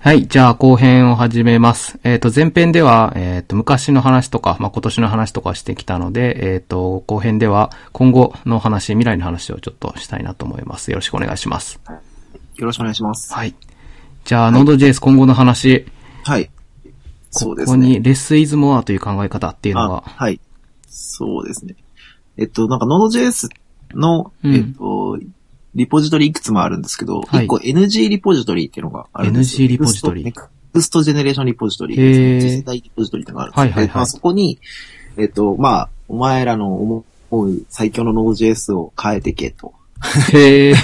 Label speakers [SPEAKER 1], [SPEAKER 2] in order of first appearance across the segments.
[SPEAKER 1] はい。じゃあ、後編を始めます。えっ、と、前編では、えっ、と、昔の話とか、まあ、今年の話とかしてきたので、えっ、と、後編では、今後の話、未来の話をちょっとしたいなと思います。よろしくお願いします。
[SPEAKER 2] よろしくお願いします。
[SPEAKER 1] はい。じゃあ、ノード JS 今後の話、
[SPEAKER 2] はい。そうで
[SPEAKER 1] ここ
[SPEAKER 2] すね。
[SPEAKER 1] に、レッスイズモアという考え方っていうの
[SPEAKER 2] あ
[SPEAKER 1] が、
[SPEAKER 2] はい。そうですね。えっと、なんか Node.js の、
[SPEAKER 1] うん
[SPEAKER 2] えっと、リポジトリいくつもあるんですけど、
[SPEAKER 1] はい
[SPEAKER 2] 1個 NG リポジトリっていうのがあるんですよ
[SPEAKER 1] NG リポジトリ
[SPEAKER 2] Next- Next Generation リポジトリ。
[SPEAKER 1] へー
[SPEAKER 2] 次世代リポジトリっていうのがあるんで
[SPEAKER 1] はいはいは
[SPEAKER 2] すよ
[SPEAKER 1] い
[SPEAKER 2] でまあ、そこに、えっと、まあ、お前らの思う最強の Node.js を変えてけと。
[SPEAKER 1] へー、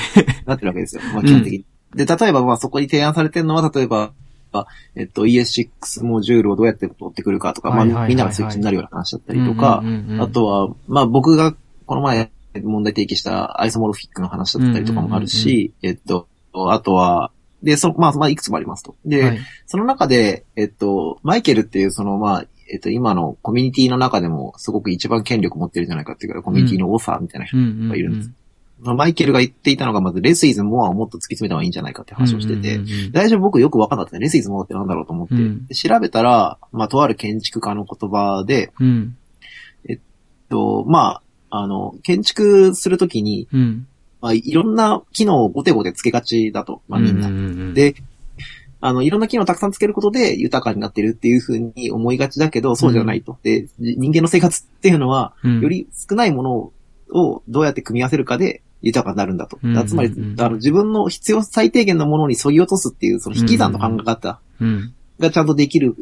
[SPEAKER 2] なってるわけですよ。まあ、基本的に。で、例えば、まあ、そこに提案されてるのは、例えば、あえっと、ES6 モジュールをどうやって取ってくるかとか、ま
[SPEAKER 1] はいはいはい
[SPEAKER 2] あ、
[SPEAKER 1] はい
[SPEAKER 2] みんながスイッチになるような話だったりとか
[SPEAKER 1] うん、うんうんうん
[SPEAKER 2] あ、とは、まあ、僕がこの前問題提起したアイソモルフィックの話だったりとかもあるし、えっと、あとは、で、その、まあ、まあ、いくつもありますと。で、
[SPEAKER 1] はい
[SPEAKER 2] その中で、えっと、マイケルっていう、その、まあ、えっと、今のコミュニティの中でも、すごく一番権力持ってるんじゃないかっていうからい、コミュニティの多さみたいな人
[SPEAKER 1] うんうんうん
[SPEAKER 2] いるんですまあマイケルが言っていたのが、まず、レスイズモアをもっと突き詰めた方がいいんじゃないかって話をしてて、
[SPEAKER 1] うんうんうんうん
[SPEAKER 2] 大丈夫僕よく分かんなかったね。レスイズモアってなんだろうと思って、
[SPEAKER 1] うん
[SPEAKER 2] で調べたら、まあ、とある建築家の言葉で、
[SPEAKER 1] うん。
[SPEAKER 2] とまあ、あの、建築するときに、
[SPEAKER 1] うん。
[SPEAKER 2] まあ、いろんな機能をゴテゴテつけがちだと、まあ、みんな。
[SPEAKER 1] うううん、
[SPEAKER 2] で、あの、いろんな機能をたくさんつけることで豊かになってるっていうふうに思いがちだけど、そうじゃないと。で、人間の生活っていうのは、
[SPEAKER 1] うん
[SPEAKER 2] よ、り少ないものをどうやって組み合わせるかで豊かになるんだと。
[SPEAKER 1] うんうんうん
[SPEAKER 2] つまり、あの、自分の必要最低限のものに削ぎ落とすっていう、その引き算の考え方
[SPEAKER 1] うん。
[SPEAKER 2] がちゃんとできる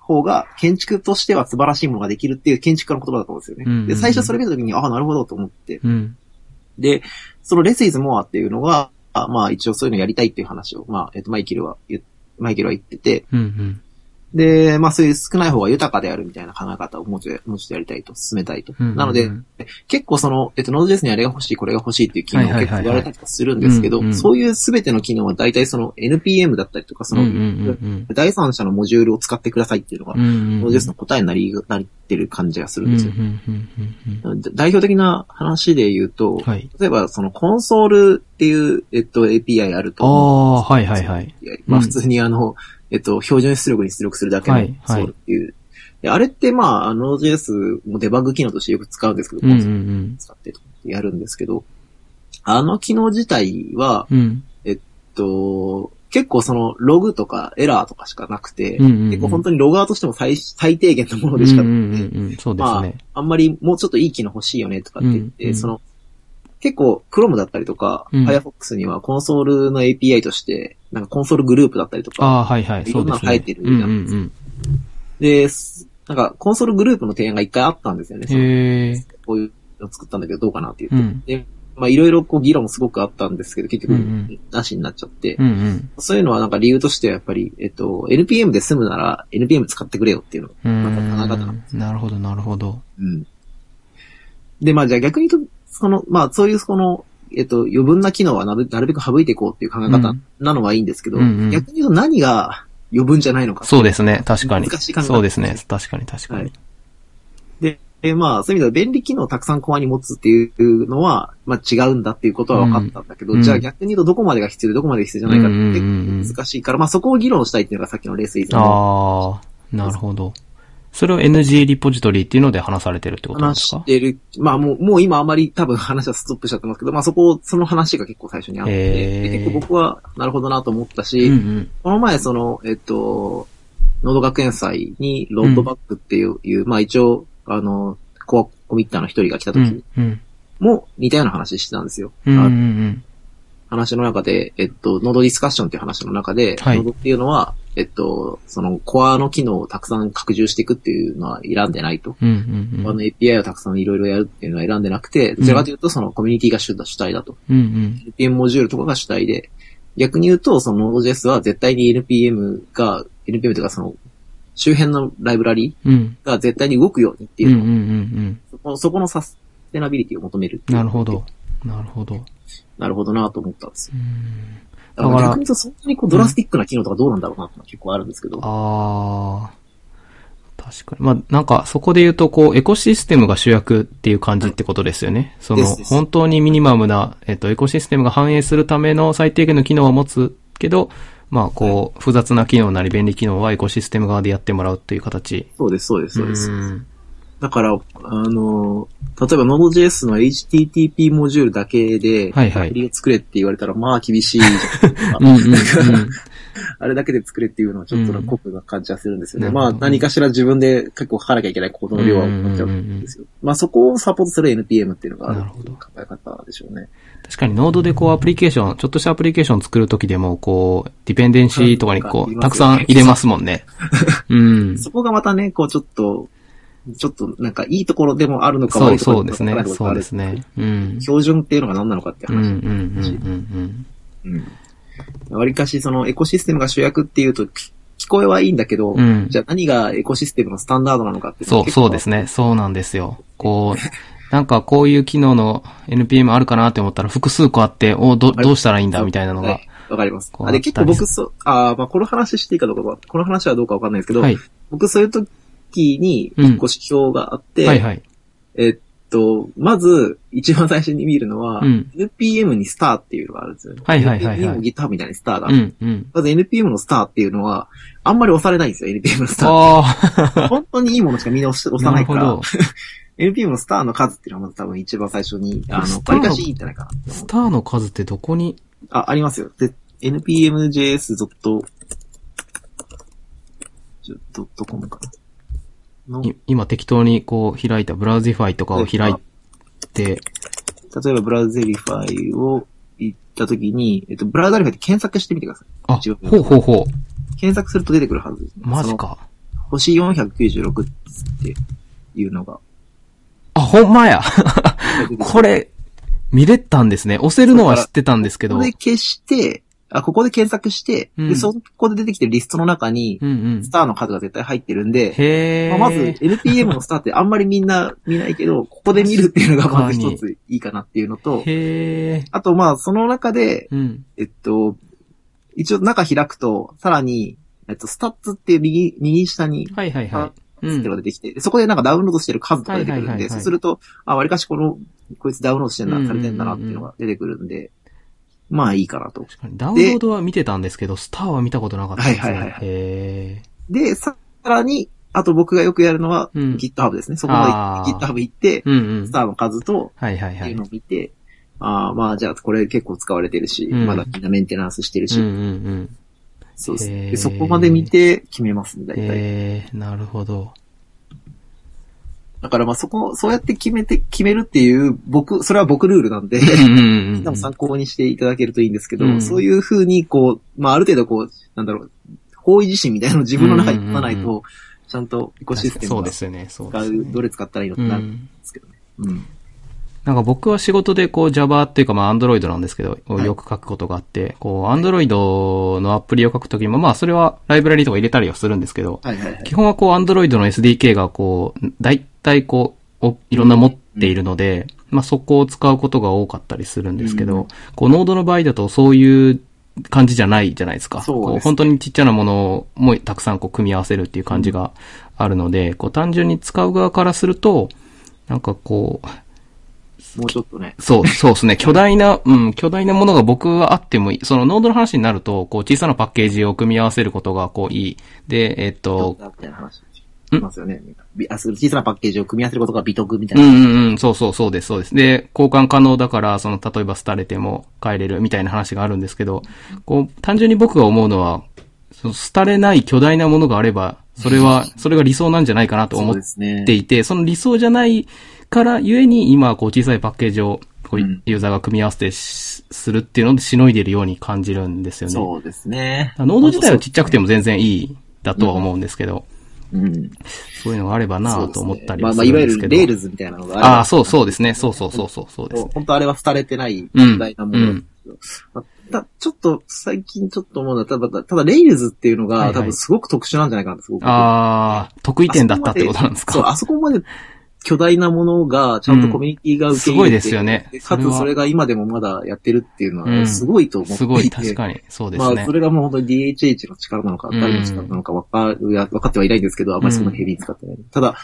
[SPEAKER 2] 方が、建築としては素晴らしいものができるっていう建築家の言葉だと思うんですよね。
[SPEAKER 1] うんうんうん
[SPEAKER 2] で、最初それ見た時に、ああ、なるほどと思って。
[SPEAKER 1] うん。
[SPEAKER 2] で、そのレスイズモアっていうのが、あまあ一応そういうのやりたいっていう話を、まあ、えっと、マイケルは言っ、マイケルは言ってて、
[SPEAKER 1] うん。うん。
[SPEAKER 2] で、まあそういう少ない方が豊かであるみたいな考え方をもうちょい、もうちょっとやりたいと、進めたいと。
[SPEAKER 1] うん
[SPEAKER 2] なので、結構その、えっと、Node.js にあれが欲しい、これが欲しいっていう機能を
[SPEAKER 1] はいはい
[SPEAKER 2] 結
[SPEAKER 1] はいは
[SPEAKER 2] 構
[SPEAKER 1] い
[SPEAKER 2] 言われたりとかするんですけ
[SPEAKER 1] うんう
[SPEAKER 2] ど、
[SPEAKER 1] ん
[SPEAKER 2] そういうすべての機能は大体その NPM だったりとか、そ
[SPEAKER 1] うんうんう
[SPEAKER 2] の、
[SPEAKER 1] ん
[SPEAKER 2] 第三者のモジュールを使ってくださいっていうのが
[SPEAKER 1] うん、うん。
[SPEAKER 2] Node.js の答えになり、なってる感じがするんですよ。
[SPEAKER 1] うんうんうんうん
[SPEAKER 2] 代表的な話で言うと
[SPEAKER 1] うん、はい。
[SPEAKER 2] 例えばそのコンソールっていう、えっと、API あると
[SPEAKER 1] あ
[SPEAKER 2] 思うんですけど
[SPEAKER 1] あ、はいはいはい。
[SPEAKER 2] ま
[SPEAKER 1] うん
[SPEAKER 2] あ普通にあの、えっと、標準出力に出力するだけ
[SPEAKER 1] は
[SPEAKER 2] の
[SPEAKER 1] い
[SPEAKER 2] ソウルっていう。であれってまあ、Node.js もデバッグ機能としてよく使うんですけど、
[SPEAKER 1] うんうん
[SPEAKER 2] 使ってやるんですけど、あの機能自体は、
[SPEAKER 1] うん。うん。
[SPEAKER 2] えっと、結構そのログとかエラーとかしかなくて、
[SPEAKER 1] うんうんうん
[SPEAKER 2] 結構本当にロガーとしても最最低限のもので
[SPEAKER 1] う
[SPEAKER 2] し
[SPEAKER 1] ん
[SPEAKER 2] か
[SPEAKER 1] う
[SPEAKER 2] なくて、
[SPEAKER 1] んうんうん。そうです
[SPEAKER 2] まあ
[SPEAKER 1] ね。、
[SPEAKER 2] あんまりもうちょっといい機能欲しいよねとかって言って、
[SPEAKER 1] うんうん
[SPEAKER 2] その、結構 Chrome だったりとか、
[SPEAKER 1] うん
[SPEAKER 2] Firefox にはコンソールの API として、なんかコンソールグループだったりとか、
[SPEAKER 1] ああ、はいはい。そうですね。
[SPEAKER 2] いろんなの入って
[SPEAKER 1] う
[SPEAKER 2] る
[SPEAKER 1] ん
[SPEAKER 2] じ
[SPEAKER 1] う
[SPEAKER 2] ゃん
[SPEAKER 1] ん
[SPEAKER 2] で、すなんか、コンソールグループの提案が一回あったんですよ
[SPEAKER 1] う
[SPEAKER 2] ね。
[SPEAKER 1] ん。
[SPEAKER 2] その
[SPEAKER 1] へえ。
[SPEAKER 2] こういうの作ったんだけど、どうかなっていう。
[SPEAKER 1] うん。
[SPEAKER 2] まあ、いろいろこう議論もすごくあったんですけど、結
[SPEAKER 1] うん
[SPEAKER 2] 局
[SPEAKER 1] うん、
[SPEAKER 2] なしになっちゃって、
[SPEAKER 1] うんうん
[SPEAKER 2] そういうのはなんか理由としてはやっぱり、えっと、NPM で済むなら NPM 使ってくれよっていうの。
[SPEAKER 1] う
[SPEAKER 2] なんか考え方
[SPEAKER 1] ん。なるほど、なるほど。
[SPEAKER 2] うん。で、まあ、じゃあ逆に言うと、その、まあ、そういうその、えっと、余分な機能はなるなるべく省いていこうっていう考え
[SPEAKER 1] う
[SPEAKER 2] 方
[SPEAKER 1] ん
[SPEAKER 2] なのはいいんですけど、
[SPEAKER 1] うんうん
[SPEAKER 2] 逆に言うと何が余分じゃないのか。
[SPEAKER 1] そうですね。確かに。
[SPEAKER 2] 難しい考え方
[SPEAKER 1] そうですね。確かに確か
[SPEAKER 2] は
[SPEAKER 1] に
[SPEAKER 2] い。で、えまあ、そういう意味では便利機能をたくさんコアに持つっていうのは、まあ違うんだっていうことは分かったんだけど、
[SPEAKER 1] うん
[SPEAKER 2] じゃあ逆に言うとどこまでが必要でどこまで必要じゃないかって
[SPEAKER 1] うんうんうんうん
[SPEAKER 2] 結構難しいから、まあそこを議論したいっていうのがさっきのレースイズ
[SPEAKER 1] あ
[SPEAKER 2] の
[SPEAKER 1] あ、なるほど。それを NG リポジトリっていうので話されてるってことなんで
[SPEAKER 2] 話
[SPEAKER 1] すか
[SPEAKER 2] してる。まあもう、もう今あまり多分話はストップしちゃってますけど、まあそこを、その話が結構最初にあって、
[SPEAKER 1] へー
[SPEAKER 2] で結構僕はなるほどなと思った
[SPEAKER 1] う
[SPEAKER 2] し、
[SPEAKER 1] んうん。
[SPEAKER 2] この前その、えっと、ノード学園祭にロードバックっていう、いうまあ一応、あの、コアコミッターの一人が来た
[SPEAKER 1] う
[SPEAKER 2] 時に
[SPEAKER 1] んうん。
[SPEAKER 2] も似たような話してたんですよ。
[SPEAKER 1] うんうんう
[SPEAKER 2] あ
[SPEAKER 1] ん。
[SPEAKER 2] 話の中で、えっと、ノードディスカッションっていう話の中で、
[SPEAKER 1] はい
[SPEAKER 2] ノードっていうのは、えっと、そのコアの機能をたくさん拡充していくっていうのは選んでないと。
[SPEAKER 1] うんうん
[SPEAKER 2] コ
[SPEAKER 1] う
[SPEAKER 2] ア
[SPEAKER 1] ん
[SPEAKER 2] の API をたくさんいろいろやるっていうのは選んでなくて、どちらかというとそのコミュニティが主主体だと。
[SPEAKER 1] うんうん。
[SPEAKER 2] NPM モジュールとかが主体で、逆に言うと、その Node.js は絶対に NPM が、NPM というかその周辺のライブラリ
[SPEAKER 1] うん。
[SPEAKER 2] が絶対に動くようにって
[SPEAKER 1] うん
[SPEAKER 2] いううんの
[SPEAKER 1] う
[SPEAKER 2] を、
[SPEAKER 1] んうん。
[SPEAKER 2] そこそこのサステナビリティを求めるっていう
[SPEAKER 1] なるほど。なるほど。
[SPEAKER 2] なるほどなと思ったんですよ
[SPEAKER 1] うん。
[SPEAKER 2] だから
[SPEAKER 1] だから
[SPEAKER 2] 逆に言うとそんなにこうドラスティックな機能とかどうなんだろうなってのは結構あるんですけど。
[SPEAKER 1] あー。確かに。まあ、なんか、そこで言うと、こう、エコシステムが主役っていう感じってことですよね。その、
[SPEAKER 2] ですです
[SPEAKER 1] 本当にミニマムな、えっと、エコシステムが反映するための最低限の機能を持つけど、まあ、こう、複雑な機能なり便利機能はエコシステム側でやってもらうという形。
[SPEAKER 2] そうです、そうです、そうです。
[SPEAKER 1] ん
[SPEAKER 2] だから、あの、例えば Node.js の HTTP モジュールだけで、
[SPEAKER 1] はいはい
[SPEAKER 2] アプリを作れって言われたら、まあ厳しいじゃん。
[SPEAKER 1] うんうんうん。
[SPEAKER 2] あれだけで作れっていうのはちょっとな
[SPEAKER 1] うん
[SPEAKER 2] 酷な感じはするんですよね。
[SPEAKER 1] なるほど
[SPEAKER 2] まあ何かしら自分で結構書かなきゃいけないコードの量は多くなっちゃうんですよ。まあそこをサポートする NPM っていうのがある
[SPEAKER 1] なるほど
[SPEAKER 2] 考え方でしょうね。
[SPEAKER 1] 確かにノードでこうアプリケーション、ちょっとしたアプリケーション作るときでも、こう、ディペンデンシーとかにこ
[SPEAKER 2] うん
[SPEAKER 1] う、
[SPEAKER 2] なんか
[SPEAKER 1] たくさん入れますもん ね。うん。
[SPEAKER 2] そこがまたね、こうちょっと、ちょっとなんかいいところでもあるのか
[SPEAKER 1] そ
[SPEAKER 2] 悪
[SPEAKER 1] う、
[SPEAKER 2] いとこ
[SPEAKER 1] そ
[SPEAKER 2] ろ
[SPEAKER 1] うです
[SPEAKER 2] もあ
[SPEAKER 1] ね。
[SPEAKER 2] るのか
[SPEAKER 1] そうです
[SPEAKER 2] ある
[SPEAKER 1] ね。うん。
[SPEAKER 2] 標準っていうのが何なのかって
[SPEAKER 1] うん、うん、
[SPEAKER 2] 話。
[SPEAKER 1] うん、うん
[SPEAKER 2] うん。わりかしそのエコシステムが主役っていうとき聞こえはいいんだけど、
[SPEAKER 1] うん。うん。
[SPEAKER 2] じゃあ何がエコシステムのスタンダードなのかっていの
[SPEAKER 1] そ
[SPEAKER 2] は
[SPEAKER 1] う、
[SPEAKER 2] 結構
[SPEAKER 1] そうですね。そうなんですよ。こ う、なんかこういう機能の NPM あるかなって思ったら複数個あって、おど、どうしたらいいんだみたいなの
[SPEAKER 2] は
[SPEAKER 1] が
[SPEAKER 2] い。わかります。
[SPEAKER 1] こう
[SPEAKER 2] あで、結構
[SPEAKER 1] あった
[SPEAKER 2] 僕、そう、あーまあ、この話していいかどうか、この話はどうかわかんないですけど、
[SPEAKER 1] はい。
[SPEAKER 2] 僕そういう時に、
[SPEAKER 1] うん
[SPEAKER 2] 一個指標があって、
[SPEAKER 1] はい、はい。
[SPEAKER 2] えっと、まず、一番最初に見るのは、
[SPEAKER 1] うん
[SPEAKER 2] NPM にスターっていうのがあるんですよね。
[SPEAKER 1] はいはいはいはい
[SPEAKER 2] NPM も GitHub みたいにスターが
[SPEAKER 1] う
[SPEAKER 2] ある。
[SPEAKER 1] ん、うん。
[SPEAKER 2] まず NPM のスターっていうのは、あんまり押されないんですよ、NPM のスター。
[SPEAKER 1] あ
[SPEAKER 2] 本当にいいものしかみんな押し押
[SPEAKER 1] あ、
[SPEAKER 2] さ
[SPEAKER 1] な
[SPEAKER 2] な
[SPEAKER 1] る
[SPEAKER 2] いか
[SPEAKER 1] ほ
[SPEAKER 2] ら
[SPEAKER 1] ど、。
[SPEAKER 2] NPM のスターの数っていうのはまず多分一番最初に、あの
[SPEAKER 1] ス、ター
[SPEAKER 2] 割りかしいいんじゃないかなって思う
[SPEAKER 1] スターの数ってどこに、
[SPEAKER 2] あ、ありますよ。で、npmjs.com かな。の、
[SPEAKER 1] い今適当にこう開いた、ブラウジファイとかを開いて、
[SPEAKER 2] 例えばブラウゼリファイを行ったときに、えっと、ブラウザリファイって検索してみてください。
[SPEAKER 1] あ、
[SPEAKER 2] 一応
[SPEAKER 1] ほうほうほう。
[SPEAKER 2] 検索すると出てくるはずです、ね。
[SPEAKER 1] マジ
[SPEAKER 2] その。
[SPEAKER 1] か。
[SPEAKER 2] 星496っていうのが。
[SPEAKER 1] あ、ほんまや。
[SPEAKER 2] 出てくる
[SPEAKER 1] これ、見れたんですね。押せるのは知ってたんですけど。
[SPEAKER 2] こ
[SPEAKER 1] う
[SPEAKER 2] こ
[SPEAKER 1] ん
[SPEAKER 2] で消して、あ、ここで検索して、
[SPEAKER 1] うん
[SPEAKER 2] で、そこで出てきてるリストの中に、
[SPEAKER 1] うん
[SPEAKER 2] ス。ターの数が絶対入ってるんで、
[SPEAKER 1] へえ。
[SPEAKER 2] まあ、まず NPM のスターってあんまりみんな見ないけど、ここで見るっていうのがまず一ついいかなっていうのと、
[SPEAKER 1] へえ。
[SPEAKER 2] あとまあその中で、
[SPEAKER 1] うん。
[SPEAKER 2] えっと、一応中開くと、さらに、えっと、スタッツっていう右、右下に、
[SPEAKER 1] はいはいは
[SPEAKER 2] あ
[SPEAKER 1] い。う
[SPEAKER 2] ステが
[SPEAKER 1] ん。
[SPEAKER 2] 出てきて、でそこでなんかダウンロードしてる数とか出てくるんで、
[SPEAKER 1] はいはいはいはい
[SPEAKER 2] そうすると、あ、わりかしこの、こいつダウンロードしてん
[SPEAKER 1] うんうんうん
[SPEAKER 2] な、されてんだなっていうのが出てくるんで、まあいいかなと。
[SPEAKER 1] ダウンロードは見てたんですけど、スターは見たことなかったですね。
[SPEAKER 2] はいはいはいはい
[SPEAKER 1] へ
[SPEAKER 2] で、ささらに、あと僕がよくやるのは、
[SPEAKER 1] うん
[SPEAKER 2] GitHub ですね。そこ
[SPEAKER 1] あ
[SPEAKER 2] まで
[SPEAKER 1] ー
[SPEAKER 2] GitHub 行って
[SPEAKER 1] え。、うんうん
[SPEAKER 2] ス。ターの数と、
[SPEAKER 1] はいはい
[SPEAKER 2] っ
[SPEAKER 1] は
[SPEAKER 2] てい。
[SPEAKER 1] いう
[SPEAKER 2] のを見て、ああ、まあじゃあこれ結構使われてるし、
[SPEAKER 1] うん
[SPEAKER 2] まだみんなメンテナンスしてる
[SPEAKER 1] う
[SPEAKER 2] し、
[SPEAKER 1] んうんうん。
[SPEAKER 2] そうです
[SPEAKER 1] へー
[SPEAKER 2] でそこまで見て決めますね、大体。
[SPEAKER 1] へえ、なるほど。
[SPEAKER 2] だからまあそこ、そうやって決めて、決めるっていう、僕、それは僕ルールなんで、
[SPEAKER 1] うんうんう
[SPEAKER 2] み
[SPEAKER 1] んん
[SPEAKER 2] な
[SPEAKER 1] う
[SPEAKER 2] も
[SPEAKER 1] ん。
[SPEAKER 2] 参考にしていただけるといいんですけど、
[SPEAKER 1] うん
[SPEAKER 2] そういうふうにこう、まあある程度こう、なんだろう、方位自身みたいなのを自分の中に持たない
[SPEAKER 1] うんうん
[SPEAKER 2] と、ちゃんとエコシステ
[SPEAKER 1] そ
[SPEAKER 2] ム
[SPEAKER 1] うで
[SPEAKER 2] が使
[SPEAKER 1] すよね、そうですね
[SPEAKER 2] う、どれ使ったらいいのって
[SPEAKER 1] う
[SPEAKER 2] なるんで
[SPEAKER 1] ん。
[SPEAKER 2] すけどね。うん。
[SPEAKER 1] なんか僕は仕事でこう Java っていうかまあ Android なんですけど、
[SPEAKER 2] はい
[SPEAKER 1] よく書くことがあって、こう Android のアプリを書くときもまあそれはライブラリとか入れたりはするんですけど、
[SPEAKER 2] はいはいはい。
[SPEAKER 1] 基本はこう Android の SDK がこう、大体こう、おいろんな持っているので、まあそこを使うことが多かったりするんですけ
[SPEAKER 2] う
[SPEAKER 1] ど、こう Node の場合だとそういう感じじゃないじゃないですか。
[SPEAKER 2] そうですね
[SPEAKER 1] こ本当にちっちゃなものもたくさんこう組み合わせるっていう感じがあるので、こう単純に使う側からすると、なんかこう、
[SPEAKER 2] もうちょっとね。
[SPEAKER 1] そう、そうですね。巨 大な、うん、巨大なものが僕はあってもいい。その、ノードの話になると、こう、小さなパッケージを組み合わせることが、こう、いい。で、えっ
[SPEAKER 2] ちょ
[SPEAKER 1] と
[SPEAKER 2] っと、だみたいな話しますよね。びあその小さなパッケージを組み合わせることが美徳みたいな。
[SPEAKER 1] うんうんうん、そうそうそうです、そうです。で、交換可能だから、その、例えば廃れても帰れるみたいな話があるんですけど、こう、単純に僕が思うのは、その、廃れない巨大なものがあれば、それは、それが理想なんじゃないかなと
[SPEAKER 2] そ
[SPEAKER 1] 思っ
[SPEAKER 2] うですね
[SPEAKER 1] っていて、その理想じゃないからゆえに、今、こう小さいパッケージを、こう
[SPEAKER 2] うん
[SPEAKER 1] ユーザーが組み合わせてしするっていうので、しのいでるように感じるんですよね。だか
[SPEAKER 2] そうですね。
[SPEAKER 1] らノード自体はちっちゃくても全然いいだとは思うんですけど、
[SPEAKER 2] うん。
[SPEAKER 1] そういうのがあればな
[SPEAKER 2] そ
[SPEAKER 1] ぁ
[SPEAKER 2] うです
[SPEAKER 1] と
[SPEAKER 2] ね
[SPEAKER 1] 思ったり
[SPEAKER 2] まあ
[SPEAKER 1] は
[SPEAKER 2] ま
[SPEAKER 1] る
[SPEAKER 2] すあ、い
[SPEAKER 1] ん
[SPEAKER 2] わゆ
[SPEAKER 1] ですけ
[SPEAKER 2] る
[SPEAKER 1] ど。
[SPEAKER 2] レールズみたいなのがあれば
[SPEAKER 1] ああ、そうそうですね。そうそうそうそうそうですね。
[SPEAKER 2] 本当あれは廃れてない
[SPEAKER 1] うん
[SPEAKER 2] 時代なもの。
[SPEAKER 1] うん
[SPEAKER 2] まあたちょっと、最近ちょっと思うのは、ただ、ただ、レイルズっていうの
[SPEAKER 1] はいは
[SPEAKER 2] が、
[SPEAKER 1] い
[SPEAKER 2] 多分すごく特殊なんじゃないかな、すごく。
[SPEAKER 1] ああ、得意点だったってことなんです
[SPEAKER 2] そう、
[SPEAKER 1] か。
[SPEAKER 2] あそこまで巨大なものが、ちゃんとコミュニティが受け入
[SPEAKER 1] う
[SPEAKER 2] れて、
[SPEAKER 1] んすごいですよね
[SPEAKER 2] か
[SPEAKER 1] それ
[SPEAKER 2] つ
[SPEAKER 1] は
[SPEAKER 2] それが今でもまだやってるっていうの
[SPEAKER 1] う
[SPEAKER 2] は、
[SPEAKER 1] ん
[SPEAKER 2] すごいと思っていて、
[SPEAKER 1] すごい、確かに。そうです
[SPEAKER 2] まあ、
[SPEAKER 1] ね
[SPEAKER 2] そ。れがもう本当に DHH の力なのか、誰の力なのか分かる、分かってはいないんですけど、あんまりそんなヘビー使ってない。ただ、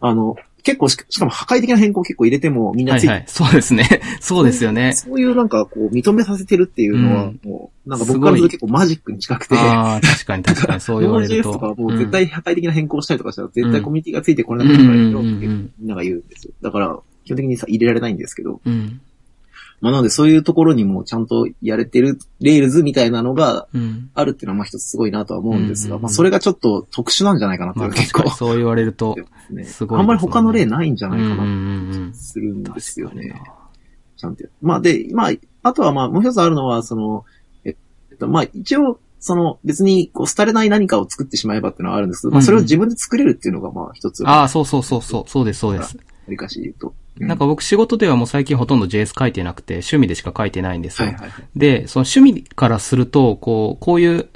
[SPEAKER 2] あの、結構しか、しかも破壊的な変更を結構入れてもみん
[SPEAKER 1] は
[SPEAKER 2] ないついて
[SPEAKER 1] はい。そうですね。 そうですよね。
[SPEAKER 2] そういうなんかこう認めさせてるっていうの
[SPEAKER 1] う
[SPEAKER 2] は
[SPEAKER 1] ん、
[SPEAKER 2] もう、なんか僕からすると結構マジックに近くて、
[SPEAKER 1] ああ、確かに確かにそう言われる
[SPEAKER 2] JS
[SPEAKER 1] と。
[SPEAKER 2] とかはもう絶対破壊的な変更したりとかしたら絶対コミュニティがついてこ
[SPEAKER 1] う
[SPEAKER 2] れ
[SPEAKER 1] ん、
[SPEAKER 2] なく
[SPEAKER 1] う
[SPEAKER 2] なる
[SPEAKER 1] ん
[SPEAKER 2] よ
[SPEAKER 1] う
[SPEAKER 2] って
[SPEAKER 1] んう
[SPEAKER 2] み
[SPEAKER 1] ん
[SPEAKER 2] んなが言うんですよ。だから、基本的にさ入れられないんですけど、
[SPEAKER 1] うん。うん。
[SPEAKER 2] まあなのでそういうところにもちゃんとやれてる、レールズみたいなのが
[SPEAKER 1] うん。
[SPEAKER 2] あるっていうのはまあ一つすごいなとは思うんで
[SPEAKER 1] う
[SPEAKER 2] す
[SPEAKER 1] んうんう
[SPEAKER 2] が、
[SPEAKER 1] ん
[SPEAKER 2] まあそれがちょっと特殊なんじゃないかなと
[SPEAKER 1] まあ
[SPEAKER 2] 結
[SPEAKER 1] 確かに
[SPEAKER 2] 構
[SPEAKER 1] そう言われると。
[SPEAKER 2] ね
[SPEAKER 1] すごいですね
[SPEAKER 2] あんまり他の例ないんじゃ
[SPEAKER 1] う
[SPEAKER 2] なんいか
[SPEAKER 1] うんう
[SPEAKER 2] な、
[SPEAKER 1] ん
[SPEAKER 2] するん
[SPEAKER 1] うん。
[SPEAKER 2] ですよね。
[SPEAKER 1] 確か
[SPEAKER 2] ちゃんと。まあ、で、まあ、あとはまあ、もう一つあるのは、その、えっと、まあ、一応、その、別に、こう、廃れない何かを作ってしまえばっていうのはあるんですけど、まあ、それを自分で作れるっていうのが、まあ、一つ、
[SPEAKER 1] にな。
[SPEAKER 2] あ
[SPEAKER 1] ああ、そうそうそうそう。そうです、そうです。
[SPEAKER 2] りかし言うと。う
[SPEAKER 1] なんか、僕仕事ではもう最近ほとんど JS 書いてなくて、趣味でしか書いてないんです
[SPEAKER 2] は
[SPEAKER 1] よ
[SPEAKER 2] い。はいはい。
[SPEAKER 1] で、その趣味からすると、こう、こういう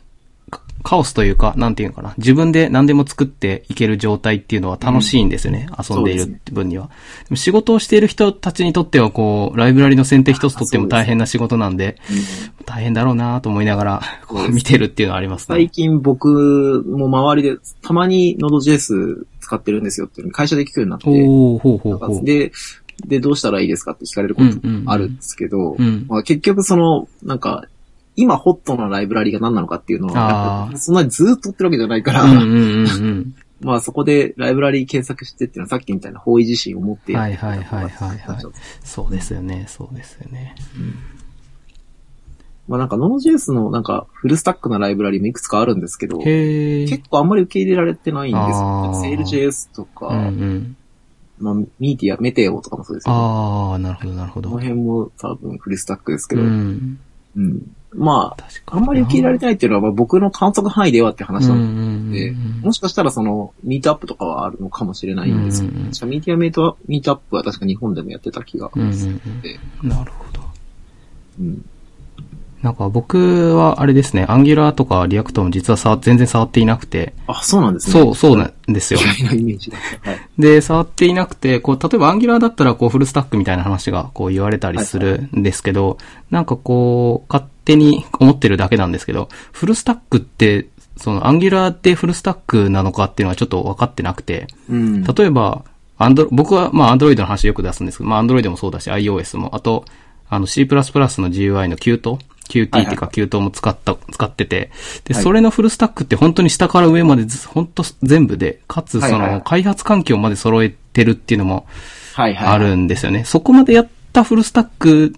[SPEAKER 1] カカオスというか、なんていうのかな、自分で何でも作っていける状態っていうのは楽しいんですよね。
[SPEAKER 2] ん
[SPEAKER 1] 遊んでいる分には。でも仕事をしている人たちにとっては、こう、ライブラリの選定一つとっても
[SPEAKER 2] あそうですね
[SPEAKER 1] 大変な仕事なんで、
[SPEAKER 2] うん
[SPEAKER 1] 大変だろうなと思いながら、こ
[SPEAKER 2] そう
[SPEAKER 1] う
[SPEAKER 2] で す
[SPEAKER 1] 見てるっていうのはあります
[SPEAKER 2] 最
[SPEAKER 1] ね。
[SPEAKER 2] 近僕も周りで、たまに Node.js 使ってるんですよっていうのに会社で聞くようになって、
[SPEAKER 1] おー、ほうほう
[SPEAKER 2] な
[SPEAKER 1] ほ
[SPEAKER 2] んか
[SPEAKER 1] う。
[SPEAKER 2] で、で、どうしたらいいですかって聞かれることもあるんですけど、
[SPEAKER 1] うん。
[SPEAKER 2] まあ、結局その、なんか、今ホットなライブラリが何なのかっていうの
[SPEAKER 1] あー
[SPEAKER 2] は、やっぱそんなにずっと追ってるわけじゃないから、
[SPEAKER 1] うんうんうん
[SPEAKER 2] まあそこでライブラリ検索してっていうのはさっきみたいな方位自身を持ってやってた
[SPEAKER 1] はいはいはいはいはい
[SPEAKER 2] 形だった
[SPEAKER 1] そうですよね、そうですよね。
[SPEAKER 2] まあなんか Node.js のなんかフルスタックなライブラリもいくつかあるんですけど、
[SPEAKER 1] へー。
[SPEAKER 2] 結構あんまり受け入れられてないんです
[SPEAKER 1] あー
[SPEAKER 2] よ。Sail.js とか、
[SPEAKER 1] うんうん。
[SPEAKER 2] まあミーティア、メテオとかもそうですけど、
[SPEAKER 1] あー、なるほどなるほ
[SPEAKER 2] こ
[SPEAKER 1] ど。
[SPEAKER 2] の辺も多分フルスタックですけど、
[SPEAKER 1] うん。
[SPEAKER 2] うんまあ、
[SPEAKER 1] 確か
[SPEAKER 2] あ
[SPEAKER 1] に。
[SPEAKER 2] んまり受け入れられてないっていうのはまあ僕の観測範囲ではって話なんですでも
[SPEAKER 1] もし
[SPEAKER 2] しかしたらその、ミートアップとかはあるのかもしれないんですけ
[SPEAKER 1] うん
[SPEAKER 2] ど、
[SPEAKER 1] うんうん
[SPEAKER 2] 確かミーティアメイトは、ミートアップは確か日本でもやってた気が。
[SPEAKER 1] うんうん
[SPEAKER 2] で
[SPEAKER 1] うん、なるほど。
[SPEAKER 2] うん
[SPEAKER 1] なんか僕はあれですね、アンギュラーとかリアクトも実はさ全然触っていなくて、
[SPEAKER 2] あ、そうなんですね。
[SPEAKER 1] そう、そうなんですよ。
[SPEAKER 2] 嫌いなイメージだった。はい。
[SPEAKER 1] で、触っていなくて、こう、例えばアンギュラーだったら、こう、フルスタックみたいな話が、こう、言われたりするんですけど、なんかこう、勝手に思ってるだけなんですけど、フルスタックって、その、アンギュラーってフルスタックなのかっていうのはちょっと分かってなくて、
[SPEAKER 2] うん。
[SPEAKER 1] 例えば、アンド僕は、まあ、アンドロイドの話よく出すんですけど、まあ、アンドロイドもそうだし、iOS も、あと、あの、C++ の GUI の Qt、Qt って
[SPEAKER 2] はいいは
[SPEAKER 1] う
[SPEAKER 2] い
[SPEAKER 1] か Qt も使った、使ってて、で、
[SPEAKER 2] はい
[SPEAKER 1] それのフルスタックって本当に下から上までず、本当全部で、かつ、
[SPEAKER 2] はい
[SPEAKER 1] そ
[SPEAKER 2] はいはい
[SPEAKER 1] の、開発環境まで揃えてるっていうのも
[SPEAKER 2] はいはい。
[SPEAKER 1] あ。るんですよね。そこまでやったフルスタック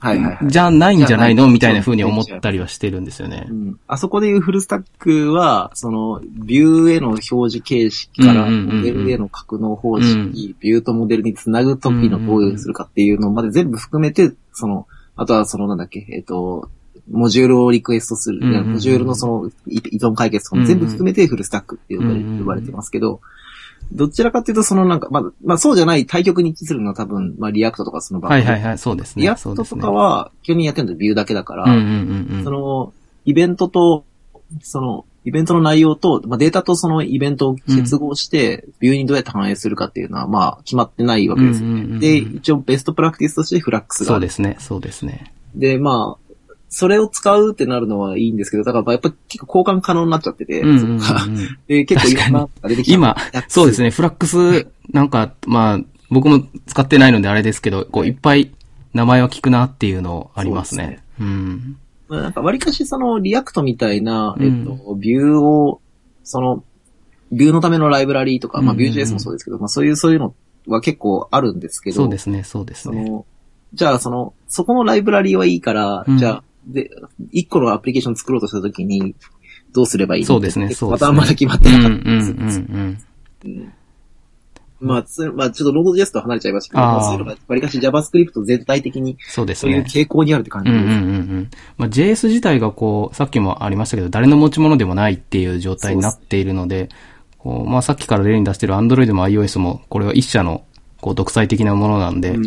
[SPEAKER 2] はいはいはい。
[SPEAKER 1] じゃないんじゃないの
[SPEAKER 2] じゃない
[SPEAKER 1] みたいな風に思ったりはしてるんですよね
[SPEAKER 2] う。ん、あそこでいうフルスタックは、その、ビューへの表示形式から、
[SPEAKER 1] うんうんうんうん
[SPEAKER 2] モデルへの格納方式、
[SPEAKER 1] うん
[SPEAKER 2] ビューとモデルにつなぐときのどういうするかっていうのまで全部含めて、その、あとはそのなんだっけ、えっ、と、モジュールをリクエストする、
[SPEAKER 1] うんうんうん
[SPEAKER 2] モジュールのその依依存解決とかも全部含めてフルスタックって呼ばれ,、
[SPEAKER 1] うんうん
[SPEAKER 2] 呼ばれてますけど、どちらかっていうと、そのなんか、まあ、まあそうじゃない対局に位置するのは多分、まあリアクトとかそのバック
[SPEAKER 1] はいはいはい、そうですね。
[SPEAKER 2] リア
[SPEAKER 1] そ
[SPEAKER 2] ク
[SPEAKER 1] う
[SPEAKER 2] ト
[SPEAKER 1] で
[SPEAKER 2] と
[SPEAKER 1] すね
[SPEAKER 2] か、は、基本的にやってるのはビューだけだから、
[SPEAKER 1] うんうんうんうん。
[SPEAKER 2] その、イベントと、その、イベントの内容と、まあ、データとそのイベントを結合して、ビューにどうやって反映するかっていうのは、まあ、決まってないわけですよ
[SPEAKER 1] う
[SPEAKER 2] ね。
[SPEAKER 1] んうんうんうん
[SPEAKER 2] で、一応ベストプラクティスとしてフラックスが
[SPEAKER 1] そ
[SPEAKER 2] あ
[SPEAKER 1] う
[SPEAKER 2] る。
[SPEAKER 1] ですね、そうですね。
[SPEAKER 2] で、まあ、それを使うってなるのはいいんですけど、だからまあやっぱ結構交換可能になっちゃってて、
[SPEAKER 1] うんうんうん
[SPEAKER 2] そっか で、結構いろんなのが出てきちゃう
[SPEAKER 1] 今、そうですね、フラックス、なんか、まあ、僕も使ってないのであれですけど、こう、いっぱい名前は聞くなっていうのあります
[SPEAKER 2] そうで
[SPEAKER 1] ね。うん。
[SPEAKER 2] まあなんか、割かしその、リアクトみたいな、
[SPEAKER 1] うん
[SPEAKER 2] えっと、ビューを、その、ビューのためのライブラリーとか、まあ、
[SPEAKER 1] うんうんうん
[SPEAKER 2] Vue.js もそうですけど、まあ、そういう、そういうのは結構あるんですけど、
[SPEAKER 1] そうですね、そうです
[SPEAKER 2] そ
[SPEAKER 1] ね。
[SPEAKER 2] の、じゃあ、その、そこのライブラリーはいいから、
[SPEAKER 1] うん
[SPEAKER 2] じゃあ、で、一個のアプリケーション作ろうとしたときに、どうすればいいの
[SPEAKER 1] そうですね
[SPEAKER 2] って
[SPEAKER 1] そうで
[SPEAKER 2] ま
[SPEAKER 1] ね
[SPEAKER 2] すたあんまだ決まっ
[SPEAKER 1] う
[SPEAKER 2] て
[SPEAKER 1] ん
[SPEAKER 2] な
[SPEAKER 1] う
[SPEAKER 2] か
[SPEAKER 1] ん
[SPEAKER 2] った
[SPEAKER 1] うん
[SPEAKER 2] です。
[SPEAKER 1] ん
[SPEAKER 2] うんまあ、つまあ、ちょっと Node.js とは離れちゃいましたけど、
[SPEAKER 1] あー
[SPEAKER 2] まあそういうのが、割かし JavaScript 全体的に、
[SPEAKER 1] そうです
[SPEAKER 2] そういう
[SPEAKER 1] ね。
[SPEAKER 2] 傾向にあるって感
[SPEAKER 1] う
[SPEAKER 2] じ
[SPEAKER 1] ん
[SPEAKER 2] で
[SPEAKER 1] う
[SPEAKER 2] す。
[SPEAKER 1] んうんうん。まあ、JS 自体がこう、さっきもありましたけど、誰の持ち物でもないっていう状態になっているので、こう、まあ、さっきから例に出してる Android も iOS も、これは一社の、こう、独裁的なものなんで、
[SPEAKER 2] うん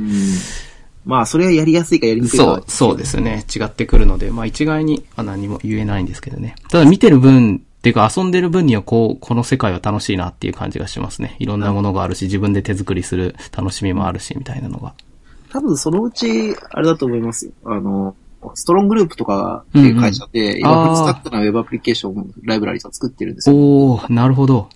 [SPEAKER 2] まあ、それはやりやすいかやりにくいか
[SPEAKER 1] そ
[SPEAKER 2] は
[SPEAKER 1] う、そうですね。違ってくるので、まあ一概には何も言えないんですけどね。ただ見てる分、っていうか遊んでる分にはこう、この世界は楽しいなっていう感じがしますね。いろんなものがあるし、自分で手作りする楽しみもあるし、みたいなのが。
[SPEAKER 2] 多分そのうち、あれだと思いますよ。あの、ストロングループとかっていう会社で、今、
[SPEAKER 1] あー
[SPEAKER 2] フルスタックなウェブアプリケーション、ライブラリーさん作ってるんですよ。
[SPEAKER 1] おー、なるほど。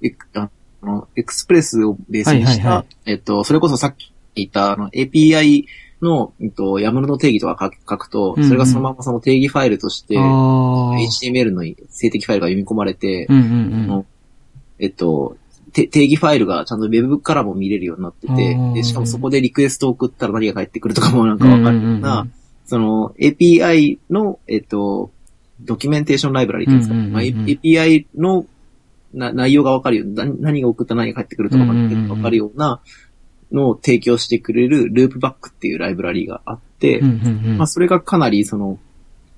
[SPEAKER 2] でああの、エクスプレスをベースにし
[SPEAKER 1] はいはいは
[SPEAKER 2] た、えっと、それこそさっき言った、あの、API の、えっと、YAML の定義とか書書くと
[SPEAKER 1] うんう、ん
[SPEAKER 2] それがそのままその定義ファイルとして、
[SPEAKER 1] あー
[SPEAKER 2] HTML の静的ファイルが読み込まれて、
[SPEAKER 1] うんうんうん。
[SPEAKER 2] のえっと、て定義ファイルがちゃんと Web からも見れるようになってて
[SPEAKER 1] あー、
[SPEAKER 2] でしかもそこでリクエストを送ったら何が返ってくるとかもなんか
[SPEAKER 1] うん
[SPEAKER 2] わか
[SPEAKER 1] う
[SPEAKER 2] る
[SPEAKER 1] ん
[SPEAKER 2] よ
[SPEAKER 1] う
[SPEAKER 2] うんな、その API の、えっと、ドキュメンテーションライブラリっていうんですか、
[SPEAKER 1] うんうんうんうん
[SPEAKER 2] まあ API のな内容がわかるような、何何が送った何が返ってくるとかが
[SPEAKER 1] うんうんうんうん
[SPEAKER 2] わかるようなのを提供してくれるループバックっていうライブラリがあって、
[SPEAKER 1] うんうんうん
[SPEAKER 2] まあそれがかなりその、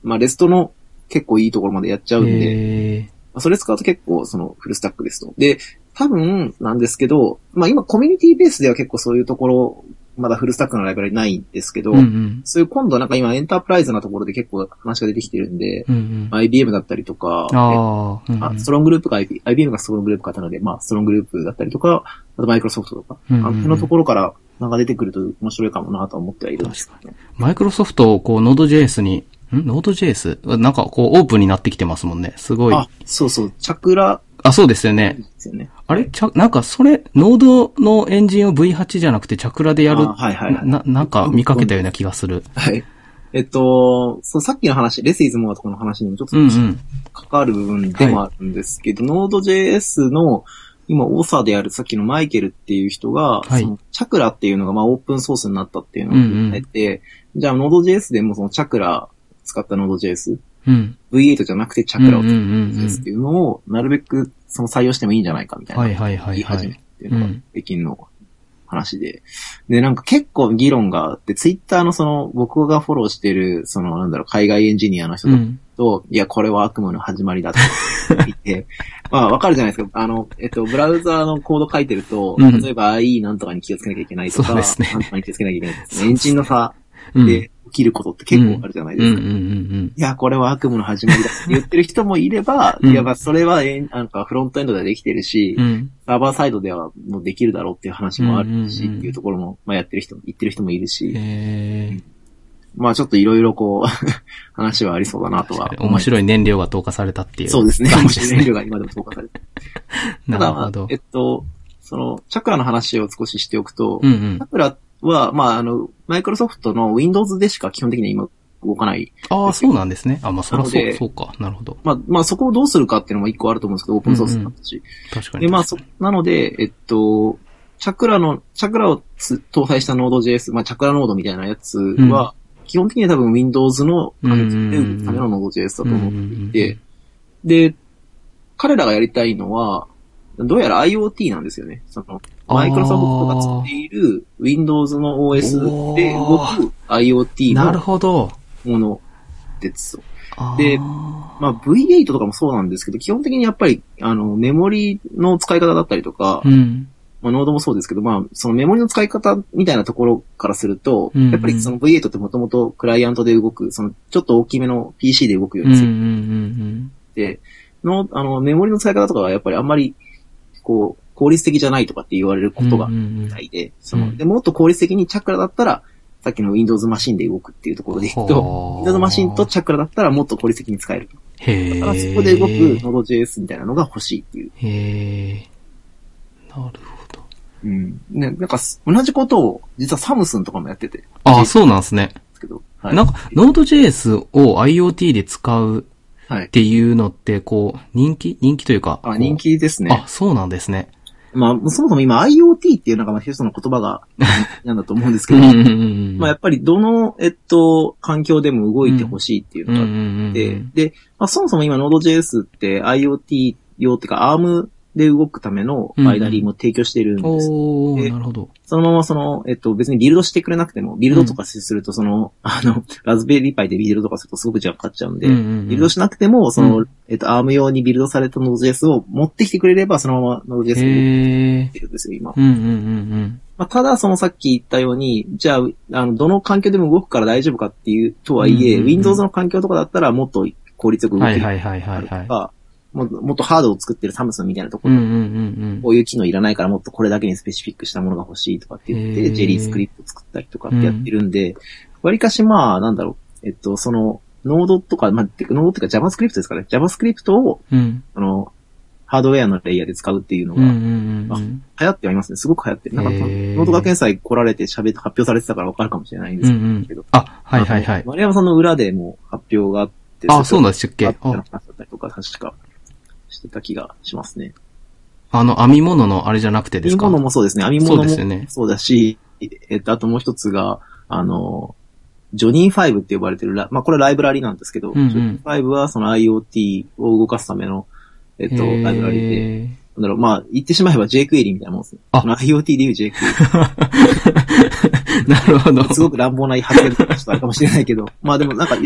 [SPEAKER 2] まあレストの結構いいところまでやっちゃうんで、
[SPEAKER 1] へ
[SPEAKER 2] まあそれ使うと結構そのフルスタックですと。で、多分なんですけど、まあ今コミュニティベースでは結構そういうところ、まだフルスタックのライブラリないんですけ
[SPEAKER 1] ー
[SPEAKER 2] ど、
[SPEAKER 1] うんうん
[SPEAKER 2] そういう今度なんか今エンタープライズなところで結構話が出てきてるんで、
[SPEAKER 1] うんうん
[SPEAKER 2] まあ IBM だったりとか、
[SPEAKER 1] あーうん
[SPEAKER 2] え
[SPEAKER 1] うん
[SPEAKER 2] あストロングループが IB IBM がストロングループ買ったので、まあストロングループだったりとか、あとマイクロソフトとか、
[SPEAKER 1] うんうんうん
[SPEAKER 2] あの辺のところからなんか出てくると面白いかもなとは思ってはいるんですけどね。
[SPEAKER 1] マイクロソフトをこう、ノード JS に、んノード JS? なんかこう、オープンになってきてますもんね。すごい。
[SPEAKER 2] あ、そうそう、チャクラ
[SPEAKER 1] あ、そうですよね
[SPEAKER 2] で。すよね。
[SPEAKER 1] あれちゃ、なんかそれ、ノードのエンジンを V8 じゃなくてチャクラでやる
[SPEAKER 2] あ、はいはいはい。
[SPEAKER 1] な、なんか見かけたような気がする。
[SPEAKER 2] はい。えっと、そう、さっきの話、レスイズモアとかの話にもちょっと
[SPEAKER 1] うんうん。
[SPEAKER 2] 関わる部分でもあるんですけど、Node.js の今、オーサーであるさっきのマイケルっていう人が、
[SPEAKER 1] はい
[SPEAKER 2] そのチャクラっていうのがまあオープンソースになったっていうの
[SPEAKER 1] う
[SPEAKER 2] を
[SPEAKER 1] んうん
[SPEAKER 2] 言って、じゃあ Node.js でもそのチャクラ使った Node.js、
[SPEAKER 1] うん。
[SPEAKER 2] V8 じゃなくてチャクラを
[SPEAKER 1] うん
[SPEAKER 2] 使
[SPEAKER 1] う
[SPEAKER 2] っ
[SPEAKER 1] んうん
[SPEAKER 2] た
[SPEAKER 1] うん
[SPEAKER 2] Node.js っていうのを、なるべくその採用してもいいんじゃないかみたいな。
[SPEAKER 1] はいはいは
[SPEAKER 2] 言
[SPEAKER 1] い
[SPEAKER 2] い
[SPEAKER 1] は
[SPEAKER 2] 始め
[SPEAKER 1] い。
[SPEAKER 2] っていうのができんの話で。で、なんか結構議論があって、ツイッターのその、僕がフォローしてる、その、なんだろう、海外エンジニアの人
[SPEAKER 1] う
[SPEAKER 2] と
[SPEAKER 1] ん。
[SPEAKER 2] と、いや、これは悪夢の始ま りだと言って、まあ、わかるじゃないですか。あの、えっと、ブラウザーのコード書いてると、
[SPEAKER 1] うん
[SPEAKER 2] 例えば IE なんとかに気をつけなきゃいけない
[SPEAKER 1] そ
[SPEAKER 2] と
[SPEAKER 1] う
[SPEAKER 2] か、
[SPEAKER 1] ですね
[SPEAKER 2] なんとかに気をつけなきゃいけないと
[SPEAKER 1] そうです
[SPEAKER 2] か、
[SPEAKER 1] ね
[SPEAKER 2] エンジンの差
[SPEAKER 1] うん。うん
[SPEAKER 2] で起きることって結構あるじゃない
[SPEAKER 1] うんう
[SPEAKER 2] です
[SPEAKER 1] ん
[SPEAKER 2] か。
[SPEAKER 1] うん。
[SPEAKER 2] いや、これは悪夢の始まりだって言ってる人もいれば、
[SPEAKER 1] うん
[SPEAKER 2] いや、まあ、それは、えんなんかフロントエンドではできてるし、
[SPEAKER 1] うん。
[SPEAKER 2] サーバーサイドではもうできるだろうっていう話もあるし、
[SPEAKER 1] うんうんうん
[SPEAKER 2] っていうところも、まあ、やってる人、言ってる人もいるし、
[SPEAKER 1] えー、
[SPEAKER 2] まあ、ちょっといろいろこう、 話はありそうだなと
[SPEAKER 1] 確
[SPEAKER 2] は
[SPEAKER 1] かに
[SPEAKER 2] 思い
[SPEAKER 1] 面
[SPEAKER 2] ます
[SPEAKER 1] 白い燃料が投下されたっていう。
[SPEAKER 2] そうですね。
[SPEAKER 1] 感
[SPEAKER 2] 面
[SPEAKER 1] じで
[SPEAKER 2] 白
[SPEAKER 1] す
[SPEAKER 2] い燃
[SPEAKER 1] ね。
[SPEAKER 2] 料が今でも投下されてる。
[SPEAKER 1] な
[SPEAKER 2] た
[SPEAKER 1] る
[SPEAKER 2] だ、
[SPEAKER 1] ほ
[SPEAKER 2] まあ
[SPEAKER 1] ど
[SPEAKER 2] え。っと、その、チャクラの話を少ししておくと、
[SPEAKER 1] うんうん
[SPEAKER 2] チャ。クラは、まあ、あの、マイクロソフトの Windows でしか基本的には今動かない。
[SPEAKER 1] ああ、そうなんですね。あ、まあそら
[SPEAKER 2] な
[SPEAKER 1] そ
[SPEAKER 2] の
[SPEAKER 1] う、
[SPEAKER 2] で
[SPEAKER 1] そうか。なるほど。
[SPEAKER 2] まあ、まあ、そこをどうするかっていうのも一個あると思うんですけど、オープンソースになったし。
[SPEAKER 1] 確かに。
[SPEAKER 2] で、まあ、そ、なので、えっと、チャクラの、チャクラをつ搭載した Node.js、まあ、チャクラノードみたいなやつは、基本的には多分 Windows の環境で動くための Node.js だと思っていて、で、彼らがやりたいのは、どうやら IoT なんですよね。その、
[SPEAKER 1] あー
[SPEAKER 2] マイクロソフトが作っている Windows の OS で動く IoT
[SPEAKER 1] なる
[SPEAKER 2] の
[SPEAKER 1] ほど。
[SPEAKER 2] ものです。
[SPEAKER 1] あー
[SPEAKER 2] でまあ V8 とかもそうなんですけど、基本的にやっぱり、あの、メモリの使い方だったりとか、
[SPEAKER 1] うん。
[SPEAKER 2] まあノードもそうですけど、まあ、そのメモリの使い方みたいなところからすると、
[SPEAKER 1] うんうん
[SPEAKER 2] やっぱりその V8 ってもともとクライアントで動く、そのちょっと大きめの PC で動くよ
[SPEAKER 1] う
[SPEAKER 2] うん
[SPEAKER 1] う
[SPEAKER 2] に
[SPEAKER 1] んう
[SPEAKER 2] する
[SPEAKER 1] ん
[SPEAKER 2] で、の、あの、メモリの使い方とかはやっぱりあんまり、こう、効率的じゃないとかって言われる
[SPEAKER 1] う
[SPEAKER 2] こ
[SPEAKER 1] ん。
[SPEAKER 2] とが
[SPEAKER 1] うんうんうん
[SPEAKER 2] ないで、そうの、
[SPEAKER 1] ん
[SPEAKER 2] で、もっと効率的にチャクラだったら、さっきの Windows マシンで動くっていうところでいくと、
[SPEAKER 1] ほー
[SPEAKER 2] Windows マシンとチャクラだったらもっと効率的に使える。
[SPEAKER 1] へえ。
[SPEAKER 2] だからそこで動く Node.js みたいなのが欲しいっていう。
[SPEAKER 1] へえ。なるほど。
[SPEAKER 2] うん。ね、なんかす、同じことを、実はサムスンとかもやってて、で
[SPEAKER 1] あ、そうなんですね。
[SPEAKER 2] すけど、はい。
[SPEAKER 1] なんか、Node.js を IoT で使う
[SPEAKER 2] はい
[SPEAKER 1] っていうのって、こう、人気人気というか。こ
[SPEAKER 2] あ、
[SPEAKER 1] う
[SPEAKER 2] 人気ですね。
[SPEAKER 1] あ、そうなんですね。
[SPEAKER 2] まあ、そもそも今 IoT っていうなんかまあ、一つの言葉が、なんだと思うんですけ
[SPEAKER 1] う
[SPEAKER 2] ど
[SPEAKER 1] ん、うんうんうん。
[SPEAKER 2] まあやっぱりどの、えっと、環境でも動いてほしいっていう
[SPEAKER 1] うん
[SPEAKER 2] の
[SPEAKER 1] う
[SPEAKER 2] が
[SPEAKER 1] ん
[SPEAKER 2] あ
[SPEAKER 1] うん。
[SPEAKER 2] って、で、まあそもそも今 Node.js って IoT 用っていうか ARM で動くためのバイナリーも提供してるんです。
[SPEAKER 1] おー、
[SPEAKER 2] で
[SPEAKER 1] なるほど。
[SPEAKER 2] そのままその、えっと、別にビルドしてくれなくても、ビルドとかするとその、 あの、ラズベリーパイでビルドとかするとすごく時間かかっちゃうんで、
[SPEAKER 1] うんうんうん
[SPEAKER 2] ビルドしなくても、そうの、えっと、ARM 用にビルドされた Node.js を持ってきてくれれば、そのまま Node.js に動い
[SPEAKER 1] へえ。
[SPEAKER 2] てるんですよ、今。
[SPEAKER 1] うんうんうん
[SPEAKER 2] まあ、ただ、そのさっき言ったように、じゃあ、あの、どの環境でも動くから大丈夫かっていう、とはい
[SPEAKER 1] う
[SPEAKER 2] え、
[SPEAKER 1] んうんうん
[SPEAKER 2] Windows の環境とかだったらもっと効率よ
[SPEAKER 1] う
[SPEAKER 2] く
[SPEAKER 1] ん。
[SPEAKER 2] 動
[SPEAKER 1] は
[SPEAKER 2] け
[SPEAKER 1] い
[SPEAKER 2] る
[SPEAKER 1] はいはいはい
[SPEAKER 2] と
[SPEAKER 1] は
[SPEAKER 2] か、もっともっとハードを作ってるサムスンみたいなとこ
[SPEAKER 1] い。う
[SPEAKER 2] ろ、
[SPEAKER 1] んうんうん
[SPEAKER 2] こういう機能いらないからもっとこれだけにスペシフィックしたものが欲しいとかって言っ
[SPEAKER 1] へ
[SPEAKER 2] て、
[SPEAKER 1] ー
[SPEAKER 2] ジェリースクリプト作ったりとかってやってるんで、わりかしまあ、なんだろう、えっと、その、ノードとか、まあ、てかノードっていうか JavaScript ですかね。JavaScript を、
[SPEAKER 1] うん。うん。
[SPEAKER 2] あの、ハードウェアのレイヤーで使うっていうの
[SPEAKER 1] う
[SPEAKER 2] が、
[SPEAKER 1] んう
[SPEAKER 2] 流
[SPEAKER 1] んうんうん。
[SPEAKER 2] 行ってはいますね。すごく流行ってる。なんか、
[SPEAKER 1] へー
[SPEAKER 2] ノート学園祭来られて喋って発表されてたからわかるかもしれないんで
[SPEAKER 1] うんうん
[SPEAKER 2] すけど。
[SPEAKER 1] あ、はいはいは
[SPEAKER 2] あ
[SPEAKER 1] い
[SPEAKER 2] の。丸山さんの裏でも発表があって、
[SPEAKER 1] あ、そう
[SPEAKER 2] な
[SPEAKER 1] なんでしたっけ
[SPEAKER 2] あった
[SPEAKER 1] あ
[SPEAKER 2] 話だったりとか、確か、してた気がしますね。
[SPEAKER 1] あの、編み物のあれじゃなくてで
[SPEAKER 2] 編
[SPEAKER 1] す
[SPEAKER 2] み
[SPEAKER 1] か
[SPEAKER 2] 物もそうですね。編み
[SPEAKER 1] そ
[SPEAKER 2] 物
[SPEAKER 1] うですよね
[SPEAKER 2] もそうだし、えっと、あともう一つが、あの、ジョニー5って呼ばれてるラ、まあこれライブラリなんですけど、
[SPEAKER 1] うんうん
[SPEAKER 2] ジョニー5はその IoT を動かすための、えっと、
[SPEAKER 1] へー
[SPEAKER 2] ライブラリで、なんだろう、まあ言ってしまえば J クエリみたいなもんですね。
[SPEAKER 1] あ
[SPEAKER 2] その IoT でいう J クエ
[SPEAKER 1] なるほど。
[SPEAKER 2] リ。すごく乱暴な発言だったかもしれないけど、 まあでもなんか、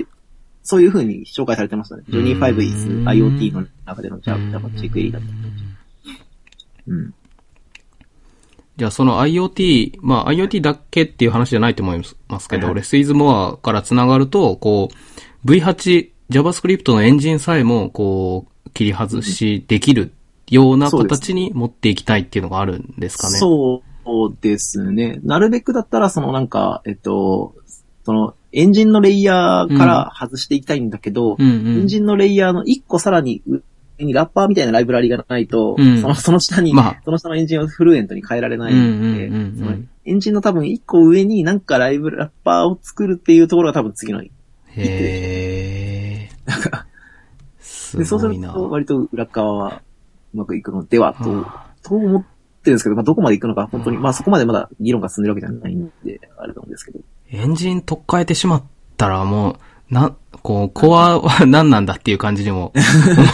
[SPEAKER 2] そういう風に紹介されてましたね。ジョニー5 is IoT の中でのジャブ J クエリだった。うん。
[SPEAKER 1] じゃあその IoT、まあ IoT だけっていう話じゃないと思いますけ
[SPEAKER 2] は
[SPEAKER 1] ど、
[SPEAKER 2] い
[SPEAKER 1] レスイズモアから繋がると、こう、V8、JavaScript のエンジンさえも、こう、切り外しできるような
[SPEAKER 2] そうですね
[SPEAKER 1] 形に持っていきたいっていうのがあるんですかね。う。
[SPEAKER 2] そうですね。なるべくだったら、そのなんか、えっと、そのエンジンのレイヤーから外していきたいんだけど、
[SPEAKER 1] うんう
[SPEAKER 2] エ
[SPEAKER 1] ん
[SPEAKER 2] ン。ジンのレイヤーの一個さらに上にラッパーみたいなライブラリがないと、
[SPEAKER 1] うん
[SPEAKER 2] そのその下に、
[SPEAKER 1] まあ
[SPEAKER 2] その下のエンジンをフルエントに変えられないので、
[SPEAKER 1] うんうんうんうん
[SPEAKER 2] そのエンジンの多分一個上になんかライブラッパーを作るっていうところが多分次の。
[SPEAKER 1] へー。なんか、す
[SPEAKER 2] で、そうす
[SPEAKER 1] ご
[SPEAKER 2] る
[SPEAKER 1] いな。
[SPEAKER 2] と割と裏側はうまくいくのではと
[SPEAKER 1] あ
[SPEAKER 2] と思ってるんですけど、まあ、どこまで行くのか、本当に、まあ、そこまでまだ議論が進んでるわけじゃないんで、あれなんですけど。
[SPEAKER 1] エンジン取っ替えてしまったらもう、な、こう、コアは 何なんだっていう感じに も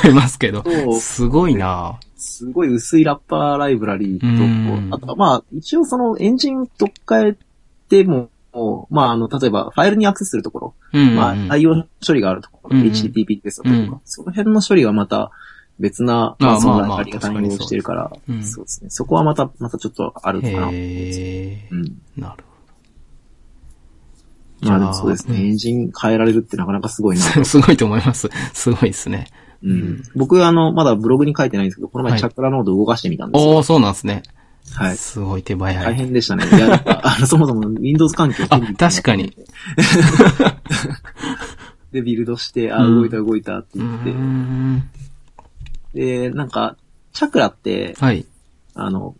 [SPEAKER 1] 思いますけど
[SPEAKER 2] そ、う
[SPEAKER 1] すごいな
[SPEAKER 2] すごい薄いラッパーライブラリ
[SPEAKER 1] うん
[SPEAKER 2] ーと、あとは、まあ、一応そのエンジン取っ替えても、まあ、あの、例えば、ファイルにアクセスするところ、
[SPEAKER 1] うんうんうん。
[SPEAKER 2] まあ、対応処理があるところ、
[SPEAKER 1] うんうん
[SPEAKER 2] HTTP ですとか、
[SPEAKER 1] うん
[SPEAKER 2] その辺の処理はまた別な、
[SPEAKER 1] ああ
[SPEAKER 2] まあ、その
[SPEAKER 1] まあ
[SPEAKER 2] ライ
[SPEAKER 1] まあ
[SPEAKER 2] ブラリが対応してるから
[SPEAKER 1] 確か、に
[SPEAKER 2] そ
[SPEAKER 1] そう
[SPEAKER 2] ですね。そこはまた、またちょっとあるかな。
[SPEAKER 1] へ
[SPEAKER 2] う
[SPEAKER 1] ー
[SPEAKER 2] ん。
[SPEAKER 1] なる
[SPEAKER 2] まあ、でもそうですね。
[SPEAKER 1] じゃあ
[SPEAKER 2] エンジン変えられるってなかなかすごいなと
[SPEAKER 1] ほど。す ごいと思います。すごいですね。
[SPEAKER 2] うん僕、あの、まだブログに書いてないんですけど、この
[SPEAKER 1] は
[SPEAKER 2] 前
[SPEAKER 1] い
[SPEAKER 2] チャクラノードを動かしてみたんですよ。
[SPEAKER 1] おー、そうなんですね。
[SPEAKER 2] はい。
[SPEAKER 1] すごい手早い。
[SPEAKER 2] 大変でしたね。いや、やっぱ、 あの、そもそも Windows 環境
[SPEAKER 1] あ確かに。
[SPEAKER 2] で、ビルドして、あ、
[SPEAKER 1] うん
[SPEAKER 2] 動いた動いたって
[SPEAKER 1] うー
[SPEAKER 2] 言って、
[SPEAKER 1] ん。
[SPEAKER 2] で、なんか、チャクラって、
[SPEAKER 1] はい。
[SPEAKER 2] あの、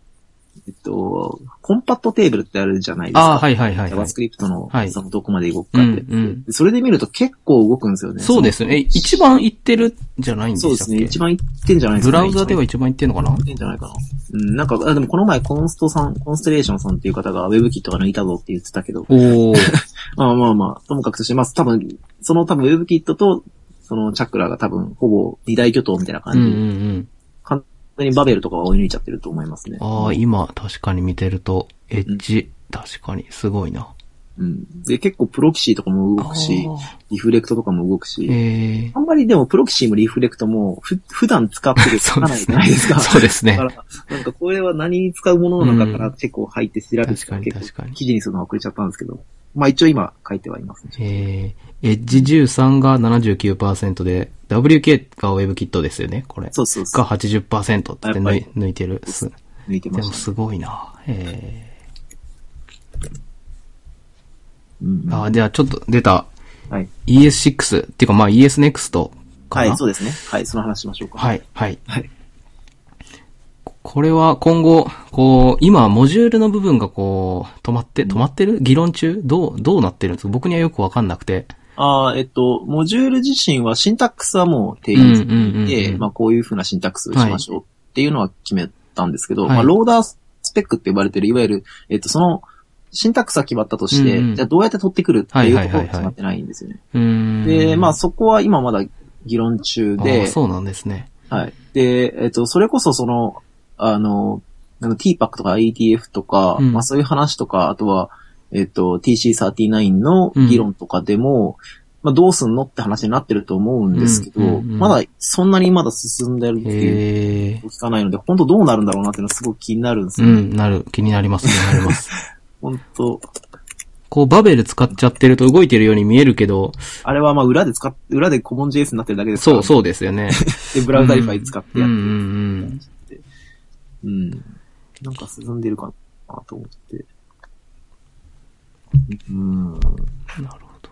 [SPEAKER 2] えっと、コンパットテーブルってあるじゃないです
[SPEAKER 1] あー、
[SPEAKER 2] か。
[SPEAKER 1] はいはいはいはい。
[SPEAKER 2] JavaScript の、
[SPEAKER 1] はい
[SPEAKER 2] その、どこまで動く
[SPEAKER 1] う
[SPEAKER 2] かっ
[SPEAKER 1] ん
[SPEAKER 2] て。
[SPEAKER 1] うん。
[SPEAKER 2] でそれで見ると結構動くんですよね。
[SPEAKER 1] そうですね。え、一番いってるんじゃないんで
[SPEAKER 2] その。そう
[SPEAKER 1] したっ
[SPEAKER 2] です
[SPEAKER 1] け
[SPEAKER 2] ね。一番いってんじゃないです
[SPEAKER 1] ブ
[SPEAKER 2] か、ね。
[SPEAKER 1] ラウザでは一番いってんのかな
[SPEAKER 2] ってんじゃないかな。うん、なんか、あでもこの前コンストさん、コンステレーションさんっていう方が WebKit が抜いたぞって言ってたけど、
[SPEAKER 1] おー。
[SPEAKER 2] まあまあまあ、ともかくとして、まあ多分、その多分 WebKit と、そのチャクラが多分、ほぼ二大巨頭みたいな
[SPEAKER 1] うんう
[SPEAKER 2] 感
[SPEAKER 1] んう
[SPEAKER 2] じ。
[SPEAKER 1] ん。
[SPEAKER 2] 完全にバベルとかは追い抜いちゃってると思いますね。
[SPEAKER 1] ああ、今確かに見てると、エッジ、確かにすごいな。
[SPEAKER 2] うん。で、結構プロキシーとかも動くし、リフレクトとかも動く
[SPEAKER 1] え
[SPEAKER 2] し、
[SPEAKER 1] え
[SPEAKER 2] あんまりでもプロキシーもリフレクトも、ふ、普段使ってる使
[SPEAKER 1] そう
[SPEAKER 2] わ
[SPEAKER 1] で
[SPEAKER 2] ない
[SPEAKER 1] す
[SPEAKER 2] じゃない
[SPEAKER 1] ね
[SPEAKER 2] です。か。
[SPEAKER 1] そうですね
[SPEAKER 2] だか。ら、なんかこれは何に使うものなのかから結構入って調べて、
[SPEAKER 1] 確かに
[SPEAKER 2] 結
[SPEAKER 1] 確か
[SPEAKER 2] 構
[SPEAKER 1] に
[SPEAKER 2] 記事にするのは遅れちゃったんですけど、まあ一応今書いてはいますね。
[SPEAKER 1] えー、エッジ13が79%で、WK が WebKit ですよね、これ。
[SPEAKER 2] そうそうそう
[SPEAKER 1] が。80%って
[SPEAKER 2] やっぱ
[SPEAKER 1] 抜い
[SPEAKER 2] り
[SPEAKER 1] 抜いてる。す
[SPEAKER 2] 抜いて
[SPEAKER 1] で
[SPEAKER 2] ま
[SPEAKER 1] も
[SPEAKER 2] した、
[SPEAKER 1] すごいな。え
[SPEAKER 2] うんうん
[SPEAKER 1] ー、あー、じゃあちょっと出た
[SPEAKER 2] はい。
[SPEAKER 1] ES6 っていうかまあ ESNEXT か
[SPEAKER 2] は
[SPEAKER 1] な。
[SPEAKER 2] い、そうですね。はい、その話しましょうか。
[SPEAKER 1] はい、はい。
[SPEAKER 2] はい
[SPEAKER 1] これは今後、こう、今、モジュールの部分がこう、止まって、止まってる議論中どう、どうなってるんですか僕にはよくわかんなくて。
[SPEAKER 2] あーえっと、モジュール自身はシンタックスはもう定義され
[SPEAKER 1] うんうんうんう
[SPEAKER 2] てい
[SPEAKER 1] んう
[SPEAKER 2] て、
[SPEAKER 1] ん
[SPEAKER 2] まあこういう風なシンタックスをしましょうっていうのは決めたんですけど、
[SPEAKER 1] はい
[SPEAKER 2] まあローダースペックって呼ばれてる、いわゆる、えっと、その、シンタックスは決まったとして、
[SPEAKER 1] うんうん
[SPEAKER 2] じゃあどうやって取ってくるっていうとこ
[SPEAKER 1] はいはいはいは
[SPEAKER 2] ろ
[SPEAKER 1] い
[SPEAKER 2] が決まってないんですよね。
[SPEAKER 1] うーん。
[SPEAKER 2] で、まあそこは今まだ議論
[SPEAKER 1] あ
[SPEAKER 2] 中
[SPEAKER 1] ー
[SPEAKER 2] で、
[SPEAKER 1] そうなんですね。
[SPEAKER 2] はい。で、えっと、それこそその、あの、なんか TPAC とか ATF とか、
[SPEAKER 1] うん
[SPEAKER 2] まあそういう話とか、あとは、えっと、TC39 の議論とかでも、まあどうすんのって話になってると思うんですけど、
[SPEAKER 1] うんうんうん
[SPEAKER 2] まだそんなにまだ進んでるっていう
[SPEAKER 1] へえ
[SPEAKER 2] 聞かないので、本当どうなるんだろうなっていうのはすごく気になるんです
[SPEAKER 1] う
[SPEAKER 2] よ。
[SPEAKER 1] ん、なる。気になります、気になり ます。
[SPEAKER 2] 本当
[SPEAKER 1] こう、バベル使っちゃってると動いてるように見えるけど、
[SPEAKER 2] あれはまあ裏で使っ、裏でコモン JS になってるだけですから、
[SPEAKER 1] そう、そうですよ ね。
[SPEAKER 2] う。で、ブラウザリファイ使ってや
[SPEAKER 1] う
[SPEAKER 2] っ
[SPEAKER 1] んう
[SPEAKER 2] て
[SPEAKER 1] ん
[SPEAKER 2] る
[SPEAKER 1] うん。
[SPEAKER 2] うん。なんか進んでるかなと思って。うん。
[SPEAKER 1] なるほど。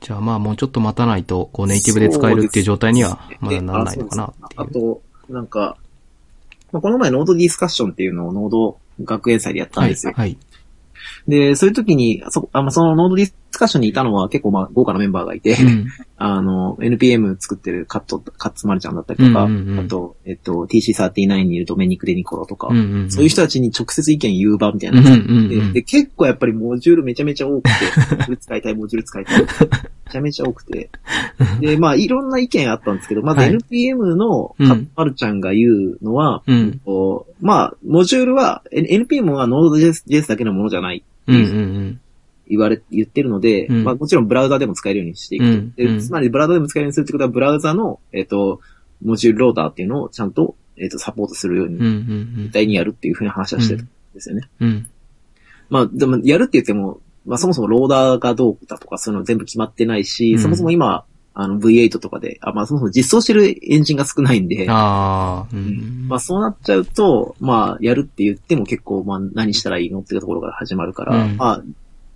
[SPEAKER 1] じゃあまあもうちょっと待たないと、こうネイティブで使えるっていう状態にはまだならないのかなって
[SPEAKER 2] あ
[SPEAKER 1] いう。
[SPEAKER 2] と、なんか、まあ、この前ノードディスカッションっていうのをノード学園祭でやったん
[SPEAKER 1] は
[SPEAKER 2] で
[SPEAKER 1] い
[SPEAKER 2] すよ。。
[SPEAKER 1] はい。
[SPEAKER 2] で、そういう時に、あそこ、あまあ、そのノードディスカッションにいたのは結構まあ豪華なメンバーがいて、
[SPEAKER 1] うん
[SPEAKER 2] あの、NPM 作ってるカット、カッツマルちゃんだったりとか、
[SPEAKER 1] うんうんうん
[SPEAKER 2] あと、えっと、TC39 にいるドメニク・デニコロとか、
[SPEAKER 1] うんうんうん。
[SPEAKER 2] そういう人たちに直接意見言う場みたい
[SPEAKER 1] うん
[SPEAKER 2] な、
[SPEAKER 1] うんう
[SPEAKER 2] で
[SPEAKER 1] ん
[SPEAKER 2] で、結構やっぱりモジュールめちゃめちゃ多くて、 モジュール使いたい、モジュール使いたい。めちゃめちゃ多くて。で、まあ、いろんな意見あったんですけど、まず
[SPEAKER 1] はい
[SPEAKER 2] NPM の
[SPEAKER 1] うん
[SPEAKER 2] カッパルちゃんが言うのは、
[SPEAKER 1] うん。うん
[SPEAKER 2] こうまあ、モジュールは、N- NPM は Node.js だけのものじゃない、
[SPEAKER 1] うんうん
[SPEAKER 2] 言われ、言ってるので、
[SPEAKER 1] うん
[SPEAKER 2] まあ、もちろんブラウザでも使えるようにしていく
[SPEAKER 1] う
[SPEAKER 2] と。
[SPEAKER 1] ん。
[SPEAKER 2] でつまりブラウザでも使えるようにするってことは、ブラウザの、えっ、と、モジュールローターっていうのをちゃんと、えっ、と、サポートするよう
[SPEAKER 1] うんう
[SPEAKER 2] に、
[SPEAKER 1] ん
[SPEAKER 2] 絶対にやるっていうふうな話はしてたんですよね。
[SPEAKER 1] うん。うん。
[SPEAKER 2] まあ、でも、やるって言っても、まあ、そもそもローダーがどうだとか、そういうの全部決まってないし、
[SPEAKER 1] うん
[SPEAKER 2] そもそも今、あの、V8 とかで、あ、まあ、そもそも実装してるエンジンが少ないんで、
[SPEAKER 1] ああ、う
[SPEAKER 2] うんん。まあ、そうなっちゃうと、まあ、やるって言っても結構、まあ、何したらいいのっていうところから始まるから、
[SPEAKER 1] うん
[SPEAKER 2] まあ、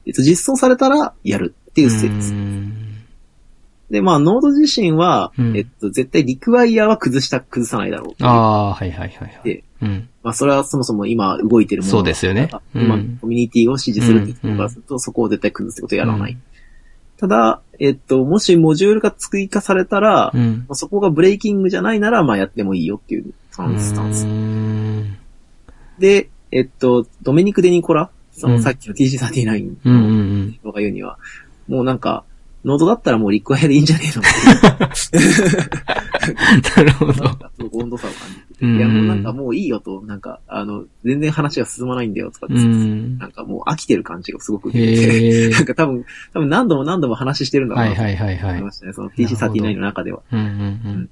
[SPEAKER 2] えっと、実装されたらやるっていうステップです。
[SPEAKER 1] うん
[SPEAKER 2] で、まあ、ノード自身は、
[SPEAKER 1] うん
[SPEAKER 2] えっと、絶対リクワイヤーは崩した、崩さないだろうっていう
[SPEAKER 1] ああー、はいはいはいはい。
[SPEAKER 2] で
[SPEAKER 1] うん。
[SPEAKER 2] まあ、それはそもそも今動いてるもの
[SPEAKER 1] そうですよね
[SPEAKER 2] だか
[SPEAKER 1] う
[SPEAKER 2] ら
[SPEAKER 1] ん
[SPEAKER 2] まあ、コミュニティを支持するってところからすると、そこを絶対崩すってことをやらない。ただ、えっと、もしモジュールが追加されたら、
[SPEAKER 1] う
[SPEAKER 2] ま
[SPEAKER 1] ん。
[SPEAKER 2] あそこがブレイキングじゃないなら、まあ、やってもいいよっていうスタ
[SPEAKER 1] う
[SPEAKER 2] ンスタンス。
[SPEAKER 1] ん。
[SPEAKER 2] で、えっと、ドメニク・デニコラ、そうの
[SPEAKER 1] ん
[SPEAKER 2] さっきの TC39
[SPEAKER 1] うんうんう
[SPEAKER 2] の
[SPEAKER 1] ん。
[SPEAKER 2] 人が言うには、もうなんか、ノードだったらもうリクワイアでいいんじゃねえの
[SPEAKER 1] なるほ
[SPEAKER 2] なん
[SPEAKER 1] ど。
[SPEAKER 2] か、温度差を感じて。
[SPEAKER 1] うん
[SPEAKER 2] いや、もうなんかもういいよと、なんか、あの、全然話が進まないんだよとかって、
[SPEAKER 1] うん。
[SPEAKER 2] なんかもう飽きてる感じがすごく受けて、
[SPEAKER 1] へえ
[SPEAKER 2] な。んか多分、多分何度も何度も話してるんだろ
[SPEAKER 1] は
[SPEAKER 2] う
[SPEAKER 1] い
[SPEAKER 2] なと
[SPEAKER 1] はいはいは
[SPEAKER 2] 思い
[SPEAKER 1] い
[SPEAKER 2] ま。したね。その TC39 の中では。
[SPEAKER 1] うんうんうん。
[SPEAKER 2] だ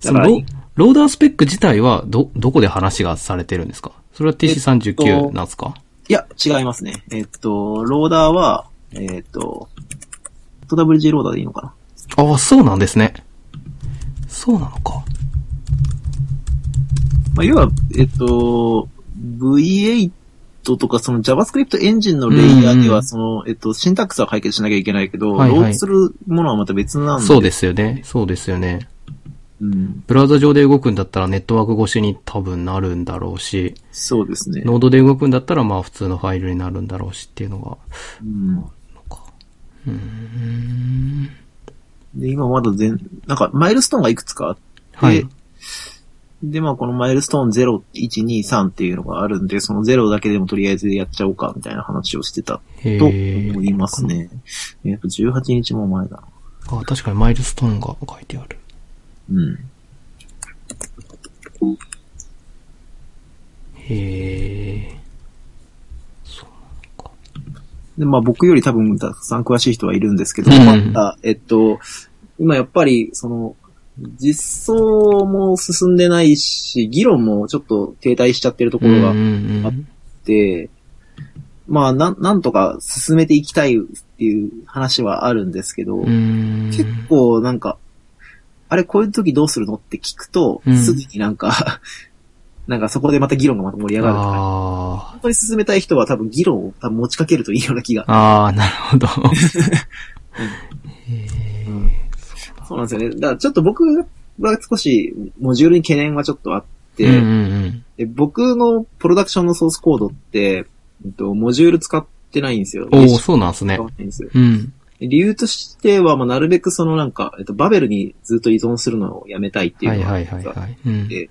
[SPEAKER 1] その
[SPEAKER 2] から
[SPEAKER 1] ロローダースペック自体はど、どこで話がされてるんですかそれは TC39 なんですか
[SPEAKER 2] いや、違いますね。えっと、ローダーは、えっと、WG ローダーでいいのかな
[SPEAKER 1] ああ、そうなんですね。そうなのか。
[SPEAKER 2] まあ、要は、えっと、V8 とか、その JavaScript エンジンのレイヤーで
[SPEAKER 1] うんう
[SPEAKER 2] は、
[SPEAKER 1] ん
[SPEAKER 2] その、えっと、シンタックスは解決しなきゃいけないけど、
[SPEAKER 1] はいはい
[SPEAKER 2] ロードするものはまた別なんで。
[SPEAKER 1] そうですよね。そうですよね。
[SPEAKER 2] うん。
[SPEAKER 1] ブラウザ上で動くんだったらネットワーク越しに多分なるんだろうし、
[SPEAKER 2] そうですね。
[SPEAKER 1] ノードで動くんだったらまあ普通のファイルになるんだろうしっていうのが。
[SPEAKER 2] うん
[SPEAKER 1] うーん。
[SPEAKER 2] で、今まだ全、なんか、マイルストーンがいくつかあって、
[SPEAKER 1] はい。
[SPEAKER 2] で、まあ、このマイルストーン0、1、2、3っていうのがあるんで、その0だけでもとりあえずやっちゃおうか、みたいな話をしてた
[SPEAKER 1] へ
[SPEAKER 2] と
[SPEAKER 1] ー
[SPEAKER 2] 思いますね。えっと、18日も前だな。
[SPEAKER 1] あ、確かにマイルストーンが書いてある。
[SPEAKER 2] うん。
[SPEAKER 1] へえ。そう
[SPEAKER 2] で、まあ、僕より多分たくさん詳しい人はいるんですけど、
[SPEAKER 1] うん
[SPEAKER 2] まあ、えっと、今やっぱり、その、実装も進んでないし、議論もちょっと停滞しちゃってるところが
[SPEAKER 1] うんうんうん
[SPEAKER 2] って、まあ、なん、なんとか進めていきたいっていう話はあるんですけど、
[SPEAKER 1] うーん。
[SPEAKER 2] 結構なんか、あれこういう時どうするのって聞くと、
[SPEAKER 1] うん
[SPEAKER 2] すぐになんか、 なんかそこでまた議論がまた盛り上がるから、
[SPEAKER 1] あ
[SPEAKER 2] 本当に進めたい人は多分議論を多分持ちかけるといいような気が
[SPEAKER 1] あ。。ああ、なるほ ど。へえ
[SPEAKER 2] うんそうなんですよね。だからちょっと僕は少し、モジュールに懸念はちょっとあって、
[SPEAKER 1] うんうんうん。
[SPEAKER 2] で僕のプロダクションのソースコードって、えっと、モジュール使ってないんですよ。
[SPEAKER 1] おお、
[SPEAKER 2] 一緒に
[SPEAKER 1] そうなんですね
[SPEAKER 2] 使。わないんですよ。
[SPEAKER 1] うん。
[SPEAKER 2] 理由としては、まあ、なるべくそのなんか、えっと、バベルにずっと依存するのをやめたいってい
[SPEAKER 1] は
[SPEAKER 2] う
[SPEAKER 1] い
[SPEAKER 2] のが
[SPEAKER 1] はいはいはい。うん。
[SPEAKER 2] で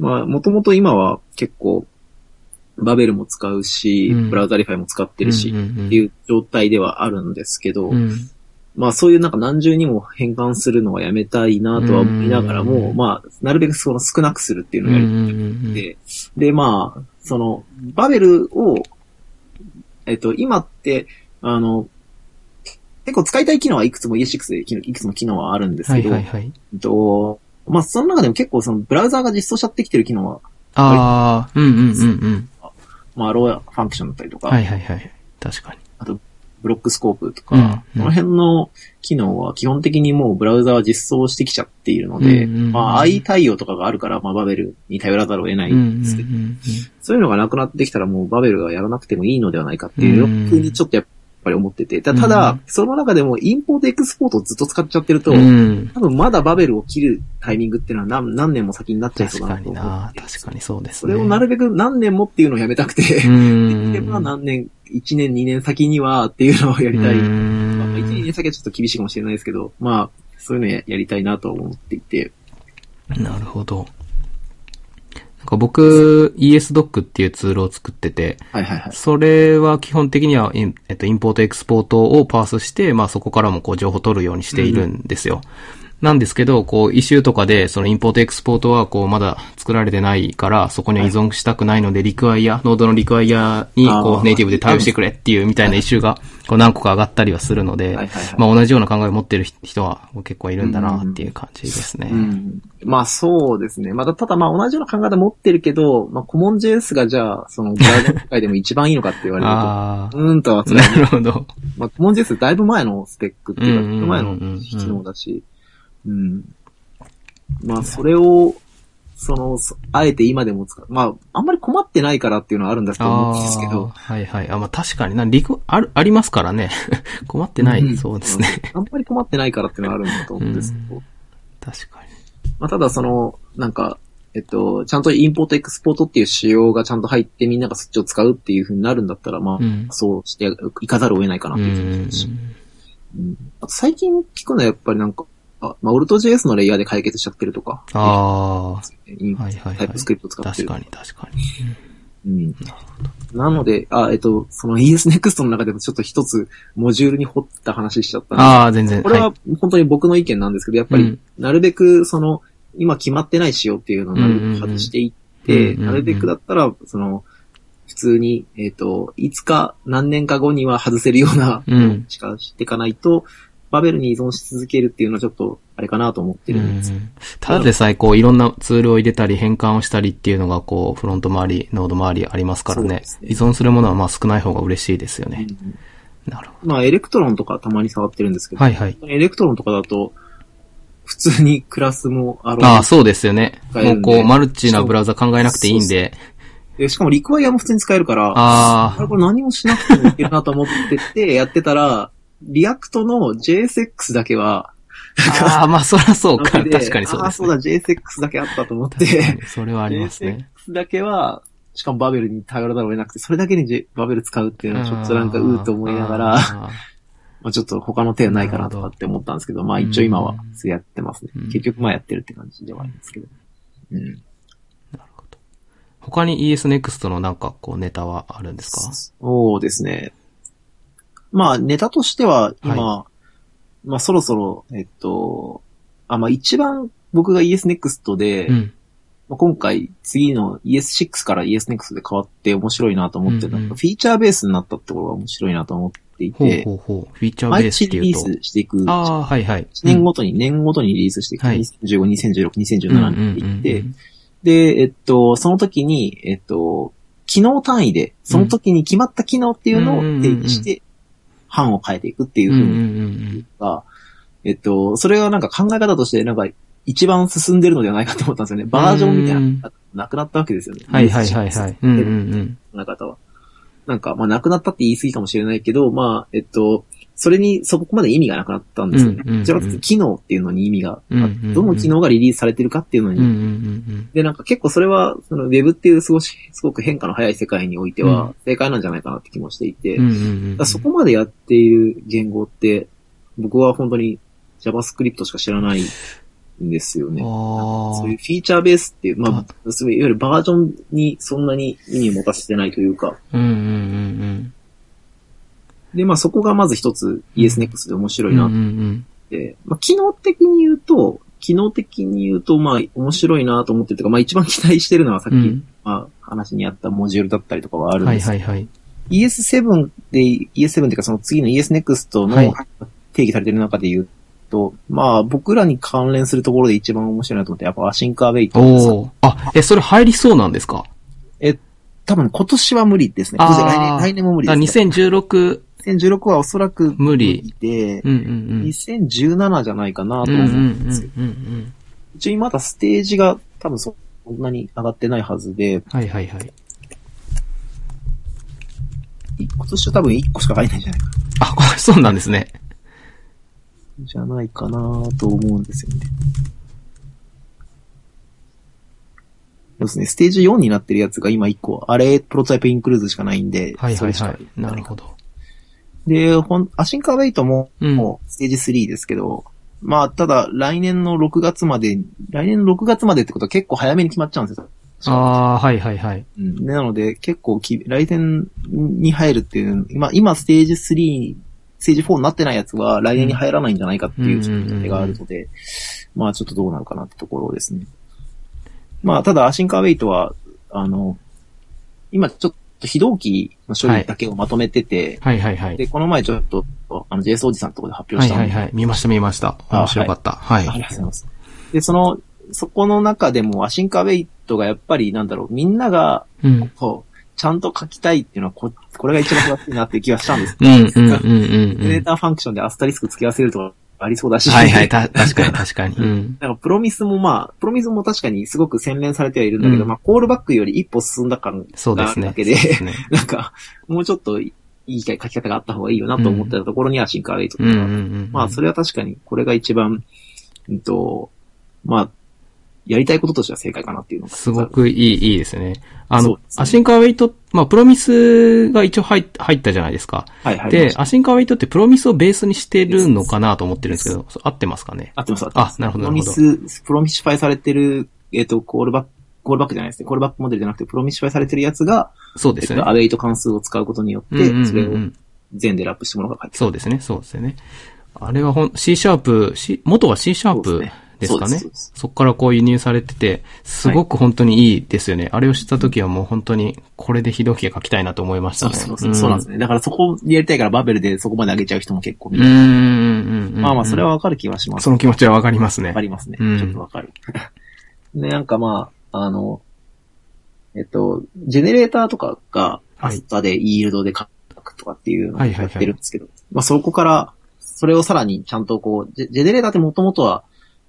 [SPEAKER 2] まあ、もともと今は結構、バベルも使うし、
[SPEAKER 1] うん
[SPEAKER 2] ブラウザリファイも使ってるし、
[SPEAKER 1] うんうんうん
[SPEAKER 2] っていう状態ではあるんですけど、
[SPEAKER 1] うん。
[SPEAKER 2] まあそういうなんか何重にも変換するのはやめたいなとは思いながらも、
[SPEAKER 1] うん
[SPEAKER 2] まあ、なるべくその少なくするっていう
[SPEAKER 1] う
[SPEAKER 2] の
[SPEAKER 1] ん
[SPEAKER 2] を
[SPEAKER 1] う
[SPEAKER 2] や
[SPEAKER 1] ん
[SPEAKER 2] りた
[SPEAKER 1] うんうん
[SPEAKER 2] くて、で、まあ、その、バベルを、えっと、今って、あの、結構使いたい機能はいくつも ES6 で機能いくつも機能はあるんです
[SPEAKER 1] は
[SPEAKER 2] け
[SPEAKER 1] い
[SPEAKER 2] ど、
[SPEAKER 1] はいはい。
[SPEAKER 2] えっと、まあその中でも結構そのブラウザーが実装しちゃってきてる機能は
[SPEAKER 1] ああ、うんうんうんうん。
[SPEAKER 2] まあ、ローファンクションだったりとか、
[SPEAKER 1] はいはいはい。確かに。
[SPEAKER 2] ブロックスコープとか、
[SPEAKER 1] うんうん
[SPEAKER 2] この辺の機能は基本的にもうブラウザは実装してきちゃっているので、
[SPEAKER 1] うんうんうん
[SPEAKER 2] まあ、i 対応とかがあるから、まあ、バベルに頼らざるを得ない
[SPEAKER 1] うんうん
[SPEAKER 2] んですけど、
[SPEAKER 1] うん
[SPEAKER 2] そういうのがなくなってきたらもうバベルがやらなくてもいいのではないかっていう
[SPEAKER 1] うん
[SPEAKER 2] 風にちょっとやっぱり思ってて。たただ、
[SPEAKER 1] うん
[SPEAKER 2] その中でもインポートエクスポートをずっと使っちゃってると、
[SPEAKER 1] うん。
[SPEAKER 2] 多分まだバベルを切るタイミングっていうのは何何年も先になっちゃい
[SPEAKER 1] 確
[SPEAKER 2] そうだ
[SPEAKER 1] か
[SPEAKER 2] なと
[SPEAKER 1] に
[SPEAKER 2] 思
[SPEAKER 1] な
[SPEAKER 2] って。
[SPEAKER 1] 確かにそうです
[SPEAKER 2] そ
[SPEAKER 1] ね。
[SPEAKER 2] れをなるべく何年もっていうのをやめたくて、
[SPEAKER 1] うん。
[SPEAKER 2] できれば何年、1年、2年先にはっていうのをやりたい。まあ、1、2年先はちょっと厳しいかもしれないですけど、まあ、そういうのややりたいなとは思っていて。
[SPEAKER 1] なるほど。なんか僕、ESDoc っていうツールを作ってて、
[SPEAKER 2] はいはいはい。
[SPEAKER 1] それは基本的にはイン、えっと、インポートエクスポートをパースして、まあそこからもこう情報取るようにしているんですよ。なんですけど、こう、イシューとかで、そのインポートエクスポートは、こう、まだ作られてないから、そこには依存したくないので、リクワイア、ノードのリクワイアに、こ
[SPEAKER 2] あ
[SPEAKER 1] う、
[SPEAKER 2] ー
[SPEAKER 1] ネイティブで対応してくれっていうみたいなイシューが、こう、何個か上がったりはするので
[SPEAKER 2] はいはいは、い
[SPEAKER 1] まあ同じような考えを持ってる人は結構いるんだなっていう感じですね。
[SPEAKER 2] うん。まあそうですね。また、ただまあ同じような考え方持ってるけど、まあコモン JS がじゃあ、その、ブラウザ界でも一番いいのかって言われる と、
[SPEAKER 1] ああ、
[SPEAKER 2] うーんとはそれ
[SPEAKER 1] なるほど。
[SPEAKER 2] まあ、コモン JS だいぶ前のスペックっていうか、
[SPEAKER 1] うん
[SPEAKER 2] だいぶ前
[SPEAKER 1] うんうんう
[SPEAKER 2] の
[SPEAKER 1] ん
[SPEAKER 2] 機能だし、うん。まあ、それを、その、そあえて今でも使う。まあ、あんまり困ってないからっていうのはあるんだと思
[SPEAKER 1] あ
[SPEAKER 2] うん
[SPEAKER 1] あ
[SPEAKER 2] ですけど。
[SPEAKER 1] はいはい。あ、まあ確かにな、リク、ある、ありますからね。 困ってない、
[SPEAKER 2] うん
[SPEAKER 1] そうですね。。
[SPEAKER 2] あんまり困ってないからっていうのはあるんだと思うんですけど。
[SPEAKER 1] 確かに。
[SPEAKER 2] まあ、ただその、なんか、えっと、ちゃんとインポートエクスポートっていう仕様がちゃんと入ってみんながそっちを使うっていう風になるんだったら、まあ、
[SPEAKER 1] うん。
[SPEAKER 2] そうしていかざるを得ないかなっ
[SPEAKER 1] う
[SPEAKER 2] ていう気がし
[SPEAKER 1] ん
[SPEAKER 2] ますし。うんあと最近聞くのはやっぱりなんか、あまあ、オルト JS のレイヤーで解決しちゃってるとか、
[SPEAKER 1] あ
[SPEAKER 2] イン
[SPEAKER 1] あ、はいはいは
[SPEAKER 2] タ
[SPEAKER 1] い
[SPEAKER 2] イ。プスクリプト使っ
[SPEAKER 1] 確
[SPEAKER 2] てる。
[SPEAKER 1] かに確かに。
[SPEAKER 2] うん、なので、あ、えっと、その ESNEXT の中でもちょっと一つモジュールに掘った話しちゃったな
[SPEAKER 1] ああ、全然。
[SPEAKER 2] これ
[SPEAKER 1] い、
[SPEAKER 2] は本当に僕の意見なんですけど、やっぱ
[SPEAKER 1] う
[SPEAKER 2] り
[SPEAKER 1] ん、
[SPEAKER 2] なるべくその、今決まってない仕様っていうのをなるべく外していって、
[SPEAKER 1] うんうんうん
[SPEAKER 2] なるべくだったら、その、普通に、えっ、と、いつか何年か後には外せるような
[SPEAKER 1] うん。
[SPEAKER 2] しかしていかないと、バベルに依存し続けるっていうのはちょっと、あれかなと思ってるんです。
[SPEAKER 1] うんただでさえこういろんなツールを入れたり変換をしたりっていうのがこうフロント周り、ノード周りありますから
[SPEAKER 2] そう
[SPEAKER 1] ね
[SPEAKER 2] で。すね
[SPEAKER 1] 依存するものはまあ少ない方が嬉しいですよね。
[SPEAKER 2] うん
[SPEAKER 1] なるほ
[SPEAKER 2] まあ、エレクトロンとかたまに触ってるんですけ
[SPEAKER 1] ど。
[SPEAKER 2] ど、
[SPEAKER 1] はいはい。
[SPEAKER 2] エレクトロンとかだと、普通にクラスもあ
[SPEAKER 1] ああ、
[SPEAKER 2] る
[SPEAKER 1] そうですよね。
[SPEAKER 2] 使
[SPEAKER 1] も
[SPEAKER 2] える
[SPEAKER 1] うん
[SPEAKER 2] で
[SPEAKER 1] こうマルチなブラウザ考えなくていいんで。
[SPEAKER 2] で、しかもリクワイアも普通に使えるから、
[SPEAKER 1] あ
[SPEAKER 2] あれこれ何もしなくてもいけるなと思って て、やってたら、リアクトの JSX だけは、
[SPEAKER 1] あ、ああ、まあそらそうか。
[SPEAKER 2] 後で
[SPEAKER 1] 確かにそう
[SPEAKER 2] あ
[SPEAKER 1] で
[SPEAKER 2] あ、
[SPEAKER 1] す
[SPEAKER 2] そう
[SPEAKER 1] ね。
[SPEAKER 2] だ、JSX だけあったと思っ
[SPEAKER 1] 確か
[SPEAKER 2] て、
[SPEAKER 1] に それはありますね。
[SPEAKER 2] JSX だけは、しかもバベルに頼らざるを得なくて、それだけに J- バベル使うっていうのはちょっとなんかうーと思いながら、
[SPEAKER 1] あ
[SPEAKER 2] まあちょっと他の手はないかなとかって思ったんですけど、まあ一応今はそうやってますね
[SPEAKER 1] うん。
[SPEAKER 2] 結局まあやってるって感じではあるんですけど。うん。
[SPEAKER 1] ー。なるほど他に ESNEXT のなんかこうネタはあるんですか
[SPEAKER 2] そうですね。まあネタとしては今、まあそろそろ、えっと、あ、まあ一番僕が ESNEXT で、
[SPEAKER 1] うん。
[SPEAKER 2] まあ今回次の ES6 から ESNEXT で変わって面白いなと思ってるの
[SPEAKER 1] うん
[SPEAKER 2] が、
[SPEAKER 1] うん
[SPEAKER 2] フィーチャーベースになったってところが面白いなと思ってい
[SPEAKER 1] ほう
[SPEAKER 2] て、
[SPEAKER 1] ほうほう。フィーチャーベ
[SPEAKER 2] 毎
[SPEAKER 1] ース
[SPEAKER 2] 日
[SPEAKER 1] って
[SPEAKER 2] リ
[SPEAKER 1] い
[SPEAKER 2] リ
[SPEAKER 1] うと。
[SPEAKER 2] ースしていく
[SPEAKER 1] ああ、はいはい。
[SPEAKER 2] 1年ごとに、年ごとにリリースしていく。
[SPEAKER 1] はい
[SPEAKER 2] 2015、2016、
[SPEAKER 1] うんうん
[SPEAKER 2] 2017
[SPEAKER 1] うんう
[SPEAKER 2] に行
[SPEAKER 1] ん
[SPEAKER 2] って、で、えっと、その時に、えっと、機能単位で、その時に決まった機能っていうのを定義して、版を変えていくっていう
[SPEAKER 1] う
[SPEAKER 2] ふ
[SPEAKER 1] んう
[SPEAKER 2] うに
[SPEAKER 1] んうん
[SPEAKER 2] が、えっと、それはなんか考え方として、なんか、一番進んでるのではないかと思ったんですよね。バージョンみたいなのがなくなったわけですよね。
[SPEAKER 1] うん。はいはいはいはい。うんうんうん。
[SPEAKER 2] の方は。なんか、まあ、なくなったって言い過ぎかもしれないけど、まあ、えっと、それに、そこまで意味がなくなったんですよね。
[SPEAKER 1] うんうんうん
[SPEAKER 2] じゃなくて、機能っていうのに意味があって、
[SPEAKER 1] うんうんうん
[SPEAKER 2] どの機能がリリースされてるかっていうの
[SPEAKER 1] う
[SPEAKER 2] に。
[SPEAKER 1] んうんうん
[SPEAKER 2] で、なんか結構それは、その Web っていうすごし、すごく変化の早い世界において
[SPEAKER 1] うん
[SPEAKER 2] は、正解なんじゃないかなって気もしていて、
[SPEAKER 1] うん。うんうんうん
[SPEAKER 2] だからそこまでやっている言語って、僕は本当に JavaScript しか知らないんですよね。
[SPEAKER 1] あ
[SPEAKER 2] そういうフィーチャーベースっていう、ま
[SPEAKER 1] あ
[SPEAKER 2] あ、そういういわゆるバージョンにそんなに意味を持たせてないというか、
[SPEAKER 1] あ。うんうんうん
[SPEAKER 2] で、まあそこがまず一つ ESNEXT で面白
[SPEAKER 1] うん。
[SPEAKER 2] いな
[SPEAKER 1] う
[SPEAKER 2] っ
[SPEAKER 1] んうん
[SPEAKER 2] て、まあ機能的に言うと、機能的に言うと、まあ面白いなと思ってるというか、まあ一番期待してるのはさっ
[SPEAKER 1] う
[SPEAKER 2] き、
[SPEAKER 1] ん。
[SPEAKER 2] まあ話にあったモジュールだったりとかはあ
[SPEAKER 1] う
[SPEAKER 2] る
[SPEAKER 1] ん。
[SPEAKER 2] ん
[SPEAKER 1] はい
[SPEAKER 2] ですけど、
[SPEAKER 1] はいはい。
[SPEAKER 2] ES7 で、ES7 っていうかその次の ESNEXT
[SPEAKER 1] は
[SPEAKER 2] の
[SPEAKER 1] い
[SPEAKER 2] 定義されてる中で言うと、まあ僕らに関連するところで一番面白いなと思って、やっぱアシンカーベイトです。
[SPEAKER 1] おお。あ、え、それ入りそうなんですか
[SPEAKER 2] 多分今年は無理ですね。
[SPEAKER 1] あー
[SPEAKER 2] 今年来年、来年も無理
[SPEAKER 1] あ、
[SPEAKER 2] です、ね。
[SPEAKER 1] 2016。
[SPEAKER 2] 2016はおそらく
[SPEAKER 1] 無理
[SPEAKER 2] で、
[SPEAKER 1] うんうんうん。
[SPEAKER 2] 2017じゃないかなと
[SPEAKER 1] うん
[SPEAKER 2] 思
[SPEAKER 1] う
[SPEAKER 2] うんん
[SPEAKER 1] う
[SPEAKER 2] ですけど
[SPEAKER 1] んうんうん。
[SPEAKER 2] 一応まだステージが多分そんなに上がってないはずで、
[SPEAKER 1] はいはいはい。
[SPEAKER 2] 今年は多分1個しか入らないんじゃないかな。
[SPEAKER 1] あ、 これそうなんですね。
[SPEAKER 2] じゃないかなと思うんですよね。そうですね、ステージ4になってるやつが今1個、あれ、プロトタイプインクルーズしかないんで、
[SPEAKER 1] はい
[SPEAKER 2] そ
[SPEAKER 1] はい
[SPEAKER 2] れしか
[SPEAKER 1] は。
[SPEAKER 2] ない
[SPEAKER 1] なるほど。
[SPEAKER 2] で、ほん、アシンカーウェイトも、
[SPEAKER 1] うん
[SPEAKER 2] もうステージ3ですけど、まあ、ただ、来年の6月まで、来年の6月までってことは結構早めに決まっちゃうんですよ。
[SPEAKER 1] ああー、はいはいはい。
[SPEAKER 2] うんなので、結構き、来年に入るっていう、今、今ステージ3、ステージ4になってないやつは来年に入らないんじゃないかっていう
[SPEAKER 1] うん
[SPEAKER 2] 期待があるので、まあちょっとどうなるかなってところですね。まあただ、アシンカーウェイトは、あの、今ちょっと非同期の処理だけをまとめてて、
[SPEAKER 1] はいはいはい。
[SPEAKER 2] で、この前ちょっと、あの、JS おじさんのところで発
[SPEAKER 1] は
[SPEAKER 2] 表
[SPEAKER 1] い
[SPEAKER 2] したの
[SPEAKER 1] は
[SPEAKER 2] で、
[SPEAKER 1] いはい。見ました見ました。
[SPEAKER 2] あ
[SPEAKER 1] 面白かった。はい。
[SPEAKER 2] ありがとうございます。で、その、そこの中でも、アシンカーウェイトがやっぱり、なんだろう、みんなが、
[SPEAKER 1] うん。
[SPEAKER 2] そう、ちゃんと書きたいっていうのはこ、これが一番正しいなっていう気がしたんです。
[SPEAKER 1] うんうんうんうんう
[SPEAKER 2] デー
[SPEAKER 1] ん。
[SPEAKER 2] タファンクションでアスタリスク付き合わせるとかありそうだし。
[SPEAKER 1] はい はい、た、確かに確かに。うん。
[SPEAKER 2] なんか、プロミスもまあ、プロミスも確かにすごく洗練されてはいるんだけど、
[SPEAKER 1] うん
[SPEAKER 2] まあ、コールバックより一歩進んだ感
[SPEAKER 1] そうで
[SPEAKER 2] があ
[SPEAKER 1] す
[SPEAKER 2] る
[SPEAKER 1] ね。
[SPEAKER 2] だ
[SPEAKER 1] そう
[SPEAKER 2] けで、
[SPEAKER 1] ですね。
[SPEAKER 2] なんか、もうちょっといい書き方があった方がいいよなと思ってたところにアシンカーウェイトと
[SPEAKER 1] うん
[SPEAKER 2] か
[SPEAKER 1] うんうん。
[SPEAKER 2] まあ、それは確かに、これが一番、うんと、まあ、やりたいこととしては正解かなっていうのが。
[SPEAKER 1] すご。くいい、いいですね。あ
[SPEAKER 2] そ
[SPEAKER 1] の
[SPEAKER 2] う、ですね
[SPEAKER 1] アシンカーウェイト、まあ、プロミスが一応入っ入ったじゃないですか。
[SPEAKER 2] はいはい。
[SPEAKER 1] で、アシンカーウェイトってプロミスをベースにしてるのかなと思ってるんですけど、そう合ってますかね
[SPEAKER 2] 合ってます、合ってます。
[SPEAKER 1] あなるほど
[SPEAKER 2] プロミス、プロミシファイされてる、えっ、と、コールバック、コールバックじゃないですね。コールバックモデルじゃなくて、プロミシファイされてるやつが、
[SPEAKER 1] そうで
[SPEAKER 2] えっ
[SPEAKER 1] すね
[SPEAKER 2] と、。アウェイト関数を使うことによっ
[SPEAKER 1] うんうん
[SPEAKER 2] て、
[SPEAKER 1] う
[SPEAKER 2] それ
[SPEAKER 1] んう
[SPEAKER 2] を
[SPEAKER 1] ん。
[SPEAKER 2] 全でラップしてものが書いて
[SPEAKER 1] そうですね、そうですよね。あれはほん、C シャープ、C、元は C シャープですか
[SPEAKER 2] そうで
[SPEAKER 1] ね
[SPEAKER 2] すそうで。す
[SPEAKER 1] そこからこう輸入されてて、すごく本当にいいですよね。あれを知った時はもう本当に、これで非同期が書きたいなと思いました
[SPEAKER 2] そう
[SPEAKER 1] ね。
[SPEAKER 2] そうそう。そうなんですね。だからそこやりたいからバベルでそこまで上げちゃう人も結構いうる
[SPEAKER 1] んうんうんうんうん。
[SPEAKER 2] まあまあ、それはわかる気はします。
[SPEAKER 1] その気持ちはわかりますね
[SPEAKER 2] わか。りますね。
[SPEAKER 1] うん
[SPEAKER 2] ちょっとわかる。で、なんかまあ、あの、えっと、ジェネレーターとかが、
[SPEAKER 1] は
[SPEAKER 2] ア
[SPEAKER 1] い
[SPEAKER 2] スタで、イールドで書くとかっていうのを
[SPEAKER 1] はいはいは
[SPEAKER 2] や
[SPEAKER 1] い
[SPEAKER 2] ってるんですけど、まあそこから、それをさらにちゃんとこう、ジェジェネレーターってもともとは、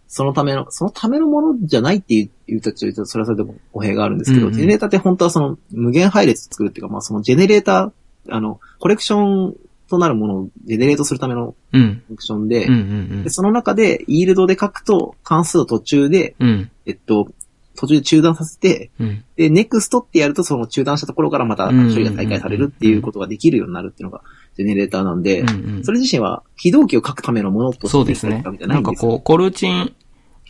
[SPEAKER 2] そのための、そのためのものじゃないっていう言うたちと、それはそれでも語弊があるんですけど、
[SPEAKER 1] うんうん
[SPEAKER 2] ジェネレーターって本当はその無限配列作るっていうか、まあそのジェネレーター、あの、コレクションとなるものをジェネレートするためのコ
[SPEAKER 1] うん。
[SPEAKER 2] レクションで、
[SPEAKER 1] うんうん
[SPEAKER 2] で、その中で、イールドで書くと、関数を途中で、
[SPEAKER 1] うん。うん。
[SPEAKER 2] えっと、途中で中断させて、
[SPEAKER 1] うん。
[SPEAKER 2] で、ネクストってやると、その中断したところからまた処理が再開されるっていうことができるようになるっていうのが、ジェネレーターなんで、
[SPEAKER 1] うんうん
[SPEAKER 2] それ自身は、非同期を書くためのものと
[SPEAKER 1] そう
[SPEAKER 2] して
[SPEAKER 1] で
[SPEAKER 2] き
[SPEAKER 1] す
[SPEAKER 2] たわ
[SPEAKER 1] ね
[SPEAKER 2] けじ。ゃ
[SPEAKER 1] な
[SPEAKER 2] な
[SPEAKER 1] いん
[SPEAKER 2] ん
[SPEAKER 1] か
[SPEAKER 2] ですよ
[SPEAKER 1] こう、コルチン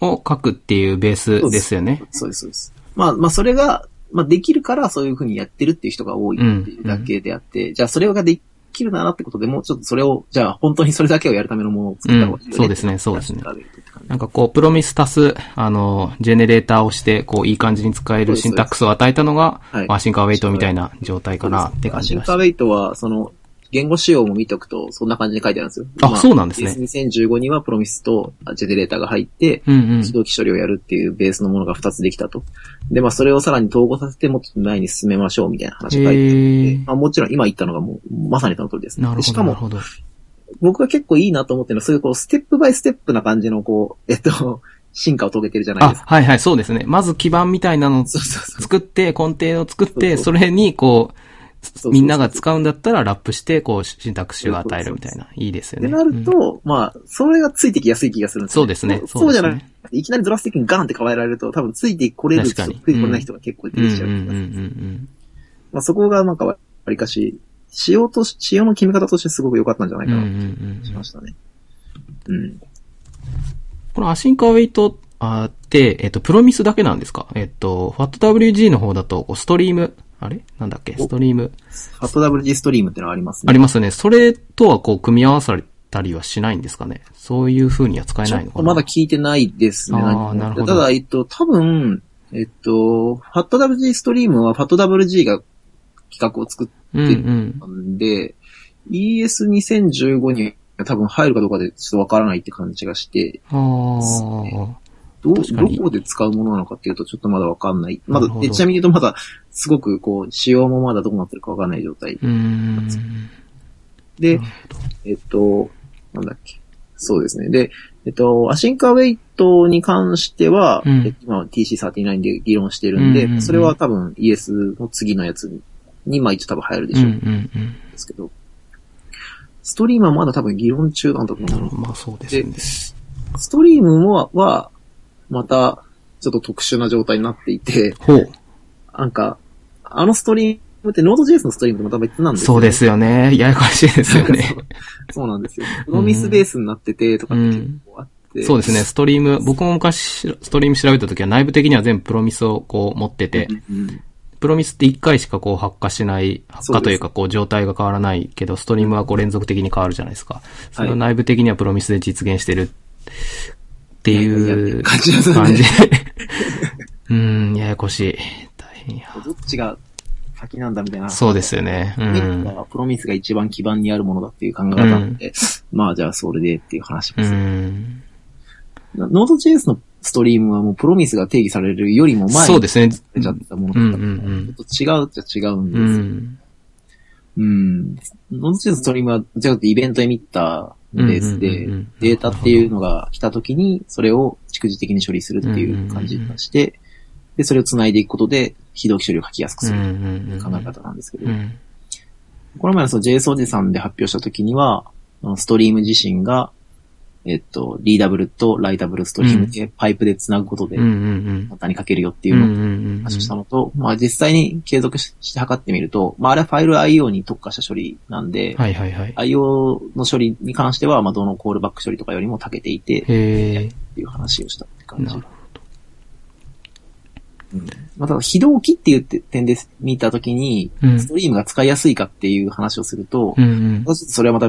[SPEAKER 1] を書くっていうベースですよね。
[SPEAKER 2] そうです、そうです。まあ、まあ、それが、まあ、できるから、そういうふうにやってるっていう人が多いっていうだけであって、じゃあ、それができるならってことでも、ちょっとそれを、じゃあ、本当にそれだけをやるためのものを作った方がいい
[SPEAKER 1] う
[SPEAKER 2] よね、
[SPEAKER 1] んそうですねそうですね
[SPEAKER 2] っていう感じ
[SPEAKER 1] なんかこう、プロミス足す、あの、ジェネレーターをして、こう、いい感じに使えるシンタックスを与えたのが、
[SPEAKER 2] はい
[SPEAKER 1] まあ、シンカーウェイトみたいな状態かなって感じ
[SPEAKER 2] アシン
[SPEAKER 1] まし
[SPEAKER 2] カー
[SPEAKER 1] た
[SPEAKER 2] ウ。ェイトは、その、言語仕様も見とくと、そんな感じで書いてあるんですよ。
[SPEAKER 1] あそうなんですね
[SPEAKER 2] PS2015 にはプロミスとあジェネレーターが入って、
[SPEAKER 1] うんうん
[SPEAKER 2] 自。動機処理をやるっていうベースのものが2つできたと。で、まあ、それをさらに統合させて、もっと前に進めましょうみたいな話が書いてあって、
[SPEAKER 1] えー
[SPEAKER 2] まあ、もちろん今言ったのがもう、まさにその通りですね。
[SPEAKER 1] なるほ
[SPEAKER 2] でし
[SPEAKER 1] ど、
[SPEAKER 2] か
[SPEAKER 1] なる
[SPEAKER 2] も、
[SPEAKER 1] ほど。
[SPEAKER 2] 僕が結構いいなと思ってるのは、そういうこう、ステップバイステップな感じの、こう、えっ と、進化を遂げてるじゃない
[SPEAKER 1] あ
[SPEAKER 2] です、か。
[SPEAKER 1] はいはい、そうですね。まず基盤みたいなのを
[SPEAKER 2] そうそうそう。
[SPEAKER 1] 作って、根底を作っ
[SPEAKER 2] そ
[SPEAKER 1] て、
[SPEAKER 2] うそう
[SPEAKER 1] それに、こ
[SPEAKER 2] そう
[SPEAKER 1] う、
[SPEAKER 2] そう
[SPEAKER 1] みんなが使うんだったらラップして、こう、シンタックスを与えるみたいな。いいです
[SPEAKER 2] っ
[SPEAKER 1] よ
[SPEAKER 2] て
[SPEAKER 1] ね。
[SPEAKER 2] なる
[SPEAKER 1] うん
[SPEAKER 2] と、まあ、それがついてきやすい気がするんですよ
[SPEAKER 1] そうですね。
[SPEAKER 2] そうじゃ
[SPEAKER 1] で
[SPEAKER 2] な
[SPEAKER 1] す
[SPEAKER 2] く
[SPEAKER 1] ね
[SPEAKER 2] て、いきなりドラスティックにガンって変えられると、多分ついてこれる人、つ
[SPEAKER 1] 確かに
[SPEAKER 2] いてこれない人が結構出てきちゃう気がする。
[SPEAKER 1] うん
[SPEAKER 2] まあそこがなんかわりかし、仕様とし、仕様の決め方としてすごく良かったんじゃない
[SPEAKER 1] うんうんうん
[SPEAKER 2] か
[SPEAKER 1] うんう
[SPEAKER 2] なん
[SPEAKER 1] う
[SPEAKER 2] と
[SPEAKER 1] ん
[SPEAKER 2] し
[SPEAKER 1] うん
[SPEAKER 2] ましたね。うん。
[SPEAKER 1] このアシンカーウェイトあーって、えっと、プロミスだけなんですかえっと、FATWG の方だと、こうストリーム、あれなんだっけ
[SPEAKER 2] お
[SPEAKER 1] ストリーム。
[SPEAKER 2] ハット WG ストリームってのはありますね。
[SPEAKER 1] ありますよね。それとはこう、組み合わされたりはしないんですかねそういう風には使え
[SPEAKER 2] ちょ
[SPEAKER 1] ない
[SPEAKER 2] っ
[SPEAKER 1] のか
[SPEAKER 2] と
[SPEAKER 1] な
[SPEAKER 2] まだ聞いてないですね。
[SPEAKER 1] あー
[SPEAKER 2] 何も
[SPEAKER 1] なるほど
[SPEAKER 2] ただ、えっと、多分、えっと、ファット WG ストリームはファット WG が企画を作っ
[SPEAKER 1] うんうん。
[SPEAKER 2] たんで、ES2015 に多分入るかどうかでちょっとわからないって感じがして、
[SPEAKER 1] あ
[SPEAKER 2] どう、
[SPEAKER 1] 確か
[SPEAKER 2] ど
[SPEAKER 1] に
[SPEAKER 2] こで使うものなのかっていうと、ちょっとまだわかんない。ま
[SPEAKER 1] な
[SPEAKER 2] だ
[SPEAKER 1] るほ、ど
[SPEAKER 2] でちなみに言うとまだ、すごくこう、仕様もまだどうなってるかわかんない状態
[SPEAKER 1] あ。。うん。
[SPEAKER 2] で
[SPEAKER 1] なる、
[SPEAKER 2] えっと、なんだっけ。そうですね。で、えっと、アシンカウェイトに関しては、
[SPEAKER 1] うん
[SPEAKER 2] えっと今 TC39 で議論してるん
[SPEAKER 1] う
[SPEAKER 2] で、
[SPEAKER 1] んうんうん
[SPEAKER 2] それは多分 ES の次のやつに、まあ一応多分入るで
[SPEAKER 1] うんう
[SPEAKER 2] しょうん
[SPEAKER 1] うん。
[SPEAKER 2] ですけど、ストリームはまだ多分議論中なんだと思うの。
[SPEAKER 1] まあそうですね。
[SPEAKER 2] ストリームは、は、また、ちょっと特殊な状態になっていて、
[SPEAKER 1] ほう。
[SPEAKER 2] なんか、あのストリームって Node.js のストリームとまた別なんです
[SPEAKER 1] そうですよね。ややこしいですよね。
[SPEAKER 2] そうなんですよ。プロミスベースになっててとかって結構あって。
[SPEAKER 1] そうですね。ストリーム、僕も昔、ストリーム調べた時は内部的には全部プロミスをこう持ってて、
[SPEAKER 2] うんうん
[SPEAKER 1] プロミスって1回しかこう発火しない、発
[SPEAKER 2] そ
[SPEAKER 1] 火
[SPEAKER 2] うです
[SPEAKER 1] というかこう状態が変わらないけど、ストリームはこう連続的に変わるじゃないですか。それを内部的にはプロミスで実現してるっていう
[SPEAKER 2] 感じですね
[SPEAKER 1] 感 じ。うん、ややこしい。大変や。
[SPEAKER 2] どっちが先なんだみたいな。
[SPEAKER 1] そうですよね。う
[SPEAKER 2] メリッ
[SPEAKER 1] ん
[SPEAKER 2] ト。はプロミスが一番基盤にあるものだっていう考え方なんで、まあじゃあそれでっていう話
[SPEAKER 1] う
[SPEAKER 2] です。
[SPEAKER 1] ん。
[SPEAKER 2] ノード JS のストリームはもうプロミスが定義されるよりも前
[SPEAKER 1] そう
[SPEAKER 2] に
[SPEAKER 1] ですね。
[SPEAKER 2] 出ちゃってたものだったから、
[SPEAKER 1] うんうんうん
[SPEAKER 2] ちょっと違うっちゃ違うんで
[SPEAKER 1] う
[SPEAKER 2] すよ。
[SPEAKER 1] ん。
[SPEAKER 2] うん。ノード JS のストリームは、じゃなくてイベントで見たベースで
[SPEAKER 1] うんうんうんうん、
[SPEAKER 2] データっていうのが来た時に、それを逐次的に処理するっていう感じがして、で、それを繋いでいくことで、非同期処理を書きやすく
[SPEAKER 1] うん
[SPEAKER 2] す
[SPEAKER 1] う
[SPEAKER 2] る
[SPEAKER 1] ん。
[SPEAKER 2] といううん考え方なんですけど
[SPEAKER 1] う、ん。
[SPEAKER 2] この前のその JS おじさんで発表した時には、あのストリーム自身が、えっと、リーダブルとライダブルストリームで、パイプで繋ぐことで
[SPEAKER 1] うんう、ん
[SPEAKER 2] 簡単に書けるよって
[SPEAKER 1] う
[SPEAKER 2] い
[SPEAKER 1] ん。う
[SPEAKER 2] うんの
[SPEAKER 1] うん
[SPEAKER 2] を
[SPEAKER 1] うん。
[SPEAKER 2] 話をしたのと、まあ実際に継続しして測ってみると、まああれはファイル IO に特化した処理なんで、
[SPEAKER 1] はいはいはい。
[SPEAKER 2] IO の処理に関しては、まあどのコールバック処理とかよりも長けていて、
[SPEAKER 1] へえ。
[SPEAKER 2] っていう話をしたって感
[SPEAKER 1] な
[SPEAKER 2] じ
[SPEAKER 1] る。
[SPEAKER 2] まあただ、非同期っていう点で見たときに、
[SPEAKER 1] うん
[SPEAKER 2] ストリームが使いやすいかっていう話をすると、
[SPEAKER 1] うんうん
[SPEAKER 2] ま。あちょっとそれはまた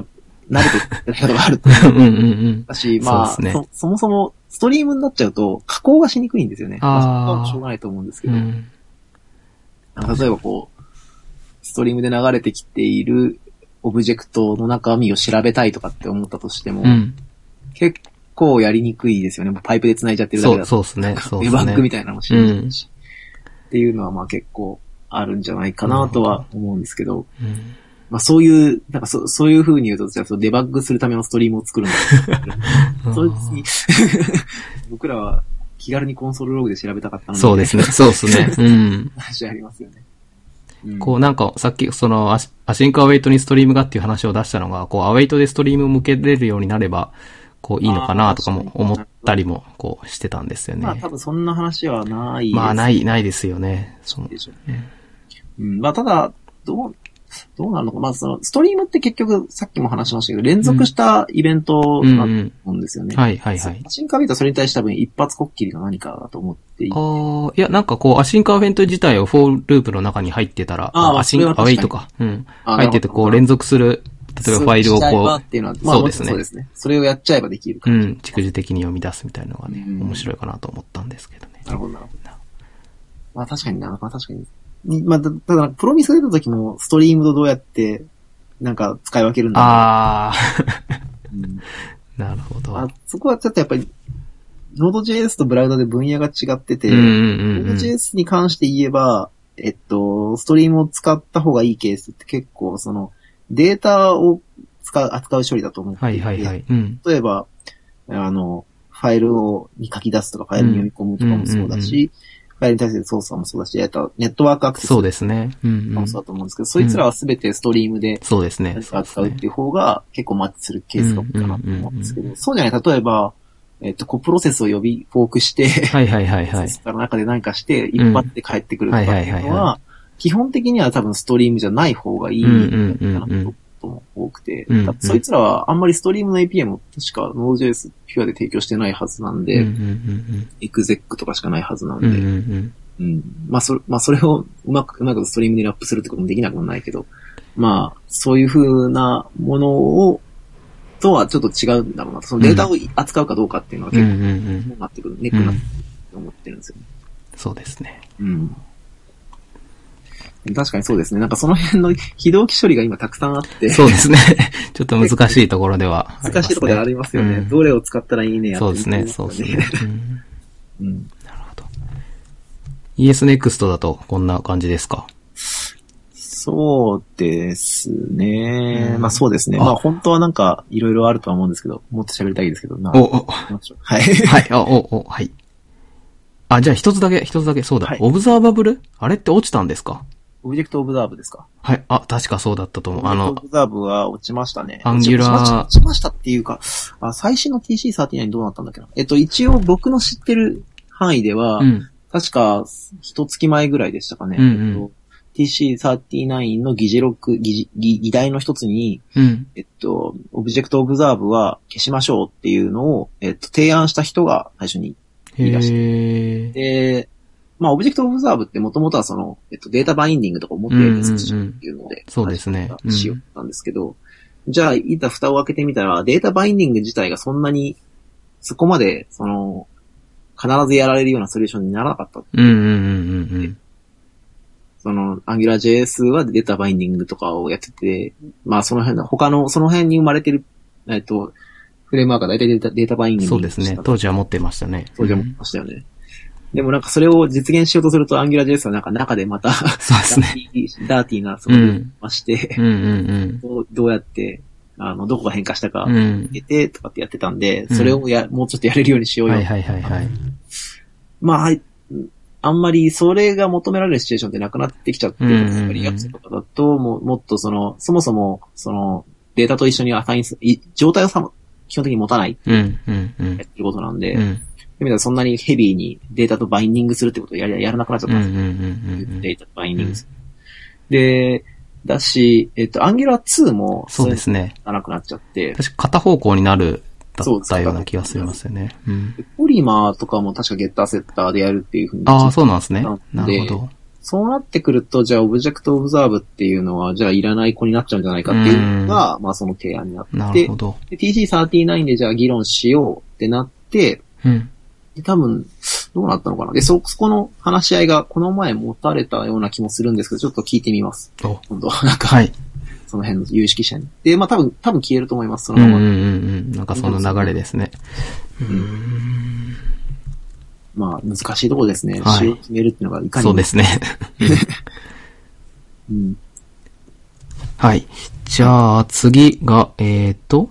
[SPEAKER 2] 慣れてる方があると
[SPEAKER 1] うんうんうん。
[SPEAKER 2] だし、まあ、
[SPEAKER 1] そ
[SPEAKER 2] そう
[SPEAKER 1] ですね
[SPEAKER 2] そもそもストリームになっちゃうと加工がしにくいんですよね。
[SPEAKER 1] あー
[SPEAKER 2] まそこはしょうがないと思うんですけ
[SPEAKER 1] う
[SPEAKER 2] ど、
[SPEAKER 1] ん。
[SPEAKER 2] 例えばこう、ストリームで流れてきているオブジェクトの中身を調べたいとかって思ったとしても、
[SPEAKER 1] うん。
[SPEAKER 2] 結構やりにくいですよね。もうパイプで繋いじゃってるだ
[SPEAKER 1] そ
[SPEAKER 2] け
[SPEAKER 1] う、
[SPEAKER 2] だ
[SPEAKER 1] そうですね。
[SPEAKER 2] と
[SPEAKER 1] そう
[SPEAKER 2] デ
[SPEAKER 1] ですね。
[SPEAKER 2] バッグみたいなのもしにくいし、っていうのはまあ結構あるんじゃないかなとは思うんですけど、
[SPEAKER 1] うん
[SPEAKER 2] まあそういう、なんかそそういう風に言うと、じゃあそのデバッグするためのストリームを作るんだそいつに 僕らは気軽にコンソールログで調べたかったの
[SPEAKER 1] そうですね。そうですね。 うん。
[SPEAKER 2] 話ありますよね。うん
[SPEAKER 1] こうなんか、さっき、そのアシ、アシンクアウェイトにストリームがっていう話を出したのが、こう、アウェイトでストリームを向けれるようになれば、こう、いいのかなとかも
[SPEAKER 2] あー
[SPEAKER 1] 思ったりも、こう、してたんですよ
[SPEAKER 2] まあ
[SPEAKER 1] ね
[SPEAKER 2] 多。分そんな話はないです。
[SPEAKER 1] まあ、ない、ないですよね。その
[SPEAKER 2] でしょう
[SPEAKER 1] ね
[SPEAKER 2] ね。うん、まあただ、どう、どうなるのか。まあその、ストリームって結局さっきも話しましたけど、連続したイベント
[SPEAKER 1] うん
[SPEAKER 2] だ
[SPEAKER 1] う
[SPEAKER 2] と
[SPEAKER 1] ん。
[SPEAKER 2] 思うんですよね。
[SPEAKER 1] はいはいはい。
[SPEAKER 2] アシンカービートはそれに対して多分一発こっきりの何かだと思っていて
[SPEAKER 1] あーいや、なんかこう、アシンクアウェイト自体をフォーループの中に入ってたら、
[SPEAKER 2] あー
[SPEAKER 1] アシン
[SPEAKER 2] そ
[SPEAKER 1] ク
[SPEAKER 2] れは
[SPEAKER 1] ア
[SPEAKER 2] 確
[SPEAKER 1] ウ
[SPEAKER 2] か
[SPEAKER 1] ェ
[SPEAKER 2] に
[SPEAKER 1] イトか。うん。
[SPEAKER 2] あー
[SPEAKER 1] 入ってて、こう、連続する、例えばファイルを
[SPEAKER 2] そうしちゃえば
[SPEAKER 1] こ
[SPEAKER 2] っていうのは、まあ
[SPEAKER 1] そうですね
[SPEAKER 2] そうですね。それをやっちゃえばできる
[SPEAKER 1] う、
[SPEAKER 2] か
[SPEAKER 1] う
[SPEAKER 2] ら。
[SPEAKER 1] ん、逐次的に読み出すみたいなのがね、
[SPEAKER 2] うん
[SPEAKER 1] 面白いかなと思ったんですけどね。
[SPEAKER 2] なるほど、なるほど。まあ確かにな、まあ確かに。にまあ、だただ、プロミスが出た時も、ストリームとどうやって、なんか使い分けるんだろう
[SPEAKER 1] あ
[SPEAKER 2] うん
[SPEAKER 1] ー、 なるほど。
[SPEAKER 2] まあ、そこはちょっとやっぱり、Node.js とブラウザで分野が違ってて、
[SPEAKER 1] うんうんうんうん。
[SPEAKER 2] Node.js に関して言えば、えっと、ストリームを使った方がいいケースって結構、その、データを使う、扱う処理だと思ってて
[SPEAKER 1] はいはいはい。うん。
[SPEAKER 2] 例えば、あの、ファイルを、に書き出すとか、ファイルに読み込むとかもそうだ
[SPEAKER 1] うんうん
[SPEAKER 2] し、ファイルに対する操作もそうだし、えっとネットワークアクセス
[SPEAKER 1] そう
[SPEAKER 2] と
[SPEAKER 1] ですね。うん、
[SPEAKER 2] か
[SPEAKER 1] う
[SPEAKER 2] も
[SPEAKER 1] ん。
[SPEAKER 2] そう
[SPEAKER 1] そ
[SPEAKER 2] だと思うんですけど、そいつらはすべてストリーム
[SPEAKER 1] う
[SPEAKER 2] で
[SPEAKER 1] ですね。そうです
[SPEAKER 2] 扱うっ
[SPEAKER 1] ね。
[SPEAKER 2] ていう方が結構マッチするケースが多いかなと思うんですけ
[SPEAKER 1] うんうんうんう
[SPEAKER 2] ど、そうじゃない、例えば、えっと、コプロセスを呼び、フォークして、
[SPEAKER 1] はいはいはいはい
[SPEAKER 2] コプロセ。 スから中で何かして、一発で帰ってくるとかって
[SPEAKER 1] はいいうはい
[SPEAKER 2] の
[SPEAKER 1] はいは
[SPEAKER 2] は、基本的には多分ストリームじゃない方がいい
[SPEAKER 1] うんうんうん
[SPEAKER 2] かな
[SPEAKER 1] うん
[SPEAKER 2] と。も多くて、
[SPEAKER 1] うん
[SPEAKER 2] だってそいつらはあんまりストリームの API も確か Node.js ピュアで提供してないはずなん
[SPEAKER 1] うんう
[SPEAKER 2] で、
[SPEAKER 1] ん
[SPEAKER 2] エクゼックとかしかないはずなん
[SPEAKER 1] うんうん。う
[SPEAKER 2] で、
[SPEAKER 1] んうん
[SPEAKER 2] うんまあそれ、まあそれをうまく、うまくストリームにラップするってこともできなくもないけど、まあ、そういう風なものを、とはちょっと違うんだろうな。そのデータを扱うかどうかっていうのは
[SPEAKER 1] うん。うんう
[SPEAKER 2] 結
[SPEAKER 1] んうん。
[SPEAKER 2] 構なってくる、ネッ
[SPEAKER 1] う
[SPEAKER 2] クになっ
[SPEAKER 1] ん
[SPEAKER 2] てくると思ってるんですよね。
[SPEAKER 1] そうですね。
[SPEAKER 2] うん。確かにそうですね。なんかその辺の非同期処理が今たくさんあって、
[SPEAKER 1] そうです ね。ちょっと難しいところではありますね。
[SPEAKER 2] 難しいところでありますよね。
[SPEAKER 1] うん
[SPEAKER 2] どれを使ったらいいねやって
[SPEAKER 1] そうですね、
[SPEAKER 2] みた
[SPEAKER 1] そ
[SPEAKER 2] いうな
[SPEAKER 1] で
[SPEAKER 2] の
[SPEAKER 1] す
[SPEAKER 2] が
[SPEAKER 1] ね。。うん
[SPEAKER 2] うん。
[SPEAKER 1] なるほど。ESNEXT だとこんな感じですか。
[SPEAKER 2] そうですね。
[SPEAKER 1] うん
[SPEAKER 2] まあそうですね。
[SPEAKER 1] あ
[SPEAKER 2] まあ本当はなんかいろいろあるとは思うんですけど、もっと喋りたいですけど、まあ
[SPEAKER 1] お、、お、
[SPEAKER 2] 行きましょうはい。
[SPEAKER 1] はい、あお、お、はい。あ、じゃあ一つだけ、一つだけ、そうだ。
[SPEAKER 2] はい
[SPEAKER 1] オブザーバブルあれって落ちたんですか
[SPEAKER 2] オブジェクトオブザーブですか
[SPEAKER 1] はい。あ、確かそうだったと思う。あ
[SPEAKER 2] オ
[SPEAKER 1] の
[SPEAKER 2] ブ、ザーブは落ちましたね。
[SPEAKER 1] アンギュラー
[SPEAKER 2] 落ちました落ちましたっていうか、あ最新の TC39 どうなったんだっけな。えっと、一応僕の知ってる範囲では、
[SPEAKER 1] うん。
[SPEAKER 2] 確か、一月前ぐらいでしたかね。
[SPEAKER 1] うんうん
[SPEAKER 2] えっと TC39 の議事録、議事議議題の一つに、
[SPEAKER 1] うん。
[SPEAKER 2] えっと、オブジェクトオブザーブは消しましょうっていうのを、えっと、提案した人が最初に
[SPEAKER 1] へ
[SPEAKER 2] いらっし
[SPEAKER 1] え。
[SPEAKER 2] で、まあ、オブジェクトオブザーブってもともとはその、えっと、データバインディングとかを持ってやるやつっていうので、
[SPEAKER 1] そうですねうん
[SPEAKER 2] しようなんですけど、じゃあ、いた蓋を開けてみたら、データバインディング自体がそんなに、そこまで、その、必ずやられるようなソリューションにならなかった。
[SPEAKER 1] うんうんうんうんうん。
[SPEAKER 2] その、AngularJS はデータバインディングとかをやってて、まあ、その辺の、他の、その辺に生まれてる、えっと、フレームワークは大体データデータバインディング
[SPEAKER 1] そうですね。当時は持ってましたね。
[SPEAKER 2] そうでも
[SPEAKER 1] ん
[SPEAKER 2] ましたよね。でもなんかそれを実現しようとすると AngularJS はなんか中でまた、
[SPEAKER 1] そうですね。
[SPEAKER 2] ダーティーな、そこ
[SPEAKER 1] う
[SPEAKER 2] に
[SPEAKER 1] ん
[SPEAKER 2] まして
[SPEAKER 1] う、んうん
[SPEAKER 2] どうどうやって、あの、どこが変化したか
[SPEAKER 1] うん。う、ん。
[SPEAKER 2] 入れてとかってやってたんで、
[SPEAKER 1] うん
[SPEAKER 2] それをや、もうちょっとやれるようにしようよ。
[SPEAKER 1] はいはいはいはい。
[SPEAKER 2] まあ、はいあんまりそれが求められるシチュエーションってなくなってきちゃって、
[SPEAKER 1] うんうんうん
[SPEAKER 2] やっぱりアクセとかだと、もうもっとその、そもそも、その、データと一緒にアサインす、い状態をさ、基本的に持たない
[SPEAKER 1] うんうんうん
[SPEAKER 2] や。ってることなんで、
[SPEAKER 1] うんうん
[SPEAKER 2] でもそんなにヘビーにデータとバインディングするってことをやりやらなくなっちゃっ
[SPEAKER 1] う
[SPEAKER 2] たん
[SPEAKER 1] ん
[SPEAKER 2] ですよ
[SPEAKER 1] うんうん。
[SPEAKER 2] データとバインディングする。で、だし、えっと、アンギュラー2も、
[SPEAKER 1] そうですね。
[SPEAKER 2] なくなっちゃって、
[SPEAKER 1] 確か片方向になるだったような気がしますよね。うん。
[SPEAKER 2] ポリマーとかも確かゲッターセッターでやるっていうふうに。
[SPEAKER 1] ああ、そうなんですね。なるほ
[SPEAKER 2] な
[SPEAKER 1] ど。
[SPEAKER 2] そうなってくると、じゃあオブジェクトオブザーブっていうのは、じゃあいらない子になっちゃうんじゃないかっていうのが、まあその提案になっ
[SPEAKER 1] なる
[SPEAKER 2] て
[SPEAKER 1] ほ、ど。
[SPEAKER 2] で TC39 でじゃあ議論しようってなって、
[SPEAKER 1] うん。
[SPEAKER 2] で、多分、どうなったのかな。で、そ、そこの話し合いがこの前持たれたような気もするんですけど、ちょっと聞いてみます。
[SPEAKER 1] お
[SPEAKER 2] 今度、 なんか、
[SPEAKER 1] はい。
[SPEAKER 2] その辺の有識者に。で、まあ多分、多分消えると思います、そ
[SPEAKER 1] うん
[SPEAKER 2] の
[SPEAKER 1] うん
[SPEAKER 2] まま。
[SPEAKER 1] うんうん。なんかその流れですね。うん
[SPEAKER 2] まあ、難しいところですね。
[SPEAKER 1] はい
[SPEAKER 2] 使用決めるっていうのがいかに。
[SPEAKER 1] そうですね。
[SPEAKER 2] うん。
[SPEAKER 1] はい。じゃあ、次が、えっと、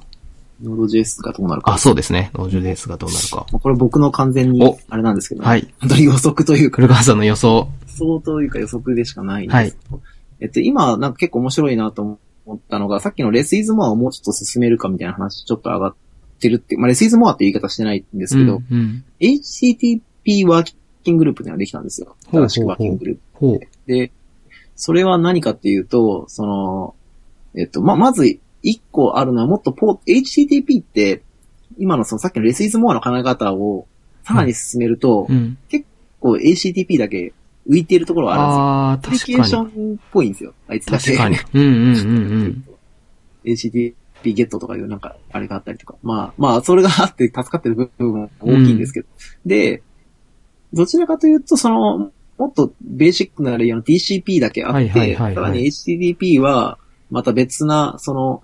[SPEAKER 2] ノード JS がどうなるか。
[SPEAKER 1] あ、そうですね。農場デースがどうなるか。
[SPEAKER 2] まあ、これ僕の完全
[SPEAKER 1] お
[SPEAKER 2] に、あれなんですけど、
[SPEAKER 1] はい。
[SPEAKER 2] 本当に予測というか、
[SPEAKER 1] 古川さんの予想。
[SPEAKER 2] 予想というか予測でしかないんですけど。えっと、今、なんか結構面白いなと思ったのが、さっきのレスイズモアをもうちょっと進めるかみたいな話、ちょっと上がってるって、まあ、レスイズモアって言い方してないんですけど、
[SPEAKER 1] うんうん。
[SPEAKER 2] HTTP ワーキンググループっていうのができたんですよ。
[SPEAKER 1] ほうほうほう
[SPEAKER 2] 正しくワーキンググループ。
[SPEAKER 1] ほう。
[SPEAKER 2] で、それは何かっていうと、その、えっと、ま、まず、一個あるのはもっとポー HTTP って、今のそのさっきのレスイズモアの考え方をさらに進めると、
[SPEAKER 1] うん。
[SPEAKER 2] こう HTTP だけ浮いているところがあるんですよ。
[SPEAKER 1] ああ、
[SPEAKER 2] アプリ
[SPEAKER 1] 確
[SPEAKER 2] ケーショ
[SPEAKER 1] かに。
[SPEAKER 2] ンっぽいんですよ。あいつだけ。
[SPEAKER 1] 確かに。うんうん うん。
[SPEAKER 2] HTTP ゲットとかいうなんか、あれがあったりとか。まあ、まあ、それがあって助かってる部分も大きいんですけど。で、どちらかというと、その、もっとベーシックなレイヤーの DCP だけあって、
[SPEAKER 1] はいはいはいはい
[SPEAKER 2] さらに HTTP は、また別な、その、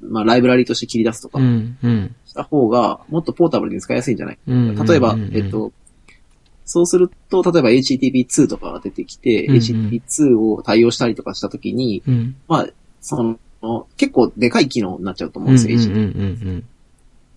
[SPEAKER 2] まあ、ライブラリとして切り出すと
[SPEAKER 1] う
[SPEAKER 2] か
[SPEAKER 1] んうん。
[SPEAKER 2] した方が、もっとポータブルに使いやすいんじゃない
[SPEAKER 1] うんうん。
[SPEAKER 2] 例えば、えっ、と、そうすると、例えば HTTP2 とかが出てきて、
[SPEAKER 1] うんうん
[SPEAKER 2] HTTP2 を対応したりとかしたときに、
[SPEAKER 1] うん。
[SPEAKER 2] まあ、その、結構でかい機能になっちゃうと思うんです
[SPEAKER 1] う
[SPEAKER 2] よ、
[SPEAKER 1] ん
[SPEAKER 2] HTTP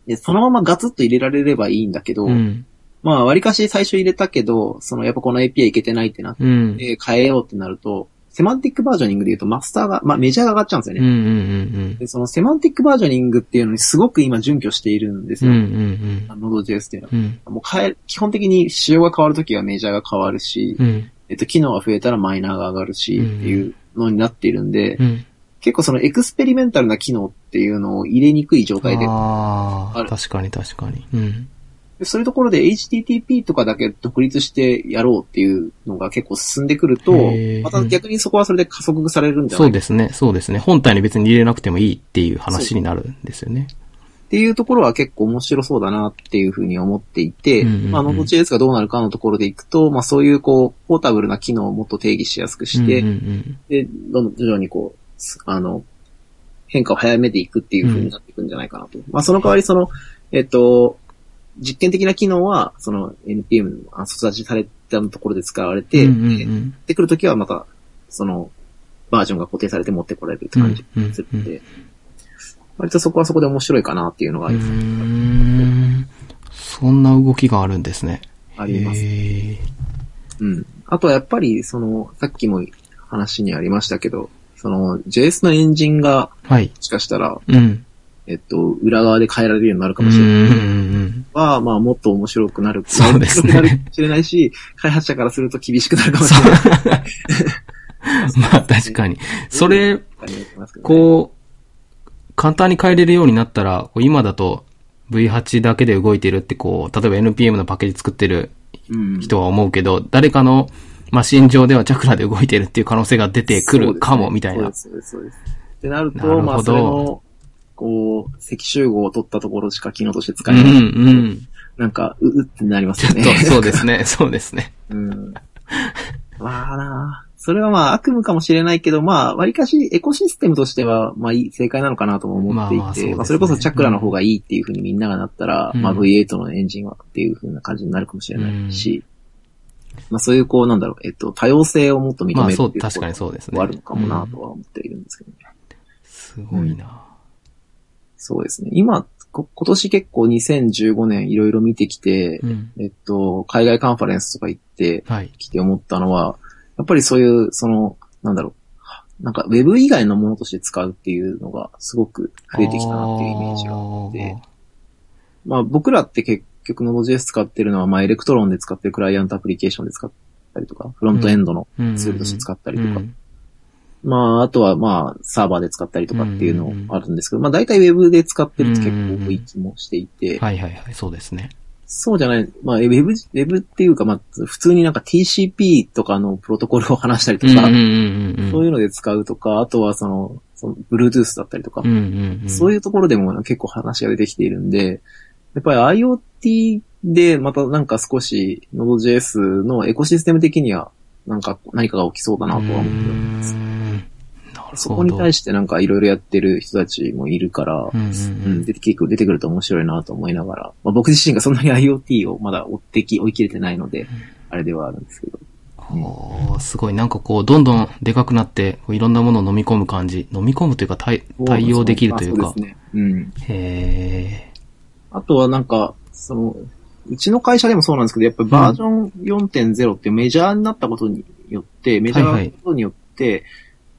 [SPEAKER 2] で、そのままガツッと入れられればいいんだけど、
[SPEAKER 1] うんうん
[SPEAKER 2] まあ、割かし最初入れたけど、その、やっぱこの API いけてないってなっ
[SPEAKER 1] うんうん
[SPEAKER 2] て、変えようってなると、セマンティックバージョニングで言うと、マスターが、まあ、メジャーが上がっちゃうんで
[SPEAKER 1] う
[SPEAKER 2] す
[SPEAKER 1] ん
[SPEAKER 2] よね。
[SPEAKER 1] うん
[SPEAKER 2] で、その、セマンティックバージョニングっていうのにすごく今準拠しているんです
[SPEAKER 1] うんうんうん
[SPEAKER 2] よ。
[SPEAKER 1] うん
[SPEAKER 2] あの Node.js っていうの
[SPEAKER 1] うんうん
[SPEAKER 2] は。もう変え、基本的に仕様が変わるときはメジャーが変わるし、
[SPEAKER 1] うん
[SPEAKER 2] えっと、機能が増えたらマイナーが上がるし、って
[SPEAKER 1] うん
[SPEAKER 2] いうのになっているんで、
[SPEAKER 1] うん
[SPEAKER 2] 結構そのエクスペリメンタルな機能っていうのを入れにくい状態で、
[SPEAKER 1] あ
[SPEAKER 2] あ
[SPEAKER 1] あ、
[SPEAKER 2] る
[SPEAKER 1] 確かに確かに。うん。
[SPEAKER 2] でそういうところで HTTP とかだけ独立してやろうっていうのが結構進んでくると
[SPEAKER 1] へー、
[SPEAKER 2] また逆にそこはそれで加速されるんじゃな
[SPEAKER 1] そ
[SPEAKER 2] いう
[SPEAKER 1] ですね、そうですね。本体に別に入れなくてもいいっていう話になるんですよね。
[SPEAKER 2] っていうところは結構面白そうだなっていうふうに思っていて、
[SPEAKER 1] うんうんうん
[SPEAKER 2] まあ、あの Node.js がどうなるかのところでいくと、まあそういうこう、ポータブルな機能をもっと定義しやすくして、
[SPEAKER 1] うんうん
[SPEAKER 2] で、どんどん徐々にこう、すあの、変化を早めていくっていう風になっていくんじゃないかなと。まあ、その代わりその、えっと、実験的な機能は、その NPM のあ卒立ちされたところで使われ
[SPEAKER 1] うん
[SPEAKER 2] て、
[SPEAKER 1] うんうん
[SPEAKER 2] で
[SPEAKER 1] う
[SPEAKER 2] や
[SPEAKER 1] ん
[SPEAKER 2] ってくるときはまた、その、バージョンが固定されて持ってこられるって感じ
[SPEAKER 1] うんうんうん
[SPEAKER 2] するんで、割とそこはそこで面白いかなっていうのがあ
[SPEAKER 1] う
[SPEAKER 2] り
[SPEAKER 1] ー
[SPEAKER 2] ます。
[SPEAKER 1] んそんな動きがあるんですね。
[SPEAKER 2] あります
[SPEAKER 1] へー
[SPEAKER 2] うん。あとはやっぱり、その、さっきも話にありましたけど、その JS のエンジンが、
[SPEAKER 1] はい。
[SPEAKER 2] もしかしたら、
[SPEAKER 1] うん。
[SPEAKER 2] えっと、裏側で変えられるようになるか
[SPEAKER 1] うん
[SPEAKER 2] もしれない。
[SPEAKER 1] うん
[SPEAKER 2] は、まあ、もっと面白くなる。
[SPEAKER 1] そうですね
[SPEAKER 2] 面白くなるかもしれないし、開発者からすると厳しくなるかもしれない。
[SPEAKER 1] うん。 まあ確かに。それ、
[SPEAKER 2] ありがとうございますけどね
[SPEAKER 1] こう、簡単に変えれるようになったら、こう今だと V8 だけで動いてるってこう、例えば NPM のパッケージ作ってる
[SPEAKER 2] うん、
[SPEAKER 1] 人は思うけど、誰かのマシン上ではチャクラで動いてるっていう可能性が出てくるかも、みたい
[SPEAKER 2] そう
[SPEAKER 1] な
[SPEAKER 2] で。すね、そうです、そうです。ってなると、
[SPEAKER 1] なるほど
[SPEAKER 2] まあ、それの、こう、赤集合を取ったところしか機能として使
[SPEAKER 1] う
[SPEAKER 2] え
[SPEAKER 1] ん
[SPEAKER 2] ない。
[SPEAKER 1] うん。
[SPEAKER 2] なんか、う、うってなります
[SPEAKER 1] ちょ
[SPEAKER 2] よ
[SPEAKER 1] っと
[SPEAKER 2] ね。、
[SPEAKER 1] そうですね、 そうですね。
[SPEAKER 2] うん。まあなあそれはまあ悪夢かもしれないけど、まあ、割かしエコシステムとしては、まあいい、正解なのかなとも思っていて、
[SPEAKER 1] まあま
[SPEAKER 2] まあ
[SPEAKER 1] あそうですね
[SPEAKER 2] それこそチャクラの方がいいっていうふうにみんながなったら、
[SPEAKER 1] うん
[SPEAKER 2] まあ V8 のエンジンはっていうふうな感じになるかもしれないし、まあそういうこう、なんだろう、えっと、多様性をもっと認める
[SPEAKER 1] まあ
[SPEAKER 2] って
[SPEAKER 1] そ
[SPEAKER 2] いう
[SPEAKER 1] う、
[SPEAKER 2] と
[SPEAKER 1] 確
[SPEAKER 2] こ
[SPEAKER 1] か
[SPEAKER 2] ろ
[SPEAKER 1] にそうですね。
[SPEAKER 2] はあるのかもな
[SPEAKER 1] うん
[SPEAKER 2] とは思っているんですけどね。
[SPEAKER 1] すごいな。
[SPEAKER 2] そうですね。今、こ今年結構2015年いろいろ見てきて
[SPEAKER 1] う、ん。
[SPEAKER 2] えっと、海外カンファレンスとか行って、
[SPEAKER 1] はい。
[SPEAKER 2] 来て思ったのは、やっぱりそういう、その、なんだろう、なんか Web 以外のものとして使うっていうのがすごく増えてきたなっていうイメージが。てまあ僕らって結局 Node.js 使ってるのは、まあエレクトロンで使ってるクライアントアプリケーションで使ったりとか、フロントエンドの
[SPEAKER 1] あー
[SPEAKER 2] ツールとして使ったりと
[SPEAKER 1] う
[SPEAKER 2] か、
[SPEAKER 1] ん
[SPEAKER 2] まああとはまあサーバーで使ったりとかっていうのもあるんですけど、まあ大体 Web で使ってるって結構多い気もしていて、
[SPEAKER 1] はいはいはい、そうですね。
[SPEAKER 2] そうじゃない、まあ Web、Web っていうかまあ普通になんか TCP とかのプロトコルを話したりとか、そう
[SPEAKER 1] い
[SPEAKER 2] いうので使うとか、あとはその、その Bluetooth だったりとか、
[SPEAKER 1] うん、
[SPEAKER 2] そう
[SPEAKER 1] い
[SPEAKER 2] いうところでも結構話が出てきているんで、やっぱり IoT でまたなんか少し Node.js のエコシステム的にはなんか何かが起きそうだなとは思ってます。そこに対
[SPEAKER 1] して、
[SPEAKER 2] してなんかいろいろやってる人たちもいるから、
[SPEAKER 1] うんうんう
[SPEAKER 2] うんん出て結構出てくると面白いなと思いながら、まあ、僕自身がそんなに IoT をまだ追ってき、追い切れてないので、あれではあるんですけど。
[SPEAKER 1] おーすごい、なんかこう、どんどんでかくなって、こういろんなものを飲み込む感じ。飲み込むというか、対対応できるという
[SPEAKER 2] あ
[SPEAKER 1] か
[SPEAKER 2] そ。ですね。うん。
[SPEAKER 1] へ
[SPEAKER 2] あとはなんか、その、うちの会社でもそうなんですけど、やっぱりバージョン4.0ってメジャーになったことによって、メジャーなことによって、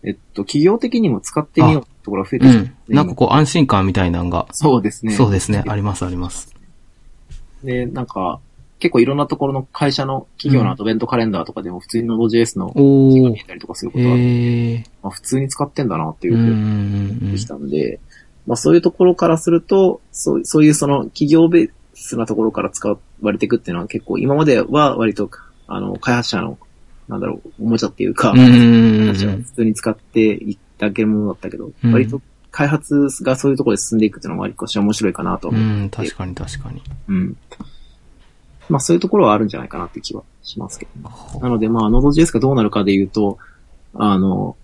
[SPEAKER 2] えっと、企業的にも使ってみようってところが増え
[SPEAKER 1] ー
[SPEAKER 2] て
[SPEAKER 1] う
[SPEAKER 2] きて、
[SPEAKER 1] ん。なんかこう、安心感みたいなのが、
[SPEAKER 2] そうですね。
[SPEAKER 1] そうですね、ありますあります。
[SPEAKER 2] で、なんか、結構いろんなところの会社の企業のアドベントカレンダーとかでも普通に Node.js の記事
[SPEAKER 1] お
[SPEAKER 2] が
[SPEAKER 1] ー
[SPEAKER 2] 見えたりとかすることがあって、
[SPEAKER 1] へえ。
[SPEAKER 2] まあ、普通に使ってんだなっていううん
[SPEAKER 1] う
[SPEAKER 2] ふ
[SPEAKER 1] ん
[SPEAKER 2] う
[SPEAKER 1] う
[SPEAKER 2] に
[SPEAKER 1] ん
[SPEAKER 2] できたんで、まあそういうところからすると、そうそういうその企業ベースなところから使われていくっていうのは結構今までは割と、あの、開発者の、なんだろう、おもちゃっていうか、
[SPEAKER 1] うんうんうん
[SPEAKER 2] 開発者は普通に使っていっただけのものだったけど、
[SPEAKER 1] うん
[SPEAKER 2] 割と開発がそういうところで進んでいくっていうのも割とし面白いかなと
[SPEAKER 1] う
[SPEAKER 2] 思う。
[SPEAKER 1] ん、確かに確かに。
[SPEAKER 2] うん。まあそういうところはあるんじゃないかなって気はしますけど。
[SPEAKER 1] ほ
[SPEAKER 2] なので、まあ、Node.js がどうなるかで言うと、あの、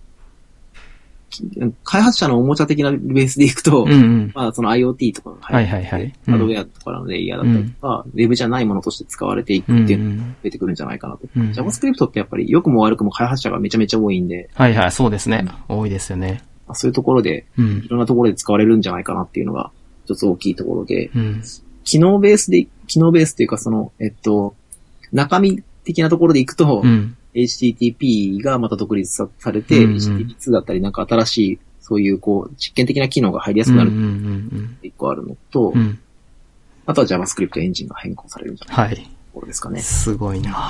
[SPEAKER 2] き開発者のおもちゃ的なベースでいくと、
[SPEAKER 1] うんうん。
[SPEAKER 2] まあ、その IoT とかが
[SPEAKER 1] は
[SPEAKER 2] 入
[SPEAKER 1] い
[SPEAKER 2] って
[SPEAKER 1] はいはい。
[SPEAKER 2] ハードウ
[SPEAKER 1] うん
[SPEAKER 2] ェアとかのレイヤーだったりとか、ウェブじゃないものとして使われていくっていうのが
[SPEAKER 1] うん
[SPEAKER 2] 出てくるんじゃないかなと。
[SPEAKER 1] うんうん
[SPEAKER 2] JavaScript ってやっぱり良くも悪くも開発者がめちゃめちゃ多いんで、
[SPEAKER 1] はいはい、そうですね。多いですよね。
[SPEAKER 2] まあそういうところで、
[SPEAKER 1] う
[SPEAKER 2] い
[SPEAKER 1] ん。
[SPEAKER 2] ろんなところで使われるんじゃないかなっていうのが、一つ大きいところで、
[SPEAKER 1] うん。
[SPEAKER 2] 機能ベースで、機能ベースっていうかその、えっと、中身的なところでいくと、
[SPEAKER 1] うん。
[SPEAKER 2] HTTP がまた独立さされて、
[SPEAKER 1] うんうん
[SPEAKER 2] HTTP2 だったりなんか新しい、そういうこう、実験的な機能が入りやす
[SPEAKER 1] う
[SPEAKER 2] く
[SPEAKER 1] んう
[SPEAKER 2] なんる
[SPEAKER 1] う
[SPEAKER 2] っ
[SPEAKER 1] ん
[SPEAKER 2] て一個あるのと、
[SPEAKER 1] うん。うん。
[SPEAKER 2] あとは JavaScript エンジンが変更されるんじゃないか
[SPEAKER 1] はい。
[SPEAKER 2] ところですかね。
[SPEAKER 1] すごいな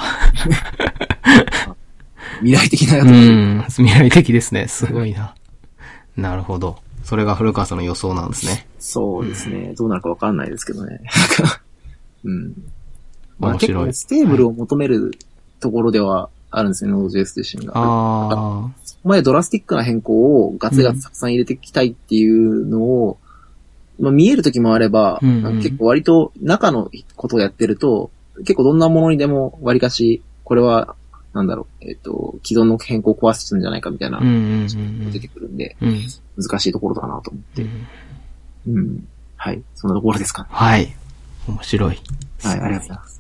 [SPEAKER 2] 未来的なや
[SPEAKER 1] う
[SPEAKER 2] つ。
[SPEAKER 1] ん。未来的ですね。すごいな。なるほど。それが古川さんの予想なんですね。
[SPEAKER 2] そうですね。どうなるかわかんないですけどね。 なんかうん。まあ
[SPEAKER 1] 面
[SPEAKER 2] 結
[SPEAKER 1] 白
[SPEAKER 2] 構
[SPEAKER 1] い
[SPEAKER 2] ね。ステーブルを求めるところではあるんですよね、Node.js 自身が。
[SPEAKER 1] あ
[SPEAKER 2] そこまでドラスティックな変更をガツガツたくさん入れていきたいっていうのを、まあ見える時もあれば、
[SPEAKER 1] うんうん
[SPEAKER 2] なんか結構割と中のことをやってると、結構どんなものにでも割かし、これは、なんだろう、えっと、既存の変更を壊してるんじゃないかみたいな
[SPEAKER 1] あ。うんうんうんうん
[SPEAKER 2] 出てくるんで、
[SPEAKER 1] うん。
[SPEAKER 2] 難しいところだなと思って
[SPEAKER 1] う。ん
[SPEAKER 2] うん。はい。そんなところですかね。
[SPEAKER 1] はい。面白い。
[SPEAKER 2] はい、ありがとうございます。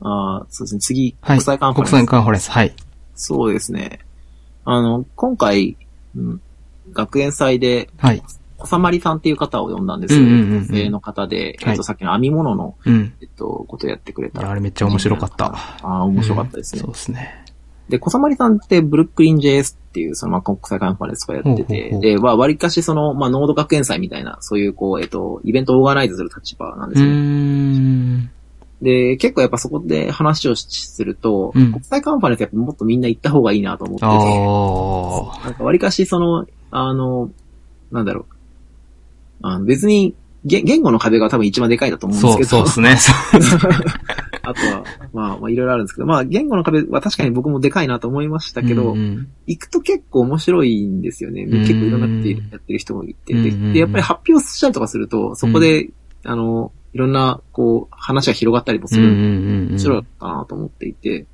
[SPEAKER 2] ああ、そうですね。次、
[SPEAKER 1] はい。
[SPEAKER 2] 国際カンファレンス。
[SPEAKER 1] 国際カンファレンス。はい。
[SPEAKER 2] そうですね。あの、今回、うん、学園祭で、
[SPEAKER 1] はい。
[SPEAKER 2] 小さまりさんっていう方を呼んだんですよ。
[SPEAKER 1] うんうんうんうん
[SPEAKER 2] 女性の方で、
[SPEAKER 1] はい
[SPEAKER 2] えっと、さっきの編み物の、
[SPEAKER 1] うん。
[SPEAKER 2] えっと、ことやってくれ
[SPEAKER 1] いや
[SPEAKER 2] た。
[SPEAKER 1] あれめっちゃ面白かった。
[SPEAKER 2] ああ、面白かったですね
[SPEAKER 1] うんそ。うですね。
[SPEAKER 2] で、小様りさんってブルックリン JS っていう、その、まあ、国際カンファレンスとかやって
[SPEAKER 1] ほう
[SPEAKER 2] て
[SPEAKER 1] ほうほ、う
[SPEAKER 2] で、まあ、割かしその、まあ、ノード学園祭みたいな、そういう、こう、えっと、イベントをオーガナイズする立場なんで
[SPEAKER 1] う
[SPEAKER 2] す
[SPEAKER 1] ー
[SPEAKER 2] ね。
[SPEAKER 1] ん。
[SPEAKER 2] で、結構やっぱそこで話をしすると、
[SPEAKER 1] うん
[SPEAKER 2] 国際カンファレンスやっぱもっとみんな行った方がいいなと思ってて、
[SPEAKER 1] ああ。
[SPEAKER 2] なんか割かしその、あの、なんだろう。あの別に、言言語の壁が多分一番でかいだと思うんです
[SPEAKER 1] そ
[SPEAKER 2] け
[SPEAKER 1] う、
[SPEAKER 2] ど。
[SPEAKER 1] そうですね。
[SPEAKER 2] あとは、まあ、まあ、いろいろあるんですけど、まあ、言語の壁は確かに僕もでかいなと思いましたけど、
[SPEAKER 1] うんうん
[SPEAKER 2] 行くと結構面白いんですよね。
[SPEAKER 1] うん
[SPEAKER 2] 結構いろんなことやってる人もいて、で
[SPEAKER 1] うん
[SPEAKER 2] で、やっぱり発表したりとかすると、そこで、あの、いろんな、こう、話が広がったりもす
[SPEAKER 1] うんう
[SPEAKER 2] る。
[SPEAKER 1] んうん。
[SPEAKER 2] 面白かったなと思っていて、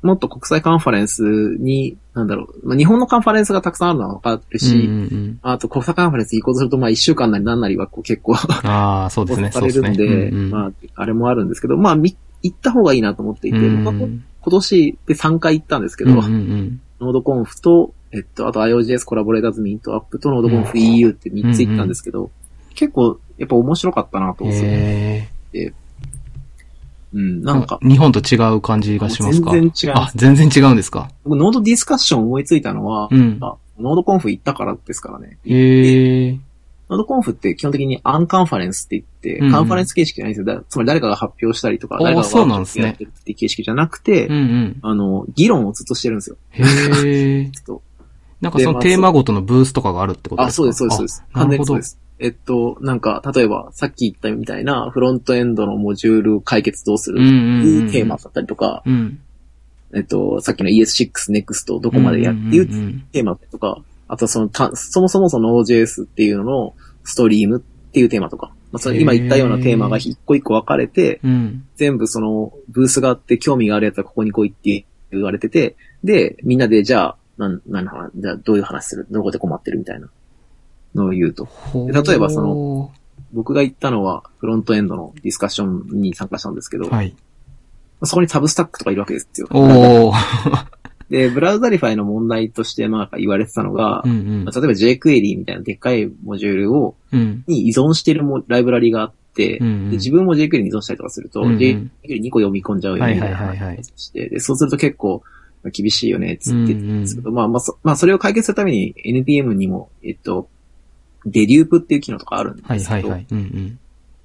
[SPEAKER 2] もっと国際カンファレンスに、なんだろう、まあ、日本のカンファレンスがたくさんあるのはわかるし、
[SPEAKER 1] うんうんうん
[SPEAKER 2] あと国際カンファレンス行こうとすると、まあ、一週間なり何なりは、こう、結構、
[SPEAKER 1] ああ、そうですね。
[SPEAKER 2] さ
[SPEAKER 1] そう
[SPEAKER 2] れ
[SPEAKER 1] です
[SPEAKER 2] る
[SPEAKER 1] ね。
[SPEAKER 2] んで、
[SPEAKER 1] うんうん
[SPEAKER 2] まあ、あれもあるんですけど、まあ、み行った方がいいなと思っていて、
[SPEAKER 1] うん
[SPEAKER 2] 僕はこ今年で3回行ったんですけ
[SPEAKER 1] う
[SPEAKER 2] ど、
[SPEAKER 1] んうんうん
[SPEAKER 2] ノードコンフと、えっと、あと IOGS コラボレーターズミントアップとノードコンフ EU って3つ行ったんですけど、結構、やっぱ面白かったなと思って、
[SPEAKER 1] へ
[SPEAKER 2] うん、
[SPEAKER 1] ー
[SPEAKER 2] なんか、
[SPEAKER 1] 日本と違う感じがしますか
[SPEAKER 2] 全然違いま
[SPEAKER 1] あ
[SPEAKER 2] す。、
[SPEAKER 1] 全然違うんですか
[SPEAKER 2] 僕、ノードディスカッション思いついたのは、
[SPEAKER 1] うん。
[SPEAKER 2] あノードコンフ行ったからですからね。
[SPEAKER 1] へえ。
[SPEAKER 2] ノードコンフって基本的にアンカンファレンスって言って、
[SPEAKER 1] うんうん
[SPEAKER 2] カンファレンス形式じゃないんですよ。だつまり誰かが発表したりとか、
[SPEAKER 1] おー
[SPEAKER 2] 誰かが
[SPEAKER 1] そうなんですね
[SPEAKER 2] やってるっていう形式じゃなくて、
[SPEAKER 1] うんうん。
[SPEAKER 2] あの、議論をずっとしてるんですよ。
[SPEAKER 1] へ え。
[SPEAKER 2] ずっと。
[SPEAKER 1] なんかそのテーマごとのブースとかがあるってこと
[SPEAKER 2] あ、
[SPEAKER 1] ですか
[SPEAKER 2] そうです、そうです、そうです。
[SPEAKER 1] あ
[SPEAKER 2] 完
[SPEAKER 1] なる
[SPEAKER 2] 全
[SPEAKER 1] ほ
[SPEAKER 2] にそう
[SPEAKER 1] ど
[SPEAKER 2] で。す。えっと、なんか、例えば、さっき言ったみたいな、フロントエンドのモジュール解決どうす
[SPEAKER 1] うんう
[SPEAKER 2] るって
[SPEAKER 1] んうん
[SPEAKER 2] いうテーマ。だったりとか、
[SPEAKER 1] うん。
[SPEAKER 2] えっと、さっきの ES6 NEXT ど
[SPEAKER 1] ど
[SPEAKER 2] こまでやってい
[SPEAKER 1] うん
[SPEAKER 2] うテーマとか、あとはそのた、そもそもその OJS っていうののストリームっていうテーマとか、まあ、その今言ったようなテーマが一個一個分かれて、
[SPEAKER 1] うんうん。
[SPEAKER 2] 全部そのブースがあって興味があるやつはここに来いって言われてて、で、みんなでじゃあ、なん、なんの話、じゃあどういう話するどこで困ってるみたいなのを言うと。
[SPEAKER 1] ほ
[SPEAKER 2] で
[SPEAKER 1] ー
[SPEAKER 2] 例えばその、僕が行ったのはフロントエンドのディスカッションに参加したんですけど、
[SPEAKER 1] はい。
[SPEAKER 2] そこにサブスタックとかいるわけですよ。
[SPEAKER 1] おお。
[SPEAKER 2] で、ブラウザリファイの問題としてまあ言われてたのが、
[SPEAKER 1] うんうん
[SPEAKER 2] まあ例えば jQuery みたいなでっかいモジュールを、
[SPEAKER 1] うん。
[SPEAKER 2] に依存してるもライブラリがあって、
[SPEAKER 1] うんうん
[SPEAKER 2] で自分も jQuery に依存したりとかすると、
[SPEAKER 1] うんうん
[SPEAKER 2] jQuery2 個読み込んじゃうよ
[SPEAKER 1] は
[SPEAKER 2] ね、
[SPEAKER 1] い
[SPEAKER 2] み
[SPEAKER 1] はい
[SPEAKER 2] たいな
[SPEAKER 1] はいはい
[SPEAKER 2] 話をして、で、そうすると結構まあ厳しいよね、つって言ってたんですけど、まあまあそ、まあそれを解決するために NPM にも、えっと、デリュープっていう機能とかあるん
[SPEAKER 1] は
[SPEAKER 2] で
[SPEAKER 1] い
[SPEAKER 2] す
[SPEAKER 1] は
[SPEAKER 2] け
[SPEAKER 1] い
[SPEAKER 2] ど、
[SPEAKER 1] はい。うんうん。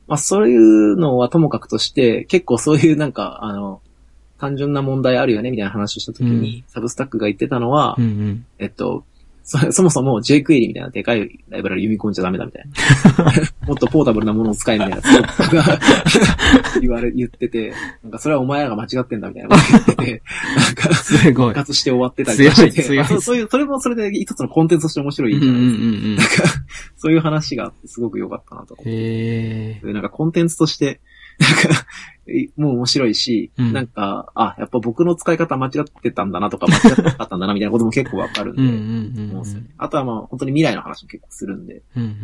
[SPEAKER 2] まあそういうのはともかくとして、結構そういうなんか、あの、単純な問題あるよねみたいな話をした時に、サブスタックが言ってたのは、
[SPEAKER 1] うんうん。
[SPEAKER 2] えっと、そそもそも jQuery みたいなでかいライブラリ読み込んじゃダメだみたい な。もっとポータブルなものを使えみたいなことが言われ、言ってて、なんかそれはお前らが間違ってんだみたいなこと言ってて、なんか
[SPEAKER 1] すごい
[SPEAKER 2] 復。活して終わってたりとかして、
[SPEAKER 1] 強い強い
[SPEAKER 2] まあ そうそういう、それもそれで一つのコンテンツとして面白
[SPEAKER 1] う
[SPEAKER 2] い
[SPEAKER 1] ん
[SPEAKER 2] じ
[SPEAKER 1] う
[SPEAKER 2] ゃ
[SPEAKER 1] ん
[SPEAKER 2] な
[SPEAKER 1] う
[SPEAKER 2] いですか。
[SPEAKER 1] んうん。
[SPEAKER 2] そういう話があってすごく良かったなと。
[SPEAKER 1] へえ。
[SPEAKER 2] でなんかコンテンツとして、なんか、 えもう面白いし、
[SPEAKER 1] うん
[SPEAKER 2] なんか、あ、やっぱ僕の使い方間違ってたんだなとか、間違ってなかったんだなみたいなことも結構わかるん
[SPEAKER 1] う
[SPEAKER 2] で、
[SPEAKER 1] んうんうんう
[SPEAKER 2] 思うんですよ
[SPEAKER 1] ん
[SPEAKER 2] ね。あとはまあ、本当に未来の話も結構するんで、
[SPEAKER 1] うんうん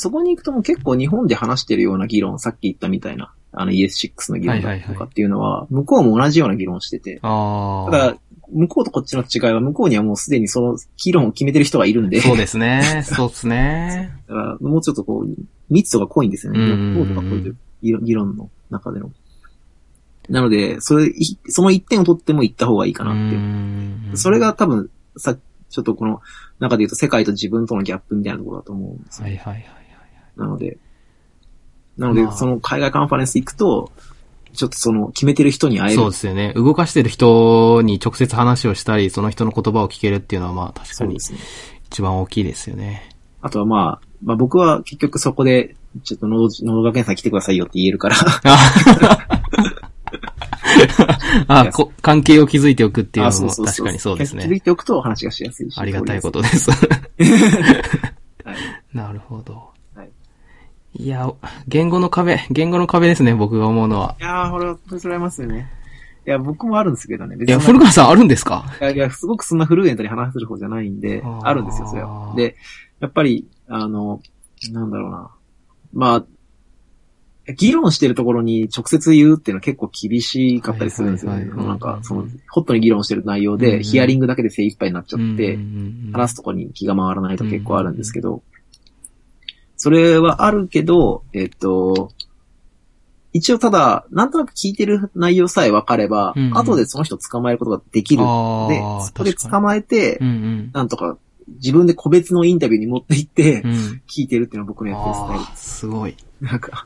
[SPEAKER 2] そこに行くともう結構日本で話してるような議論、さっき言ったみたいな、あの ES6 の議論だったりとかっていうのは、向こうも同じような議論してて、
[SPEAKER 1] あ
[SPEAKER 2] た
[SPEAKER 1] あ。
[SPEAKER 2] だ、向こうとこっちの違いは、向こうにはもうすでにその議論を決めてる人がいるんで、
[SPEAKER 1] そうですね。そうですね。
[SPEAKER 2] だからもうちょっとこう、密度が濃いんですよね。
[SPEAKER 1] うん
[SPEAKER 2] 向こうとかこういう議論議論の中での。なので、それ、いその一点を取っても行った方がいいかなっていう。
[SPEAKER 1] な
[SPEAKER 2] それ、が多分、さ、ちょっとこの中で言うと世界と自分とのギャップみたいなところだと思うんですよ
[SPEAKER 1] はいはいはいはい。
[SPEAKER 2] なので、なので
[SPEAKER 1] まあ、
[SPEAKER 2] その海外カンファレンス行くと、ちょっとその決めてる人に会える。
[SPEAKER 1] そうですよね。動かしてる人に直接話をしたり、その人の言葉を聞けるっていうのは、まあ確か
[SPEAKER 2] そう
[SPEAKER 1] に
[SPEAKER 2] ですね。
[SPEAKER 1] 一番大きいですよ ね。
[SPEAKER 2] あとはまあ、まあ僕は結局そこで、ちょっと農農学園さん来てくださいよって言えるから、
[SPEAKER 1] あこ、関係を築いておくっていう
[SPEAKER 2] あ
[SPEAKER 1] の
[SPEAKER 2] そう
[SPEAKER 1] も
[SPEAKER 2] そう
[SPEAKER 1] 確かにそうです
[SPEAKER 2] 気づ
[SPEAKER 1] ね。
[SPEAKER 2] いておくと話がしやすいし。。
[SPEAKER 1] ありがたいこととです。
[SPEAKER 2] はい。
[SPEAKER 1] なるほど。
[SPEAKER 2] はい
[SPEAKER 1] いや、言語の壁、言語の壁ですね、僕が思うのは。
[SPEAKER 2] いやー、ほら、それありますよね。いや、僕もあるんですけどね。別
[SPEAKER 1] いや、
[SPEAKER 2] そん
[SPEAKER 1] 古
[SPEAKER 2] な
[SPEAKER 1] 川さんあるんですか
[SPEAKER 2] いや、いや、すごくそんなフルエントに話せる方じゃないんで
[SPEAKER 1] あ、ー
[SPEAKER 2] あるんですよ、それは。で、やっぱり、あの、なんだろうな。まあ、議論してるところに直接言うっていうのは結構厳しかったりするんですよ
[SPEAKER 1] は
[SPEAKER 2] ね。
[SPEAKER 1] いはいはい
[SPEAKER 2] なんか、その、ホットに議論してる内容で、
[SPEAKER 1] うん
[SPEAKER 2] ヒアリングだけで精一杯になっちゃって、話
[SPEAKER 1] 話
[SPEAKER 2] すところに気が回らないと結構あるんですけど、それはあるけど、えっと、一応ただ、なんとなく聞いてる内容さえ分かれば、
[SPEAKER 1] うんうん
[SPEAKER 2] 後でその人捕まえることができるので
[SPEAKER 1] あー、
[SPEAKER 2] そこで
[SPEAKER 1] 確かに
[SPEAKER 2] 捕まえて
[SPEAKER 1] う、ん
[SPEAKER 2] なんとか自分で個別のインタビューに持って行って
[SPEAKER 1] う、ん。うん。
[SPEAKER 2] 聞いてるっていうのが僕のやつです
[SPEAKER 1] ああ、すごい。い
[SPEAKER 2] ね。なんか、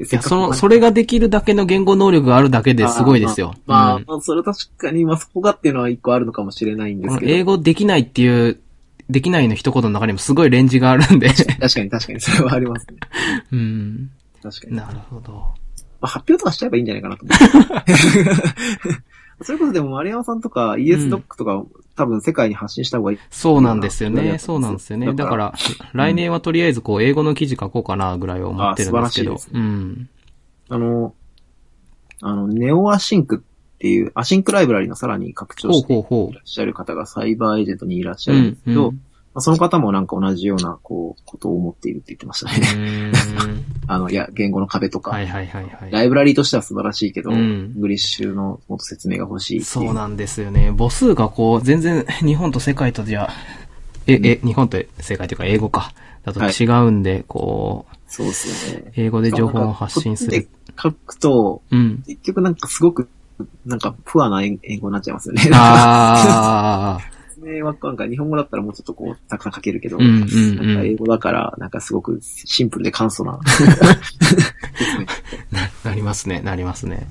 [SPEAKER 2] せっ
[SPEAKER 1] や、
[SPEAKER 2] かく
[SPEAKER 1] その、それができるだけの言語能力があるだけですごいですよ。
[SPEAKER 2] まあ、
[SPEAKER 1] うん
[SPEAKER 2] まあそれは確かに、まあそこがっていうのは一個あるのかもしれないんで
[SPEAKER 1] こ
[SPEAKER 2] す
[SPEAKER 1] の
[SPEAKER 2] けど。
[SPEAKER 1] 英語できないっていう、できないの一言の中にもすごいレンジがあるんで。
[SPEAKER 2] 確かに確かに、それはありますね。
[SPEAKER 1] うん。
[SPEAKER 2] 確かに。ま
[SPEAKER 1] なるほど。
[SPEAKER 2] あ、発表とかしちゃえばいいんじゃないかなと 思って。それこそでも丸山さんとか ES ドックとか、多分世界に発信した方がいい。
[SPEAKER 1] そうなんですよ
[SPEAKER 2] い
[SPEAKER 1] ね。
[SPEAKER 2] や
[SPEAKER 1] そうなんですよね。だ
[SPEAKER 2] だ
[SPEAKER 1] か、
[SPEAKER 2] から
[SPEAKER 1] 来年はとりあえずこう、英語の記事書こうかなぐらいは思ってるんですけ
[SPEAKER 2] あ
[SPEAKER 1] ど
[SPEAKER 2] ー素。晴らしいです
[SPEAKER 1] うん。
[SPEAKER 2] あの、あの、ネオアシンクっていう、アシンクライブラリのさらに拡張
[SPEAKER 1] ほう
[SPEAKER 2] して
[SPEAKER 1] ほう
[SPEAKER 2] い
[SPEAKER 1] ほ
[SPEAKER 2] らっしゃる方がサイバーエージェントにいらっし
[SPEAKER 1] う。
[SPEAKER 2] ゃ
[SPEAKER 1] う
[SPEAKER 2] るんで
[SPEAKER 1] ん
[SPEAKER 2] す。
[SPEAKER 1] う
[SPEAKER 2] け
[SPEAKER 1] ん
[SPEAKER 2] ど、まあ、その方もなんか同じような、こう、ことを思っているって言ってましたね。
[SPEAKER 1] うん
[SPEAKER 2] あの、いや、言語の壁と か、
[SPEAKER 1] はいはいはいはい。
[SPEAKER 2] ライブラリーとしては素晴らしいけど、
[SPEAKER 1] うん
[SPEAKER 2] イングリッシュのもっと説明が欲しいっていう。
[SPEAKER 1] そうなんですよね。母数がこう、全然日本と世界とじゃ、え、え、日本と世界というか英語か。だと違うんで、こう、
[SPEAKER 2] そうですよね。
[SPEAKER 1] 英語で情報を発信する。。
[SPEAKER 2] 書くと、
[SPEAKER 1] うん。
[SPEAKER 2] 結局なんかすごく、なんか、プアな英英語になっちゃいますよね。
[SPEAKER 1] ああ。
[SPEAKER 2] 説明はなんか日本語だったらもうちょっとこう、たくさん書けるけど、
[SPEAKER 1] うんうんうん
[SPEAKER 2] なんか英語だから、なんかすごくシンプルで簡素 な。
[SPEAKER 1] な、 なりますね、なりますね。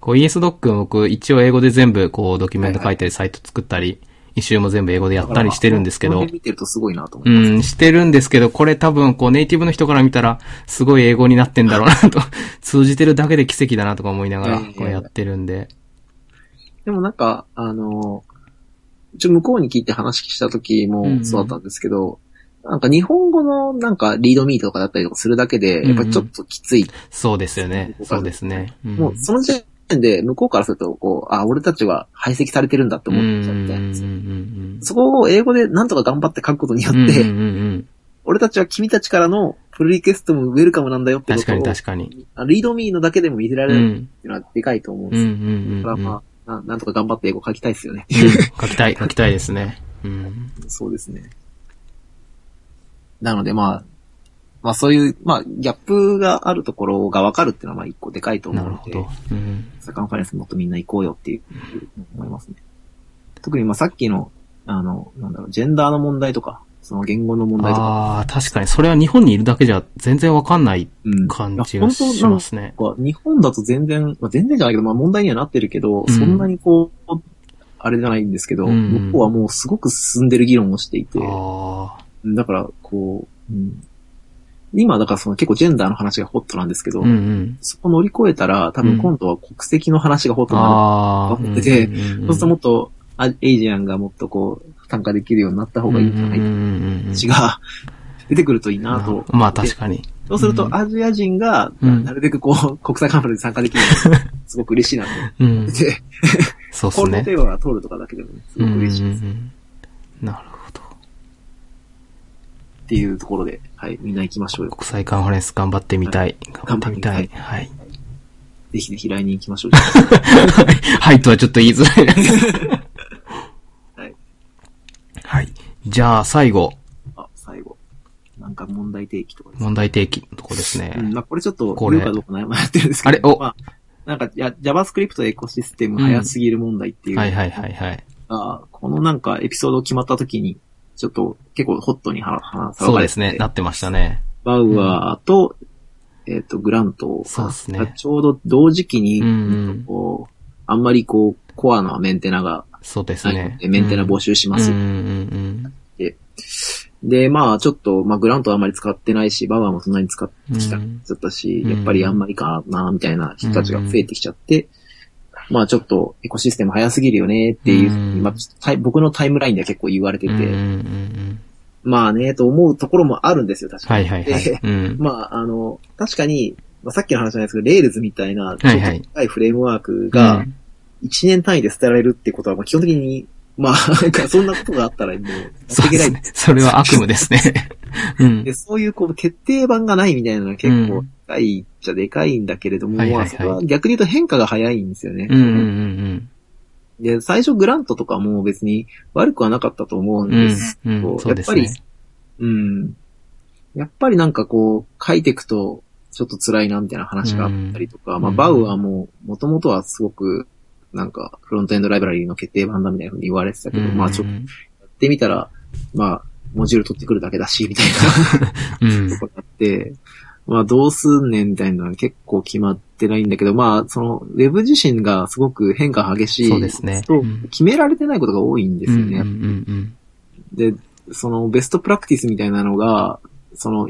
[SPEAKER 1] こう ESDoc 僕一応英語で全部こうドキュメント書いたりサイト作ったり、一周も全部英語でやったりしてるんですけ
[SPEAKER 2] この
[SPEAKER 1] ど、
[SPEAKER 2] 辺見てるとすごいなと思
[SPEAKER 1] う
[SPEAKER 2] います。
[SPEAKER 1] ん、してるんですけど、これ多分こうネイティブの人から見たらすごい英語になってんだろうなと、 通じてるだけで奇跡だなとか思いながら
[SPEAKER 2] いやいやいや
[SPEAKER 1] こうやってるんで。
[SPEAKER 2] でもなんか、あの、一応向こうに聞いて話した時
[SPEAKER 1] うんうん
[SPEAKER 2] もそうだったんですけど、なんか日本語のなんかリードミーとかだったりとかするだけ
[SPEAKER 1] うん
[SPEAKER 2] で、やっぱりちょっときつい。
[SPEAKER 1] そうですよね。そうですね。うん
[SPEAKER 2] もうその時点で向こうからすると、こう、あ、俺たちは排斥されてるんだって思っちゃうみたいなんですよ。
[SPEAKER 1] うんうんうんうん
[SPEAKER 2] そこを英語でなんとか頑張って書くことによっ
[SPEAKER 1] うんうん
[SPEAKER 2] て、
[SPEAKER 1] うんうん
[SPEAKER 2] 俺たちは君たちからのプルリクエストもウェルカムなんだよってこ
[SPEAKER 1] 確
[SPEAKER 2] と
[SPEAKER 1] か
[SPEAKER 2] を
[SPEAKER 1] に、確かに。
[SPEAKER 2] あリードミーのだけでも見せら
[SPEAKER 1] う
[SPEAKER 2] れるっ
[SPEAKER 1] ん。
[SPEAKER 2] ていうのはでかいと思うん
[SPEAKER 1] うんう
[SPEAKER 2] で
[SPEAKER 1] ん
[SPEAKER 2] すよ。
[SPEAKER 1] うん
[SPEAKER 2] だ
[SPEAKER 1] う
[SPEAKER 2] から
[SPEAKER 1] ん。うん
[SPEAKER 2] まあな、なんとか頑張って英語書きたいですよね。
[SPEAKER 1] 書きたい、書きたいですね。うん。
[SPEAKER 2] そうですね。なのでまあ、まあそういう、まあ、ギャップがあるところがわかるっていうのはまあ一個でか いと思
[SPEAKER 1] な
[SPEAKER 2] う
[SPEAKER 1] る
[SPEAKER 2] の
[SPEAKER 1] ほ
[SPEAKER 2] で、
[SPEAKER 1] ど。うん。
[SPEAKER 2] サカンファレンスもっとみんな行こうよっていう、思いますね。特にまあさっきの、あの、なんだろう、ジェンダーの問題とか、その言語の問題とか、
[SPEAKER 1] ああ、確かに、それは日本にいるだけじゃ全然わかんない
[SPEAKER 2] うん
[SPEAKER 1] 感じがしますね。
[SPEAKER 2] なんか日本だと全然、まあ、全然じゃないけど、まあ問題にはなってるけど、
[SPEAKER 1] うん
[SPEAKER 2] そんなにこう、あれじゃないんですけど、
[SPEAKER 1] うん
[SPEAKER 2] 向こうはもうすごく進んでる議論をしていて、
[SPEAKER 1] ああ、
[SPEAKER 2] だからこう、うん今だからその結構ジェンダーの話がホットなんですけど、
[SPEAKER 1] うんうん。
[SPEAKER 2] そこ乗り越えたら多分今度は国籍の話がホットにな
[SPEAKER 1] ああ、
[SPEAKER 2] 思ってて
[SPEAKER 1] うんうん
[SPEAKER 2] る。
[SPEAKER 1] うん
[SPEAKER 2] そうするともっとあエイジアンがもっとこう、参加できるようになった方がいいんじゃない
[SPEAKER 1] うんう
[SPEAKER 2] か
[SPEAKER 1] んうんうん
[SPEAKER 2] 話が 出てくるといいなと。
[SPEAKER 1] まあ確かに。
[SPEAKER 2] そうするとアジア人が
[SPEAKER 1] うん
[SPEAKER 2] なるべくこう、国際カンファレンスに参加できるの がすごく嬉しいなと
[SPEAKER 1] うん
[SPEAKER 2] 思っ。て、
[SPEAKER 1] そうっす
[SPEAKER 2] コール
[SPEAKER 1] ね
[SPEAKER 2] ド。テーマが通るとかだけでもねす
[SPEAKER 1] う
[SPEAKER 2] ご
[SPEAKER 1] んう
[SPEAKER 2] く
[SPEAKER 1] んう
[SPEAKER 2] 嬉しいです
[SPEAKER 1] んなるほど。
[SPEAKER 2] っていうところで、はい、みんな行きましょうよ。
[SPEAKER 1] 国際カンファレンス頑張ってみたい。頑張っ
[SPEAKER 2] 頑張ってて
[SPEAKER 1] み
[SPEAKER 2] み
[SPEAKER 1] た
[SPEAKER 2] た
[SPEAKER 1] い。
[SPEAKER 2] い
[SPEAKER 1] はい。
[SPEAKER 2] ぜひぜひ来年行きましょう。
[SPEAKER 1] はいとはちょっと言いづらいな
[SPEAKER 2] はい。
[SPEAKER 1] はい。じゃあ最後、
[SPEAKER 2] あ、最後。なんか問題提起とかですね。
[SPEAKER 1] 問題提起のとこですね。
[SPEAKER 2] うん、まあこれちょっと、
[SPEAKER 1] これ
[SPEAKER 2] 言うかどうか悩まってるんですけど。
[SPEAKER 1] あれお
[SPEAKER 2] まあ、なんか、や JavaScript エコシステム早すぎる問題っていう、
[SPEAKER 1] はいはいはいはい。
[SPEAKER 2] あこのなんかエピソード決まった時に、ちょっと結構ホットに話話されて
[SPEAKER 1] そうですね。なってましたね。
[SPEAKER 2] バウアーと、えっ、と、グラント
[SPEAKER 1] そうですね
[SPEAKER 2] がちょうど同時期に、
[SPEAKER 1] うんうん
[SPEAKER 2] こう、あんまりこう、コアなメンテナが
[SPEAKER 1] そうです
[SPEAKER 2] ないの
[SPEAKER 1] ね
[SPEAKER 2] で、。メンテナ募集し
[SPEAKER 1] うん
[SPEAKER 2] ます。
[SPEAKER 1] うんうん
[SPEAKER 2] で、まあ、ちょっと、まあ、グラントはあんまり使ってないし、バウアーもそんなに使っ
[SPEAKER 1] うん。
[SPEAKER 2] てきた、
[SPEAKER 1] うん
[SPEAKER 2] ちゃったし、
[SPEAKER 1] うん
[SPEAKER 2] やっぱりあんまりかな、みたいな人たちが増えてきちゃって、まあちょっとエコシステム早すぎるよねっていうふう
[SPEAKER 1] う
[SPEAKER 2] に、
[SPEAKER 1] ん
[SPEAKER 2] まあタイ僕のタイムラインでは結構言われて
[SPEAKER 1] うんうんうんう
[SPEAKER 2] て、
[SPEAKER 1] ん。
[SPEAKER 2] まあね、と思うところもあるんですよ、確か
[SPEAKER 1] は
[SPEAKER 2] に。
[SPEAKER 1] いはいはい
[SPEAKER 2] で。
[SPEAKER 1] うん。
[SPEAKER 2] まあ、あの、確かに、まあ、さっきの話じゃないですけど、レールズみたいな、ちょ
[SPEAKER 1] は
[SPEAKER 2] っ
[SPEAKER 1] い
[SPEAKER 2] と
[SPEAKER 1] はい
[SPEAKER 2] 高いフレームワークが、1年単位で捨てられるってことは、まあ基本的に、まあ、なんかそんなことがあったらもう、やって
[SPEAKER 1] そう
[SPEAKER 2] いけ
[SPEAKER 1] で
[SPEAKER 2] な
[SPEAKER 1] す
[SPEAKER 2] い
[SPEAKER 1] ね。それは悪夢です ね。うん
[SPEAKER 2] で、。そういうこう、決定版がないみたいなのは結
[SPEAKER 1] う
[SPEAKER 2] 構、
[SPEAKER 1] ん
[SPEAKER 2] でかいっちゃでかいんだけれども、
[SPEAKER 1] はいはいはい
[SPEAKER 2] まあそこは逆に言うと変化が早いんですよね。
[SPEAKER 1] うんうんうん
[SPEAKER 2] で、最初グラントとかも別に悪くはなかったと思うん
[SPEAKER 1] うん。うん
[SPEAKER 2] です。
[SPEAKER 1] うん。そうですね。
[SPEAKER 2] うん。やっぱりなんかこう、書いていくと、ちょっと辛いなみたいな話があったりとか、まあ、バウはもう、もともとはすごく、なんか、フロントエンドライブラリーの決定版だみたいなふうに言われてたけど、まあ、ちょっと、やってみたら、まあ、モジュール取ってくるだけだし、みたいなうん、とこあって、まあ、どうすんねんみたいなのは結構決まってないんだけど、まあ、その、ウェブ自身がすごく変化激しい。
[SPEAKER 1] そうですね。
[SPEAKER 2] うん、決められてないことが多いんですよね。で、その、ベストプラクティスみたいなのが、その、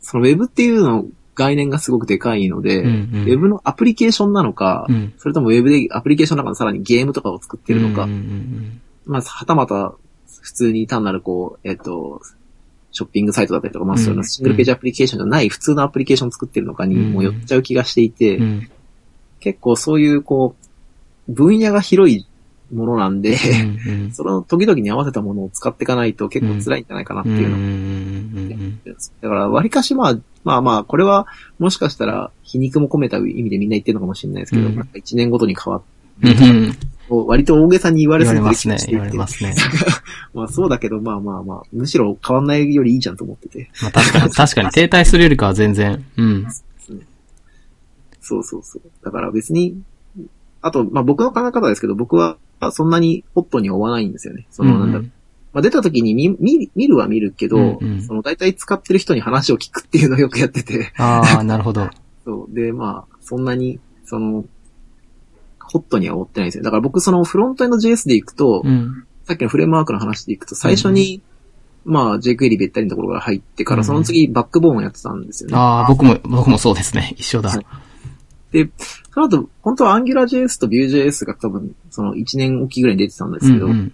[SPEAKER 2] そのウェブっていうの概念がすごくでかいので、うんうん、ウェブのアプリケーションなのか、うん、それともウェブでアプリケーションの中のさらにゲームとかを作ってるのか、まあ、はたまた普通に単なるこう、えっ、ー、と、ショッピングサイトだったりとか、まあそういうシングルページアプリケーションじゃない普通のアプリケーションを作ってるのかにも寄っちゃう気がしていて、うんうん、結構そういうこう、分野が広いものなんで、うんうん、その時々に合わせたものを使っていかないと結構辛いんじゃないかなっていうの、うん、だから割かしまあ、まあまあ、これはもしかしたら皮肉も込めた意味でみんな言ってるのかもしれないですけど、うん、なんか1年ごとに変わって、割と大げさに言われすぎて
[SPEAKER 1] ますね。言われますね。
[SPEAKER 2] まあそうだけど、まあまあまあ、むしろ変わんないよりいいじゃんと思ってて。
[SPEAKER 1] まあ確かに、確かに停滞するよりかは全然。うん。
[SPEAKER 2] そうそうそう。だから別に、あと、まあ僕の考え方ですけど、僕はそんなにホットに追わないんですよね。その、なんだろう。うん、まあ出た時に見、見、見るは見るけど、うんうん、その大体使ってる人に話を聞くっていうのをよくやってて。
[SPEAKER 1] ああ、なるほど。
[SPEAKER 2] そう。で、まあ、そんなに、その、ホットには追ってないんですよ。だから僕そのフロントエンド JS で行くと、うん、さっきのフレームワークの話で行くと、最初に、うん、まあ JQuery べったりのところから入ってから、うん、その次バックボーンをやってたんですよね。、
[SPEAKER 1] ああ、僕も、僕もそうですね。一緒だ。はい
[SPEAKER 2] で、その後、本当は AngularJS と Vue.js が多分、その1年おきぐらいに出てたんですけど、うんうん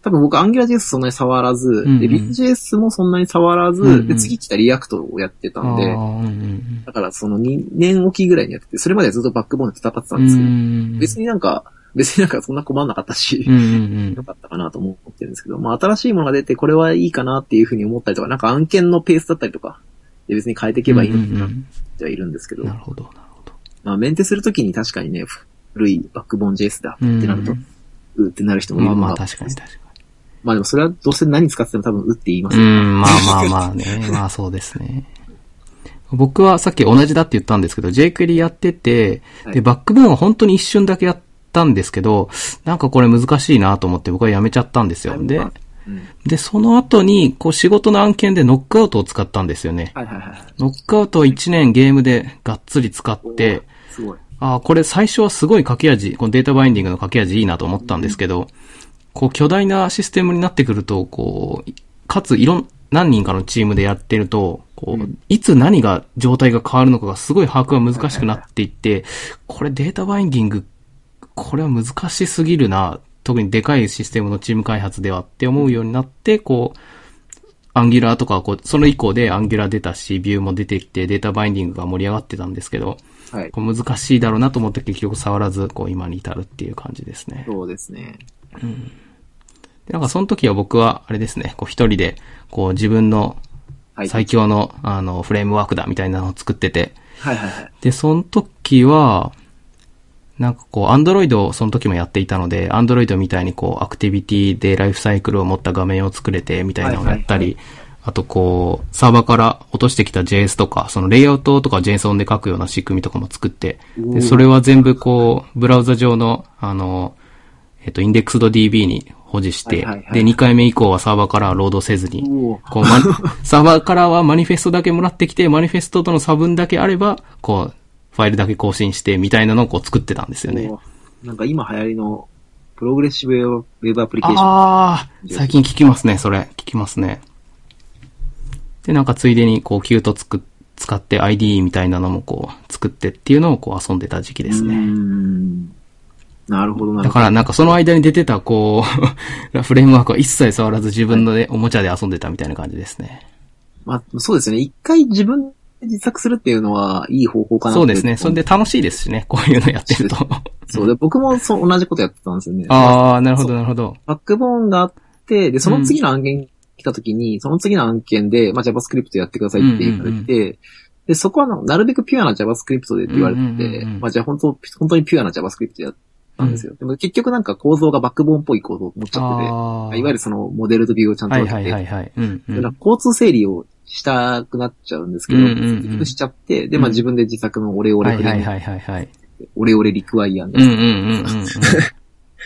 [SPEAKER 2] 多分僕 AngularJS そんなに触らず、うんうん、で、Vue.js もそんなに触らず、うんうん、で、次来た React をやってたんで、うんうん、だからその2年おきぐらいにやってて、それまでずっとバックボーンで戦ってたんですけど、うんうん、別になんか、別になんかそんな困んなかったし、うんうん、よかったかなと思ってるんですけど、まあ新しいものが出てこれはいいかなっていうふうに思ったりとか、なんか案件のペースだったりとか、別に変えていけばいいのかなってはいるんですけど、
[SPEAKER 1] なるほど、なるほど。
[SPEAKER 2] まあメンテするときに確かにね、古いバックボーン JS だってなると、うんうん、うってなる人もいる
[SPEAKER 1] まあまあ確かに確かに。
[SPEAKER 2] まあでもそれはどうせ何使っても多分打って言います
[SPEAKER 1] ね。うん、まあまあまあ ね。まあそうですね。僕はさっき同じだって言ったんですけど、JQuery やってて、で、バックボーンは本当に一瞬だけやったんですけど、なんかこれ難しいなと思って僕はやめちゃったんですよ。で、で、その後に、こう仕事の案件でノックアウトを使ったんですよね。ノックアウトを1年ゲームでがっつり使って、ああ、これ最初はすごい書き味、このデータバインディングの書き味いいなと思ったんですけど、こう巨大なシステムになってくると、こう、かついろん、何人かのチームでやってると、こう、いつ何が状態が変わるのかがすごい把握が難しくなっていって、これデータバインディング、これは難しすぎるな、特にでかいシステムのチーム開発ではって思うようになって、こう、アンギュラーとか、こう、その以降でアンギュラー出たし、ビューも出てきて、データバインディングが盛り上がってたんですけど、はい、こう難しいだろうなと思って結局触らず、こう今に至るっていう感じですね。
[SPEAKER 2] そうですね。
[SPEAKER 1] うんなんかその時は僕は、あれですね、こう一人で、こう自分の最強の、はい、あの、フレームワークだみたいなのを作ってて。
[SPEAKER 2] はいはいはい。
[SPEAKER 1] で、その時は、なんかこう、アンドロイドをその時もやっていたので、アンドロイドみたいにこう、アクティビティでライフサイクルを持った画面を作れて、みたいなのをやったり、あとこう、サーバーから落としてきた JS とか、そのレイアウトとか JSON で書くような仕組みとかも作って、で、それは全部こう、ブラウザ上の、あの、えっと、インデックスド DB に保持して、で、2回目以降はサーバーからはロードせずに、こう、ま、サーバーからはマニフェストだけもらってきて、マニフェストとの差分だけあれば、こう、ファイルだけ更新して、みたいなのをこう作ってたんですよね。
[SPEAKER 2] なんか今流行りの、プログレッシブウェブアプリケーション。
[SPEAKER 1] ああ、最近聞きますね、それ。聞きますね。で、なんかついでに、こう、キュート作、使って ID みたいなのもこう、作ってっていうのをこう遊んでた時期ですね。
[SPEAKER 2] うんなるほどな
[SPEAKER 1] だからなんかその間に出てたこう フレームワークは一切触らず自分のね、はい、おもちゃで遊んでたみたいな感じですね。
[SPEAKER 2] まあそうですね。一回自分で自作するっていうのはいい方法かな
[SPEAKER 1] そうですね。それで楽しいですしね。こういうのやって ると。
[SPEAKER 2] そうで、僕もそう同じことやってたんですよね。
[SPEAKER 1] ああ、なるほどなるほど。
[SPEAKER 2] バックボーンがあって、で、その次の案件来た時に、うん、その次の案件で、まあ JavaScript やってくださいって言われて、で、そこはなるべくピュアな JavaScript でって言われてて、まあじゃあ本当、本当にピュアな JavaScript でやって、なんですよ。でも結局なんか構造がバックボーンっぽい構造を持っちゃってて、いわゆるそのモデルとビューをちゃんと
[SPEAKER 1] やって、はいはいはい、はい、うん、うん、
[SPEAKER 2] 交通整理をしたくなっちゃうんですけど、
[SPEAKER 1] うんうんうん
[SPEAKER 2] 結局しちゃって、で、まあ自分で自作のオレオ
[SPEAKER 1] は
[SPEAKER 2] レ
[SPEAKER 1] い
[SPEAKER 2] フ
[SPEAKER 1] はい
[SPEAKER 2] レーム、
[SPEAKER 1] はいはいはい。
[SPEAKER 2] オレオレリクワイアン
[SPEAKER 1] う
[SPEAKER 2] ド
[SPEAKER 1] んうんうん うんうん。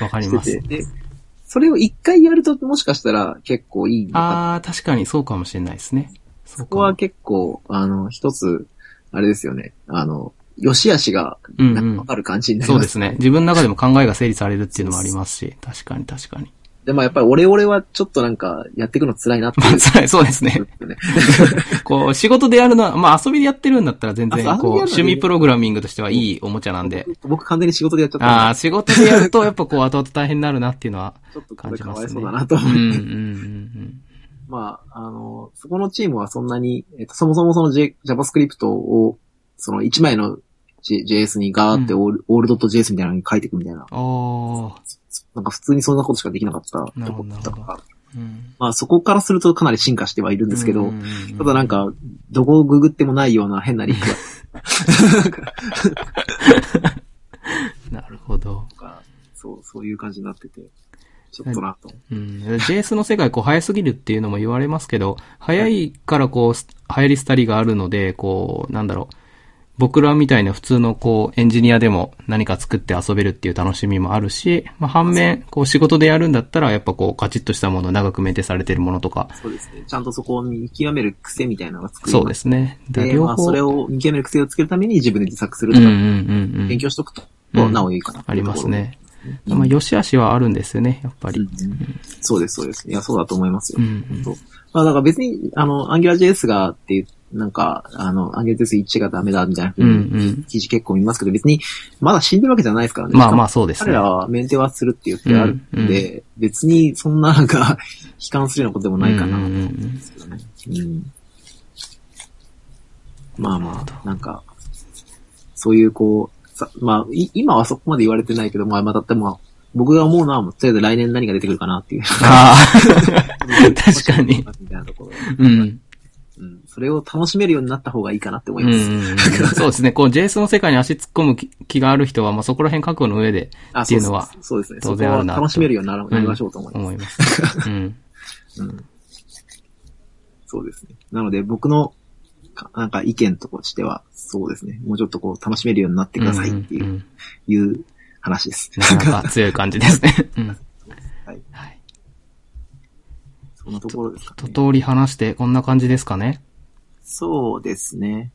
[SPEAKER 1] わかり
[SPEAKER 2] し
[SPEAKER 1] ま
[SPEAKER 2] てて、
[SPEAKER 1] す。
[SPEAKER 2] で、それを一回やるともしかしたら結構いいのか
[SPEAKER 1] あー、確かにそうかもしれないですね。そ
[SPEAKER 2] そうこは
[SPEAKER 1] か。
[SPEAKER 2] 結構、あの、一つ、あれですよね、あの、良し悪しが、
[SPEAKER 1] うん
[SPEAKER 2] なんか
[SPEAKER 1] うん
[SPEAKER 2] わ。かる感じになり
[SPEAKER 1] そう
[SPEAKER 2] ま。
[SPEAKER 1] ですすね。自分の中でも考えが整理されるっていうのもありますし、確かに確かに。
[SPEAKER 2] で、まあやっぱりオレオレはちょっとなんか、やっていくの辛いなって
[SPEAKER 1] ま
[SPEAKER 2] い
[SPEAKER 1] あ、
[SPEAKER 2] う。
[SPEAKER 1] 辛いそうですね。
[SPEAKER 2] ね。
[SPEAKER 1] こう、仕事でやるのは、まあ遊びでやってるんだったら全然
[SPEAKER 2] あ、
[SPEAKER 1] こう、
[SPEAKER 2] そう遊びでやるの
[SPEAKER 1] 趣味プログラミングとしてはいいおもちゃなんで。
[SPEAKER 2] 僕完全に仕事でやっちゃった
[SPEAKER 1] ああ、
[SPEAKER 2] んで
[SPEAKER 1] 仕事でやると、やっぱこう、後々大変になるなっていうのは。
[SPEAKER 2] ちょっとこ
[SPEAKER 1] 感
[SPEAKER 2] れ
[SPEAKER 1] じ
[SPEAKER 2] か
[SPEAKER 1] ます
[SPEAKER 2] わ
[SPEAKER 1] ね
[SPEAKER 2] いそうだなと
[SPEAKER 1] うん、
[SPEAKER 2] 思
[SPEAKER 1] う
[SPEAKER 2] っ
[SPEAKER 1] ん、
[SPEAKER 2] て。
[SPEAKER 1] うんうん。
[SPEAKER 2] まあ、あの、そこのチームはそんなに、えっと、そもそもその、J、JavaScript を、その1枚の、J、s にガーってオール、オールドット JS みたいなのに書いていくみたいな。
[SPEAKER 1] おー。
[SPEAKER 2] なんか普通にそんなことしかできなかった
[SPEAKER 1] なる
[SPEAKER 2] と
[SPEAKER 1] ほ
[SPEAKER 2] こ
[SPEAKER 1] ど
[SPEAKER 2] だから。
[SPEAKER 1] うん。
[SPEAKER 2] まあそこからするとかなり進化してはいるんですけ
[SPEAKER 1] う
[SPEAKER 2] ど、
[SPEAKER 1] んうんうんうん
[SPEAKER 2] ただなん、か、どこをググってもないような変なリンク
[SPEAKER 1] なるほど。
[SPEAKER 2] とか、そう、そういう感じになってて、ちょっとなと。
[SPEAKER 1] うん。JS の世界、こう、早すぎるっていうのも言われますけど、早いからこう、す流行り廃りがあるので、こう、なんだろう。僕らみたいな普通のこう、エンジニアでも何か作って遊べるっていう楽しみもあるし、まあ、反面、こう、仕事でやるんだったら、やっぱこう、カチッとしたもの、長くメンテされてるものとか、
[SPEAKER 2] そうですね。ちゃんとそこを見極める癖みたいなのが作り
[SPEAKER 1] そうですね。だ
[SPEAKER 2] で、
[SPEAKER 1] 両
[SPEAKER 2] まあ、
[SPEAKER 1] 方、
[SPEAKER 2] それを見極める癖をつけるために自分で自作する
[SPEAKER 1] う
[SPEAKER 2] と
[SPEAKER 1] んう
[SPEAKER 2] か、
[SPEAKER 1] んうんうん。
[SPEAKER 2] 勉強しとくと、
[SPEAKER 1] うん
[SPEAKER 2] なおいいかなって
[SPEAKER 1] あ
[SPEAKER 2] い
[SPEAKER 1] り
[SPEAKER 2] うと
[SPEAKER 1] ま
[SPEAKER 2] ころ
[SPEAKER 1] すね。
[SPEAKER 2] うん
[SPEAKER 1] まあ、良し悪しはあるんですよね、やっぱり。
[SPEAKER 2] うんそうです、そうです。いや、そうだと思いますよ。
[SPEAKER 1] うん
[SPEAKER 2] 本当まあ、だから別に、あの、AngularJS がっていう、なんか、あの、AngularJS1 がダメだみたいな風
[SPEAKER 1] うんう
[SPEAKER 2] に、
[SPEAKER 1] ん。
[SPEAKER 2] 記事結構見ますけど、別に、まだ死んでるわけじゃないですからね。
[SPEAKER 1] まあまあ
[SPEAKER 2] あ、
[SPEAKER 1] そうです
[SPEAKER 2] 彼
[SPEAKER 1] ね。
[SPEAKER 2] らはメンテはするって言ってあるんで、
[SPEAKER 1] う
[SPEAKER 2] 別にそんななんか、 悲観するようなことでもないかなと思
[SPEAKER 1] うんうんう
[SPEAKER 2] うんんですけどね。うん。まあまあ、なんか、そういうこう、さまあ、い今はそこまで言われてないけど、まあまあだってまあ、僕が思うのは、とりあえず来年何が出てくるかなっていう。
[SPEAKER 1] ああ、 確かに。
[SPEAKER 2] みたいなところ。
[SPEAKER 1] うん。
[SPEAKER 2] うん。それを楽しめるようになった方がいいかなって思
[SPEAKER 1] う
[SPEAKER 2] い
[SPEAKER 1] んう
[SPEAKER 2] ます。
[SPEAKER 1] んうんそうですね。こう、JS の世界に足突っ込む気気がある人は、まあそこら辺覚悟の上で
[SPEAKER 2] あ
[SPEAKER 1] っていうのは
[SPEAKER 2] そうですそうですね。
[SPEAKER 1] 当
[SPEAKER 2] そこ
[SPEAKER 1] 然あ
[SPEAKER 2] は
[SPEAKER 1] るなと
[SPEAKER 2] 楽しめるようにならなりましょうと思います。
[SPEAKER 1] 思います。うん。
[SPEAKER 2] うんそうですね。なので僕のか、なんか意見としては、そうですね。もうちょっとこう、楽しめるようになってくださいっていう、
[SPEAKER 1] んんん
[SPEAKER 2] いう話です。
[SPEAKER 1] なかなか強い感じですね。うん。
[SPEAKER 2] はい。
[SPEAKER 1] はい。
[SPEAKER 2] そんなところですか
[SPEAKER 1] 一
[SPEAKER 2] ね。
[SPEAKER 1] 通り話して、こんな感じですかね。
[SPEAKER 2] そうですね。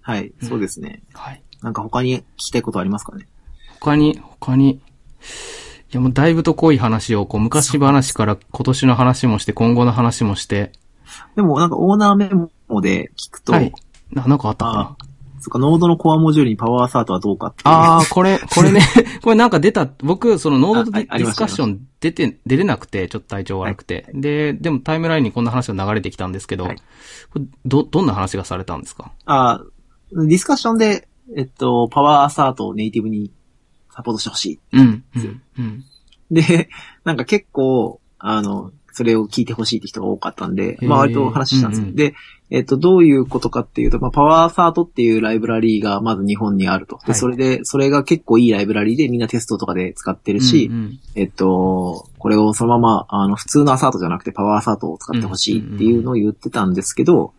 [SPEAKER 2] はい、そうですね。
[SPEAKER 1] はい。
[SPEAKER 2] なんか他に聞きたいことありますかね
[SPEAKER 1] 他に、他に、いやもうだいぶと濃い話を、こう、昔話から今年の話もして、今後の話もして、
[SPEAKER 2] でもなんかオーナーメモで聞くと、
[SPEAKER 1] はい。ななんかあったかな
[SPEAKER 2] そっか、ノードのコアモジュールにパワーアサートはどうかっていう。
[SPEAKER 1] ああ、 これ、これね、これなんか出た、僕、そのノード
[SPEAKER 2] あは
[SPEAKER 1] デ
[SPEAKER 2] い
[SPEAKER 1] ィ
[SPEAKER 2] あ
[SPEAKER 1] デ
[SPEAKER 2] り
[SPEAKER 1] ィ
[SPEAKER 2] ま
[SPEAKER 1] ス
[SPEAKER 2] し
[SPEAKER 1] カ
[SPEAKER 2] た
[SPEAKER 1] ッション出て、出れなくて、ちょっと体調悪くて。で、でもタイムラインにこんな話が流れてきたんですけど、
[SPEAKER 2] はい
[SPEAKER 1] これど、どんな話がされたんですか
[SPEAKER 2] あーディスカッションで、えっと、パワーアサートをネイティブにサポートしてほしい
[SPEAKER 1] うん、うん、うん。
[SPEAKER 2] で、 なんか結構、あの、それを聞いてほしいって人が多かったんで、
[SPEAKER 1] へー
[SPEAKER 2] まあ割とお話ししたんですよ、
[SPEAKER 1] うんうん
[SPEAKER 2] で、えっと、どういうことかっていうと、まあパワーサートっていうライブラリーがまず日本にあると。
[SPEAKER 1] は
[SPEAKER 2] で、
[SPEAKER 1] い
[SPEAKER 2] それで、それが結構いいライブラリーでみんなテストとかで使ってるし、
[SPEAKER 1] うんうん
[SPEAKER 2] えっと、これをそのまま、あの、普通のアサートじゃなくてパワーアサートを使ってほしいっていうのを言ってたんですけど、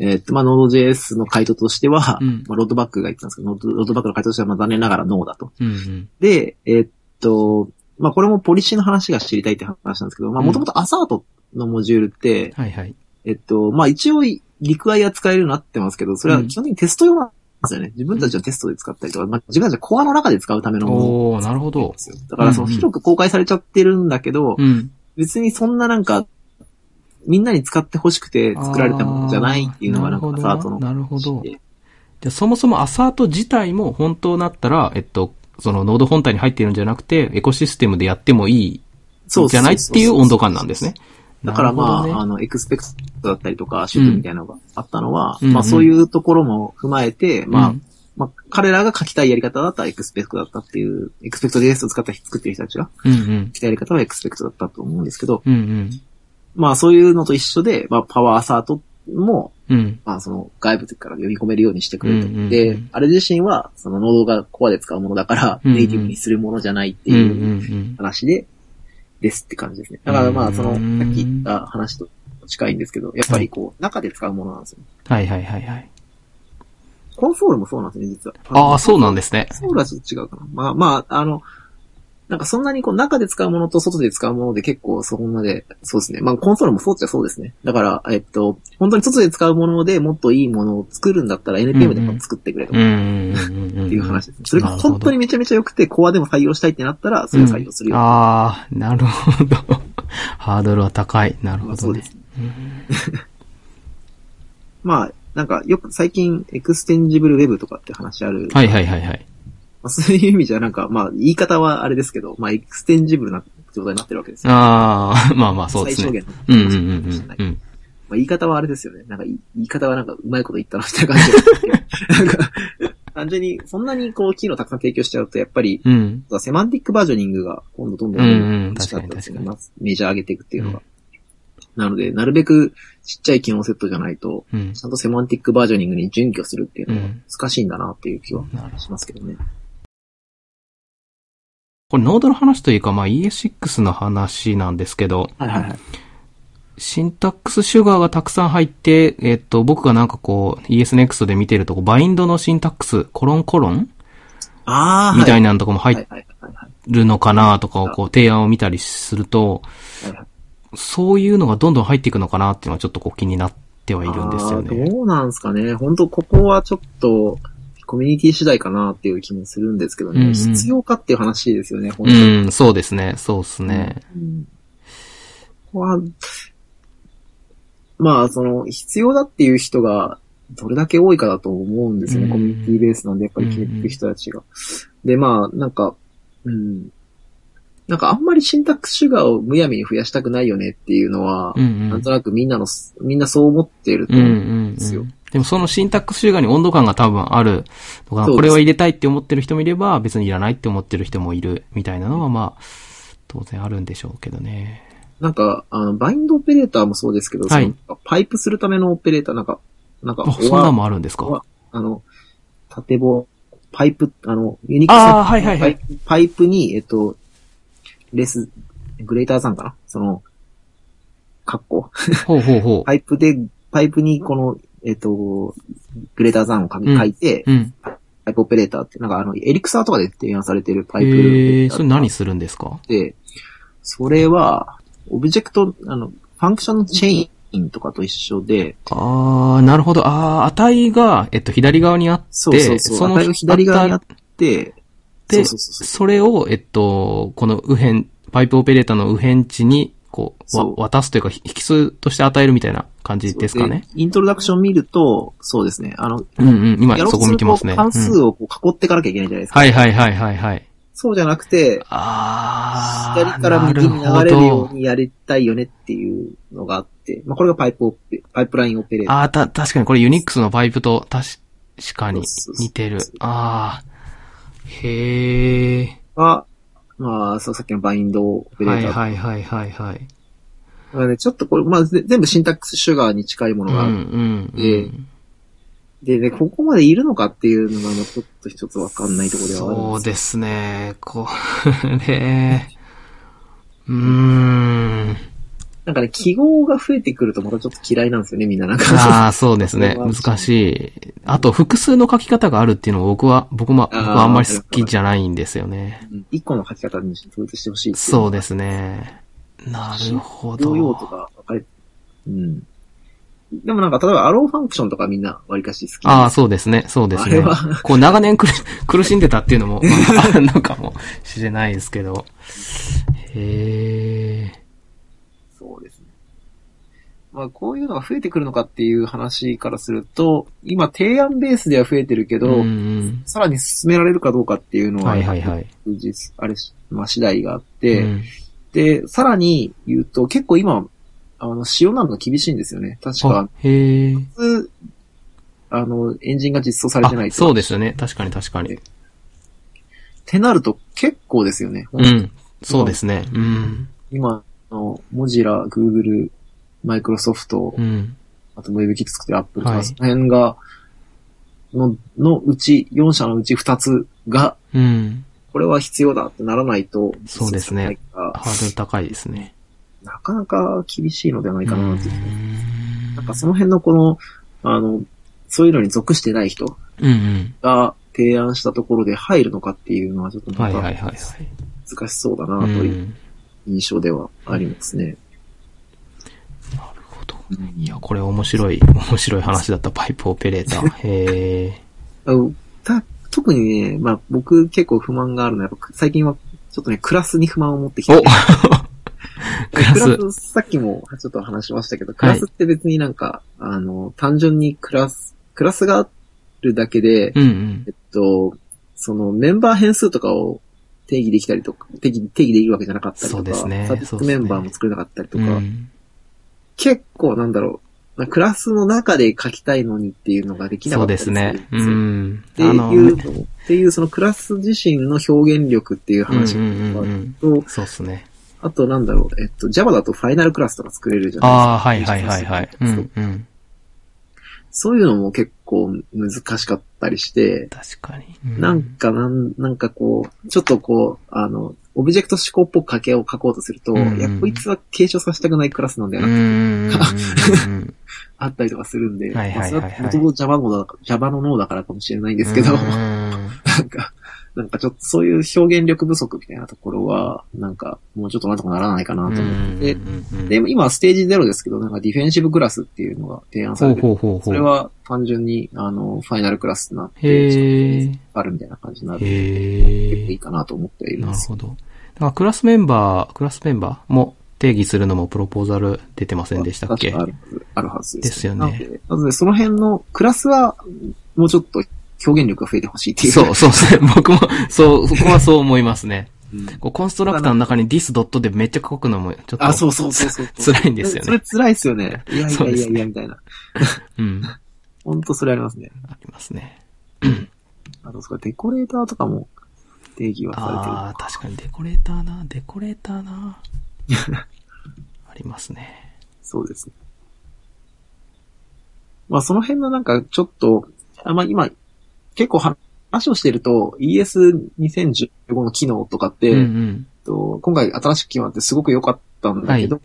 [SPEAKER 2] えっと、まあ、Node.js の回答としては、
[SPEAKER 1] うん
[SPEAKER 2] まあ、ロードバックが言ってたんですけど、ロードバックの回答としては、まあ、残念ながらノーだと。
[SPEAKER 1] うんうん。
[SPEAKER 2] で、えっと、まあ、これもポリシーの話が知りたいって話なんですけど、まあ、
[SPEAKER 1] うん
[SPEAKER 2] もともとアサートのモジュールって、
[SPEAKER 1] はいはい。
[SPEAKER 2] えっと、まあ、一応、リクワイア使えるようになってますけど、それは基本的にテスト用なんですよね。自分たちのテストで使ったりとか、まあ、自分たちのコアの中で使うためのもの
[SPEAKER 1] おおなるほ
[SPEAKER 2] なん
[SPEAKER 1] ど
[SPEAKER 2] で。すよ。だから、その、
[SPEAKER 1] うんうん
[SPEAKER 2] 広く公開されちゃってるんだけど、
[SPEAKER 1] うん。
[SPEAKER 2] 別にそんななんか、みんなに使ってほしくて作られたものじゃないっていうのが、なんか
[SPEAKER 1] あ
[SPEAKER 2] ア
[SPEAKER 1] ー
[SPEAKER 2] サートの
[SPEAKER 1] なるほど。なるほど
[SPEAKER 2] で
[SPEAKER 1] じゃあそもそもアサート自体も本当だったら、えっと、そのノード本体に入っているんじゃなくて、エコシステムでやってもい
[SPEAKER 2] そ
[SPEAKER 1] い
[SPEAKER 2] うん
[SPEAKER 1] じゃないっていう温度感なんですね。。
[SPEAKER 2] だからまあ、
[SPEAKER 1] なるほ
[SPEAKER 2] あ
[SPEAKER 1] どね
[SPEAKER 2] の、エクスペクトだったりとか、シュートみたいなのがあったのは、
[SPEAKER 1] うん
[SPEAKER 2] まあ
[SPEAKER 1] うん
[SPEAKER 2] そういうところも踏まえて、まあ、
[SPEAKER 1] うん
[SPEAKER 2] まあ彼らが書きたいやり方だったらエクスペクトだったっていう、エクスペクト JS を使った作ってる人たちが、
[SPEAKER 1] うんうん
[SPEAKER 2] 書。きたいやり方はエクスペクトだったと思うんですけど、
[SPEAKER 1] うん
[SPEAKER 2] まあそういうのと一緒で、まあパワーアサートも、
[SPEAKER 1] うん。うん。
[SPEAKER 2] まあその外部から読み込めるようにしてくれると。
[SPEAKER 1] うんうんうん
[SPEAKER 2] で、あれ自身は、そのノードがコアで使うものだから、
[SPEAKER 1] うんうん
[SPEAKER 2] ネイティブにするものじゃないって
[SPEAKER 1] うんう
[SPEAKER 2] いうん話で、ですって感じですね。だからまあ、その、
[SPEAKER 1] うん
[SPEAKER 2] さっき言った話と近いんですけど、やっぱりこう、中で使うものなんですよ。
[SPEAKER 1] はいはいはいはい。
[SPEAKER 2] コンソールもそうなんですね、実は。
[SPEAKER 1] ああ、そうなんですね。
[SPEAKER 2] ソールはちょっと違うかな。まあまあ、あの、なんかそんなにこう中で使うものと外で使うもので結構そこまで、そうですね。まあコンソールもそうっちゃそうですね。だから、えっと、本当に外で使うものでもっといいものを作るんだったら NPM でも作ってくれと
[SPEAKER 1] う
[SPEAKER 2] かっ
[SPEAKER 1] んうんうんうん。
[SPEAKER 2] ていう話ですね。それが
[SPEAKER 1] なるほど
[SPEAKER 2] 本当にめちゃめちゃ良くて、コアでも採用したいってなったら、それを採用するよ。
[SPEAKER 1] ああ、なるほど。 ハードルは高い。なるほ
[SPEAKER 2] そ
[SPEAKER 1] ど
[SPEAKER 2] う
[SPEAKER 1] ね
[SPEAKER 2] で。す。
[SPEAKER 1] うん
[SPEAKER 2] まあ、なんかよく最近エクステンジブルウェブとかって話ある。
[SPEAKER 1] はいはいはいはい。
[SPEAKER 2] まあ、そういう意味じゃなんか、まあ言い方はあれですけど、まあエクステンジブルな状態になってるわけですよ。
[SPEAKER 1] ああ、まあまあそうです
[SPEAKER 2] 最小
[SPEAKER 1] ね。
[SPEAKER 2] 限の。
[SPEAKER 1] うんうんうん
[SPEAKER 2] しない
[SPEAKER 1] うん
[SPEAKER 2] まあ、言い方はあれですよね。なんかい、言い方はなんか、うまいこと言ったな、みたいな感じですけ ど。なんか、単純に、そんなにこう、機能たくさん提供しちゃうと、やっぱり、
[SPEAKER 1] うん。うん。
[SPEAKER 2] セマンティックバージョニングが、今度どんどん
[SPEAKER 1] うんうん
[SPEAKER 2] 難しかったですよ
[SPEAKER 1] 確かに確か
[SPEAKER 2] ね
[SPEAKER 1] に
[SPEAKER 2] まずメジャー上げていくっていうのが。なので、なるべく、ちっちゃい機能セットじゃないと、
[SPEAKER 1] うん。
[SPEAKER 2] ちゃんとセマンティックバージョニングに準拠するっていう
[SPEAKER 1] う
[SPEAKER 2] のは、
[SPEAKER 1] ん。
[SPEAKER 2] 難しいんだな、っていう気は
[SPEAKER 1] なるほど
[SPEAKER 2] しますけどね。
[SPEAKER 1] これノードの話というか、まあ ES6 の話なんですけど、
[SPEAKER 2] はいはいはい。
[SPEAKER 1] シンタックスシュガーがたくさん入って、えっと、僕がなんかこう ESNEXT で見てるとこ、バインドのシンタックス、コロンコロン
[SPEAKER 2] ああ、
[SPEAKER 1] みたい
[SPEAKER 2] な。
[SPEAKER 1] なのとかも
[SPEAKER 2] はい
[SPEAKER 1] 入っ
[SPEAKER 2] はいはいはい
[SPEAKER 1] るのかなとかをこう提案を見たりすると、
[SPEAKER 2] はいはい。
[SPEAKER 1] そういうのがどんどん入っていくのかなっていうのはちょっとこう気になってはいるんですよ
[SPEAKER 2] あー
[SPEAKER 1] ね。
[SPEAKER 2] どうなんですかね。本当ここはちょっと、コミュニティ次第かなっていう気もするんですけどね。
[SPEAKER 1] うんうん
[SPEAKER 2] 必要かっていう話ですよね、本
[SPEAKER 1] う
[SPEAKER 2] 当に。
[SPEAKER 1] ん、そうですね。そうですね。
[SPEAKER 2] うんここは、まあ、その、必要だっていう人が、どれだけ多いかだと思うんですよね。
[SPEAKER 1] うん
[SPEAKER 2] コミュニティベースなんで、やっぱり消えていく人たちが。で、まあ、なんか、うん。なんかあんまりシンタックスシュガーをむやみに増やしたくないよねっていうのは
[SPEAKER 1] う、んう
[SPEAKER 2] なん
[SPEAKER 1] ん。
[SPEAKER 2] となくみんなの、みんなそう思ってると
[SPEAKER 1] うんう
[SPEAKER 2] 思
[SPEAKER 1] ん
[SPEAKER 2] う
[SPEAKER 1] うん
[SPEAKER 2] ですよ
[SPEAKER 1] でもそのシンタックスシュガーに温度感が多分あるのかな。
[SPEAKER 2] そうです
[SPEAKER 1] これは入れたいって思ってる人もいれば、別にいらないって思ってる人もいるみたいなのはまあ、当然あるんでしょうけどね。
[SPEAKER 2] なんか、あの、バインドオペレーターもそうですけど、
[SPEAKER 1] はい
[SPEAKER 2] そのパイプするためのオペレーター、なんか、なんか、
[SPEAKER 1] あ、そん
[SPEAKER 2] オア
[SPEAKER 1] なんもあるんです
[SPEAKER 2] オ
[SPEAKER 1] か
[SPEAKER 2] アあの、縦棒、パイプ、あの、ユニックス
[SPEAKER 1] ああ、はいはいは
[SPEAKER 2] パイ
[SPEAKER 1] い。
[SPEAKER 2] パイプに、えっと、レス、グレーターさんかなその、カッコ。
[SPEAKER 1] ほうほうほ
[SPEAKER 2] パイプで、パイプにこの、えっと、グレーターさんを書き
[SPEAKER 1] うん
[SPEAKER 2] 書いて、
[SPEAKER 1] う。うん。
[SPEAKER 2] パイプオペレーターって、なんかあの、エリクサーとかで提案されてるパイプオペ
[SPEAKER 1] え
[SPEAKER 2] レ
[SPEAKER 1] え、
[SPEAKER 2] ーター
[SPEAKER 1] それ何するんですか
[SPEAKER 2] で、それは、オブジェクト、あの、ファンクションのチェインとかと一緒で、
[SPEAKER 1] ああ、なるほど。ああ、値が、えっと、左側にあって、
[SPEAKER 2] そうそうそう、
[SPEAKER 1] その
[SPEAKER 2] 値を左側にあって、
[SPEAKER 1] で
[SPEAKER 2] そうそうそうそ
[SPEAKER 1] それを、えっと、この右辺、パイプオペレーターの右辺値に、こう、
[SPEAKER 2] そう
[SPEAKER 1] わ渡すというか、ひ引数として与えるみたいな感
[SPEAKER 2] う
[SPEAKER 1] じですかね。
[SPEAKER 2] でイントロダクション見ると、そうですね、あの、
[SPEAKER 1] うんうん、今
[SPEAKER 2] やろう
[SPEAKER 1] そこ見てますね。
[SPEAKER 2] 関
[SPEAKER 1] う
[SPEAKER 2] 数
[SPEAKER 1] ん
[SPEAKER 2] をこう囲っていかなきゃいけないじゃないですか。
[SPEAKER 1] はいはいはいはいはい。
[SPEAKER 2] そうじゃなくて、
[SPEAKER 1] あー、
[SPEAKER 2] 左から右に流れるようにやりたいよねっていうのがあって、まあこれがパイプオペ、パイプラインオペレーター。
[SPEAKER 1] ああ、た、確かにこれユニックスのパイプと確かに
[SPEAKER 2] そうそうそう
[SPEAKER 1] 似てる。ああ、へえ。
[SPEAKER 2] は、まあ、そうさっきのバインドオペレ
[SPEAKER 1] はい
[SPEAKER 2] ーター。
[SPEAKER 1] はいはいはいはい。
[SPEAKER 2] だからねちょっとこれ、まあぜ全部シンタックスシュガーに近いも
[SPEAKER 1] う
[SPEAKER 2] の
[SPEAKER 1] んう
[SPEAKER 2] があって
[SPEAKER 1] んうん。
[SPEAKER 2] でで、ね、ここまでいるのかっていうのが、まあちょっと一つわかんないところではある
[SPEAKER 1] そ
[SPEAKER 2] ん
[SPEAKER 1] う
[SPEAKER 2] です
[SPEAKER 1] ですね。こ れ、うーん。
[SPEAKER 2] なんかね、記号が増えてくるとまたちょっと嫌いなんですよね、みんななんか。
[SPEAKER 1] ああ、そうです ね。難しい。あと、複数の書き方があるっていうのも僕は、僕も、
[SPEAKER 2] あー
[SPEAKER 1] 僕はあんまり好きじゃないんですよね。
[SPEAKER 2] うん一個の書き方に統一してほしいってい
[SPEAKER 1] そう
[SPEAKER 2] す。
[SPEAKER 1] ですね。なるほど。
[SPEAKER 2] 同様とか分かれ、うん。でもなんか、例えばアローファンクションとかみんな割かし好き。
[SPEAKER 1] ああ、そうですね。そうです
[SPEAKER 2] あ
[SPEAKER 1] ね
[SPEAKER 2] れ。は、
[SPEAKER 1] こう、長年苦し 苦しんでたっていうのも、まあ、あるのかもしれないですけど。へえ。
[SPEAKER 2] そうですね。まあ、こういうのが増えてくるのかっていう話からすると、今提案ベースでは増えてるけど、
[SPEAKER 1] うん
[SPEAKER 2] さらに進められるかどうかっていう
[SPEAKER 1] う
[SPEAKER 2] の
[SPEAKER 1] ん。
[SPEAKER 2] は、
[SPEAKER 1] はいはいはい。
[SPEAKER 2] 実あれし、まあ、次第があって、
[SPEAKER 1] うん
[SPEAKER 2] で、さらに言うと、結構今、あの、仕様なのが厳しいんですよね。確
[SPEAKER 1] あ
[SPEAKER 2] か、
[SPEAKER 1] へえ。
[SPEAKER 2] 普通あの、エンジンが実装されてない
[SPEAKER 1] あそうですよね。確かに確かに。
[SPEAKER 2] ってなると結構ですよね。
[SPEAKER 1] うん。そうですね。うん。
[SPEAKER 2] 今の、モジラ、グーグル、マイクロソフト
[SPEAKER 1] う、ん。
[SPEAKER 2] あとウェブキック作ってるアップルと
[SPEAKER 1] は
[SPEAKER 2] か、
[SPEAKER 1] い
[SPEAKER 2] その辺が、の、のうち、4社のうち2つが、
[SPEAKER 1] うん。
[SPEAKER 2] これは必要だってならないと、
[SPEAKER 1] そうですね
[SPEAKER 2] 実装されないから
[SPEAKER 1] ハードル高いですね。
[SPEAKER 2] なかなか厳しいのではないかなっていう。
[SPEAKER 1] な
[SPEAKER 2] なんかその辺のこの、あの、そういうのに属してない人
[SPEAKER 1] うんうん。
[SPEAKER 2] が提案したところで入るのかっていうのはちょっとま
[SPEAKER 1] はい
[SPEAKER 2] た
[SPEAKER 1] はいはい
[SPEAKER 2] 難
[SPEAKER 1] はい。
[SPEAKER 2] しそうだな
[SPEAKER 1] う
[SPEAKER 2] と
[SPEAKER 1] ん
[SPEAKER 2] いう印象ではありますね。
[SPEAKER 1] なるほど。いや、これ面白い、面白い話だった、パイプオペレーター。へえ。
[SPEAKER 2] あのた特にね、まあ僕結構不満があるのは、やっぱ最近はちょっとね、クラスに不満を持ってきて
[SPEAKER 1] お
[SPEAKER 2] て、
[SPEAKER 1] クラス。
[SPEAKER 2] クラス、さっきもちょっと話しましたけど、クラスって別になんか、あの、単純にクラス、クラスがあるだけで、
[SPEAKER 1] うんうん
[SPEAKER 2] え。っと、そのメンバー変数とかを定義できたりとか、定義定義できるわけじゃなかったりと
[SPEAKER 1] そう
[SPEAKER 2] か、
[SPEAKER 1] ですね
[SPEAKER 2] サブスクメンバーも作れなかったりとか、
[SPEAKER 1] うん
[SPEAKER 2] 結構なんだろう、まあクラスの中で書きたいのにっていうのができな
[SPEAKER 1] そ
[SPEAKER 2] か
[SPEAKER 1] う
[SPEAKER 2] った
[SPEAKER 1] で
[SPEAKER 2] り
[SPEAKER 1] す
[SPEAKER 2] るん
[SPEAKER 1] ね。う
[SPEAKER 2] よ
[SPEAKER 1] ん。
[SPEAKER 2] ってい
[SPEAKER 1] あ
[SPEAKER 2] う
[SPEAKER 1] の、
[SPEAKER 2] の、っていうそのクラス自身の表現力っていう話と
[SPEAKER 1] う
[SPEAKER 2] か、
[SPEAKER 1] んうんうんうんそうっすね。
[SPEAKER 2] あとなんだろう、えっと、Java だとファイナルクラスとか作れるじゃ
[SPEAKER 1] ああ、
[SPEAKER 2] な
[SPEAKER 1] はいい
[SPEAKER 2] ですか。
[SPEAKER 1] はいはいはい。う
[SPEAKER 2] そうん
[SPEAKER 1] うん。
[SPEAKER 2] そういうのも結構難しかったりして、
[SPEAKER 1] 確かに。う
[SPEAKER 2] なんかなん、なんかこう、ちょっとこう、あの、オブジェクト思考っぽく書けを書こうとすると、
[SPEAKER 1] うん
[SPEAKER 2] いや、こいつは継承させたくないクラスなんだ
[SPEAKER 1] う
[SPEAKER 2] よ
[SPEAKER 1] んう
[SPEAKER 2] な、
[SPEAKER 1] んうんうん
[SPEAKER 2] あったりとかするんで、
[SPEAKER 1] はいはいはいはい
[SPEAKER 2] まあそれは元々 Java のだ Java の脳だからかもしれないんですけど、
[SPEAKER 1] うん
[SPEAKER 2] な
[SPEAKER 1] うん
[SPEAKER 2] んか、なんかちょっとそういう表現力不足みたいなところは、なんか、もうちょっとなんとかならないかなと思って、
[SPEAKER 1] うん
[SPEAKER 2] で、今はステージゼロですけど、なんかディフェンシブクラスっていうのが提案さ
[SPEAKER 1] ほう
[SPEAKER 2] れて
[SPEAKER 1] ほ
[SPEAKER 2] て、
[SPEAKER 1] うほうほう。
[SPEAKER 2] それは単純に、あの、ファイナルクラスになっ
[SPEAKER 1] へ
[SPEAKER 2] て
[SPEAKER 1] ー、
[SPEAKER 2] あるみたいな感じになる。結構い
[SPEAKER 1] へ
[SPEAKER 2] いかなと思ってい
[SPEAKER 1] え。
[SPEAKER 2] るん
[SPEAKER 1] な
[SPEAKER 2] で
[SPEAKER 1] る
[SPEAKER 2] す。
[SPEAKER 1] ほど。だからクラスメンバー、クラスメンバーも定義するのもプロポーザル出てませんでしたっけ
[SPEAKER 2] 確かあるはずあるはず
[SPEAKER 1] ですよね
[SPEAKER 2] なので、なのでその辺のクラスは、もうちょっと表現力が増えてほしいっていう。
[SPEAKER 1] そう、そうですね。僕も、そう、そこはそう思いますね。
[SPEAKER 2] うん
[SPEAKER 1] こうコンストラクターの中に this ドットでめっちゃ書くのもちょっと。
[SPEAKER 2] あ、そうそうそうそう。
[SPEAKER 1] 辛いんですよね
[SPEAKER 2] それ辛いですよね。いやい
[SPEAKER 1] そう
[SPEAKER 2] や
[SPEAKER 1] で
[SPEAKER 2] い
[SPEAKER 1] す
[SPEAKER 2] やい
[SPEAKER 1] ね
[SPEAKER 2] や、みたいな。
[SPEAKER 1] うん。
[SPEAKER 2] ほんとそれありますね。
[SPEAKER 1] あります ね。
[SPEAKER 2] あと、それデコレーターとかも定義はさ
[SPEAKER 1] ああ、確かにデコレーターな、デコレーターな。ありますね。
[SPEAKER 2] れてる。そうですね。まあ、その辺のなんか、ちょっと、あんま今、結構は話をしてると、ES2015 の機能とかって、
[SPEAKER 1] うんうん。
[SPEAKER 2] えっと、今回新しく決まってすごく良かったんだけど、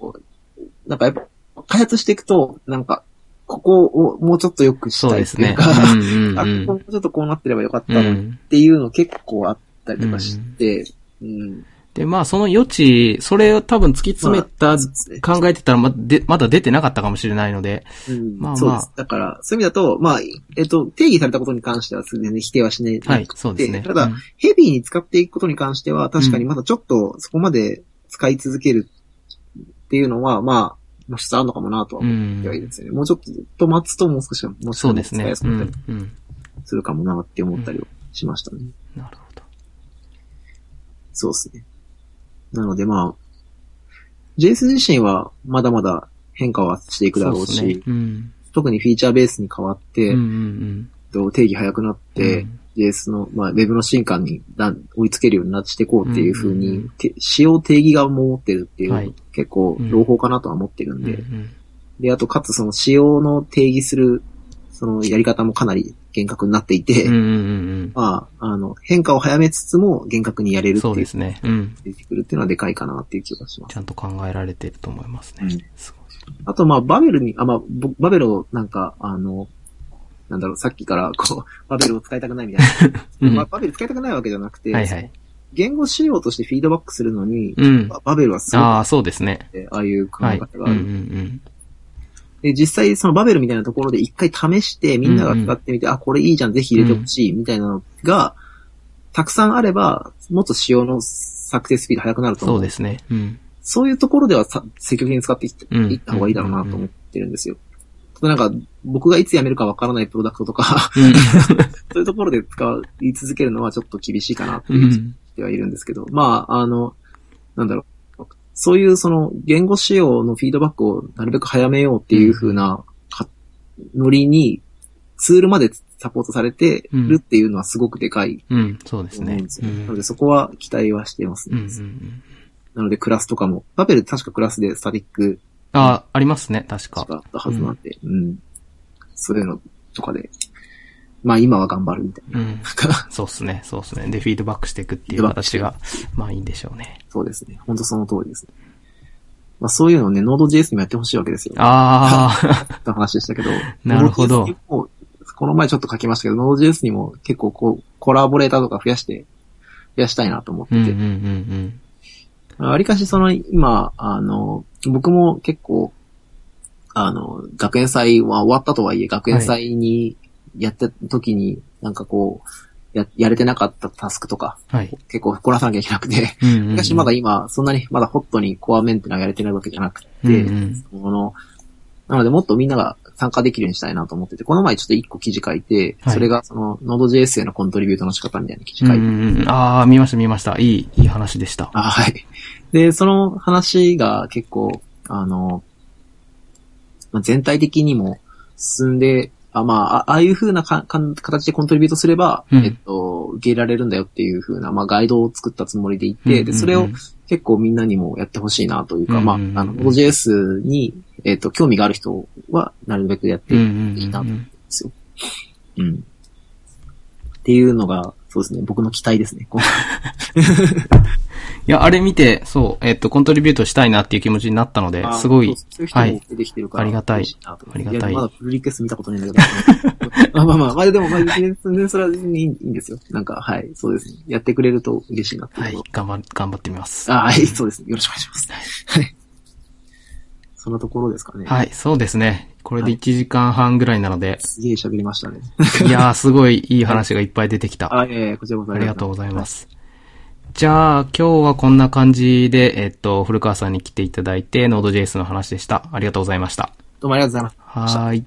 [SPEAKER 2] なんかやっぱ開発していくと、なんか、ここをもうちょっと良くし
[SPEAKER 1] そう
[SPEAKER 2] たい
[SPEAKER 1] で
[SPEAKER 2] っ
[SPEAKER 1] す
[SPEAKER 2] てい
[SPEAKER 1] ね
[SPEAKER 2] う。か、
[SPEAKER 1] うんうん
[SPEAKER 2] あ、
[SPEAKER 1] うん
[SPEAKER 2] ここもうちょっとこうなってればよかった
[SPEAKER 1] う
[SPEAKER 2] のにっ
[SPEAKER 1] ん。
[SPEAKER 2] ていうの結構あったりとかして、うん。
[SPEAKER 1] で、まあその余地、それを多分突き詰めた、
[SPEAKER 2] ま
[SPEAKER 1] 考えてたらまで、まだ出てなかったかもしれないので。
[SPEAKER 2] うん
[SPEAKER 1] まあまあ
[SPEAKER 2] そうです。だから、そういう意味だと、まあ、えっと、定義されたことに関しては全然否定はしない。
[SPEAKER 1] はい、そうですね。
[SPEAKER 2] ただ
[SPEAKER 1] うん、
[SPEAKER 2] ヘビーに使っていくことに関しては、確かにまだちょっとそこまで使い続けるっていうのは、まあ、もしあるのかもなとは
[SPEAKER 1] う
[SPEAKER 2] 思
[SPEAKER 1] ん
[SPEAKER 2] ってはいるんですよね。もうちょっと待つともう少しは、もし
[SPEAKER 1] そ
[SPEAKER 2] か
[SPEAKER 1] うで
[SPEAKER 2] し
[SPEAKER 1] す
[SPEAKER 2] たら
[SPEAKER 1] ね
[SPEAKER 2] 使い
[SPEAKER 1] う
[SPEAKER 2] や。すかった
[SPEAKER 1] ん
[SPEAKER 2] り、
[SPEAKER 1] うん。
[SPEAKER 2] するかもなって思ったりはしましたね。
[SPEAKER 1] なるほど。
[SPEAKER 2] そうですね。なのでまあ、JS 自身はまだまだ変化はしていくだろう
[SPEAKER 1] そ
[SPEAKER 2] し、
[SPEAKER 1] うですね。うん。
[SPEAKER 2] 特にフィーチャーベースに変わって、
[SPEAKER 1] うんうんうん。
[SPEAKER 2] と定義早くなって、JS の、まあ、ウェブの進化にだん追いつけるようになっていこうっていう風に、
[SPEAKER 1] うん
[SPEAKER 2] て使用定義側も持ってるっていう、
[SPEAKER 1] はい
[SPEAKER 2] 結構
[SPEAKER 1] うん
[SPEAKER 2] 朗報かなとは思ってる
[SPEAKER 1] うんんう
[SPEAKER 2] で、
[SPEAKER 1] ん。
[SPEAKER 2] で、あとかつその使用の定義する、そのやり方もかなり厳格になっていて、
[SPEAKER 1] うんうんうん
[SPEAKER 2] まあ、あの、変化を早めつつも厳格にやれ
[SPEAKER 1] う
[SPEAKER 2] る
[SPEAKER 1] ん。
[SPEAKER 2] ってい
[SPEAKER 1] そう
[SPEAKER 2] う、
[SPEAKER 1] で
[SPEAKER 2] 出
[SPEAKER 1] すね。うん。
[SPEAKER 2] てくるっていうのはでかいかなっていう気がします。
[SPEAKER 1] ちゃんと考えられてると思います
[SPEAKER 2] う
[SPEAKER 1] ね
[SPEAKER 2] ん。
[SPEAKER 1] すごい。
[SPEAKER 2] あと、まあ、バベルに、あ、まあ、ぼバベルをなんか、あの、なんだろう、さっきから、こう、バベルを使いたくないみたいな。
[SPEAKER 1] うん
[SPEAKER 2] まあ、バベル使いたくないわけじゃなくて、
[SPEAKER 1] はいはい。
[SPEAKER 2] 言語仕様としてフィードバックするのに、
[SPEAKER 1] うん
[SPEAKER 2] ま。あバベルはすごく
[SPEAKER 1] あ
[SPEAKER 2] あ
[SPEAKER 1] あ、そうですね。
[SPEAKER 2] って、ああいう考
[SPEAKER 1] は
[SPEAKER 2] え
[SPEAKER 1] い。
[SPEAKER 2] 方
[SPEAKER 1] うん
[SPEAKER 2] が
[SPEAKER 1] う
[SPEAKER 2] あ
[SPEAKER 1] ん
[SPEAKER 2] る。で、実際そのバベルみたいなところで一回試して、みんなが使ってみて、あ、これいいじゃん、ぜひ入れてほしい、みたいなのが、たくさんあれば、もっと仕様の作成スピード速くなる
[SPEAKER 1] うん。
[SPEAKER 2] と思う。
[SPEAKER 1] そうですね。うん。
[SPEAKER 2] そういうところではさ積極的に使っていっ
[SPEAKER 1] うん
[SPEAKER 2] いった方がいいだろうなと思ってるんですよ。ただなんか、僕がいつ辞めるかわからないプロダクトとか、
[SPEAKER 1] うん
[SPEAKER 2] そういうところで使い続けるのはちょっと厳しいかなって
[SPEAKER 1] う。
[SPEAKER 2] いうんってはいるんですけど、まあ、あの、なんだろう、そういうその言語仕様のフィードバックをなるべく早めようっていう風なかノリにツールまでサポートされてるっていうのはすごくでかい
[SPEAKER 1] うん。そうで
[SPEAKER 2] と
[SPEAKER 1] す
[SPEAKER 2] 思う
[SPEAKER 1] ね
[SPEAKER 2] んです。
[SPEAKER 1] う
[SPEAKER 2] よ。
[SPEAKER 1] ん
[SPEAKER 2] なのでそこは期待はしてます、
[SPEAKER 1] うんう
[SPEAKER 2] ね
[SPEAKER 1] んうん。
[SPEAKER 2] なのでクラスとかも、バベル確かクラスでスタティック
[SPEAKER 1] ああ、ありますね。確
[SPEAKER 2] と
[SPEAKER 1] か
[SPEAKER 2] か。あったはずなんで、うん、そういうのとかで、まあ今は頑張るみたい
[SPEAKER 1] うん。
[SPEAKER 2] な。
[SPEAKER 1] そうっすね。そうっすね。で、フィードバックしていくっていう形が、まあいいんでしょうね。
[SPEAKER 2] そうですね。本当その通りですね。まあ、そういうのをね、Node.js にもやってほしいわけですよ、ね。
[SPEAKER 1] ああ、
[SPEAKER 2] って話でしたけど。
[SPEAKER 1] なるほど
[SPEAKER 2] Node.js にもこの前ちょっと書きましたけど、Node.js にも結構こう、コラボレーターとか増やして、増やしたいなと思って
[SPEAKER 1] うんうんう
[SPEAKER 2] て。
[SPEAKER 1] ん
[SPEAKER 2] ありかしその今、あの、僕も結構、あの、学園祭は終わったとはいえ、学園祭にやった時に、なんかこう、や、やれてなかったタスクとか、
[SPEAKER 1] うん。はい。
[SPEAKER 2] 結構凝らさなきゃいけなくて、
[SPEAKER 1] うんうんうん
[SPEAKER 2] 昔まだ今、そんなにまだホットにコアメンテナーやれてないわけじゃなくて、
[SPEAKER 1] うんうん
[SPEAKER 2] その、なのでもっとみんなが参加できるようにしたいなと思ってて、この前ちょっと一個記事書いて、
[SPEAKER 1] はい
[SPEAKER 2] それがその、Node.js へのコントリビュートの仕方みたいな記事
[SPEAKER 1] う
[SPEAKER 2] 書
[SPEAKER 1] ん
[SPEAKER 2] いて、
[SPEAKER 1] うんうんああ、見ました見ました。いい、いい話でした。
[SPEAKER 2] あはい。で、その話が結構、あの、まあ全体的にも進んで、あまあ、あああいう風なかかん形でコントリビュートすれば、
[SPEAKER 1] うん
[SPEAKER 2] えっと、受け入れられるんだよっていう風な、まあ、ガイドを作ったつもりでいて、で、それ
[SPEAKER 1] う
[SPEAKER 2] を
[SPEAKER 1] んうん
[SPEAKER 2] 結構みんなにもやってほしいなというか、
[SPEAKER 1] うん
[SPEAKER 2] まあ、あの、Node.js に、えっと、興味がある人は、なるべくやって
[SPEAKER 1] うん、う
[SPEAKER 2] い
[SPEAKER 1] ん
[SPEAKER 2] い
[SPEAKER 1] うん
[SPEAKER 2] な
[SPEAKER 1] う
[SPEAKER 2] と思うん
[SPEAKER 1] ん
[SPEAKER 2] で。すよ。うん。っていうのが、そうですね、僕の期待ですね。こう
[SPEAKER 1] いや、あれ見て、そう、えっと、コントリビュートしたいなっていう気持ちになったので、すごい
[SPEAKER 2] そう、そういう人も出てきてるから、
[SPEAKER 1] はいありがたい
[SPEAKER 2] 嬉しなと思って
[SPEAKER 1] ありがたい
[SPEAKER 2] やまだプルリクエスト見たことないんだけど。 まあまあまあ、まあでも、まあ、全然それはいいんですよ。なんか、はい、そうですね。やってくれると嬉しいなって、
[SPEAKER 1] はいいう頑張、頑張ってみます。
[SPEAKER 2] ああ、はい、そうですね。よろしくお願いします。はい。 そんなところですかね。
[SPEAKER 1] はい、そうですね。これで1時間半ぐらいなので、
[SPEAKER 2] すげえ喋りましたね。
[SPEAKER 1] いやー、すごいいい話がいっぱい出てきた。
[SPEAKER 2] あ、ええこちらこそ。
[SPEAKER 1] ありがとうございますす。じゃあ、今日はこんな感じで、えっと、古川さんに来ていただいて、Node.js の話でした。ありがとうございました。
[SPEAKER 2] 啊どうもありがとうございます。
[SPEAKER 1] はーい。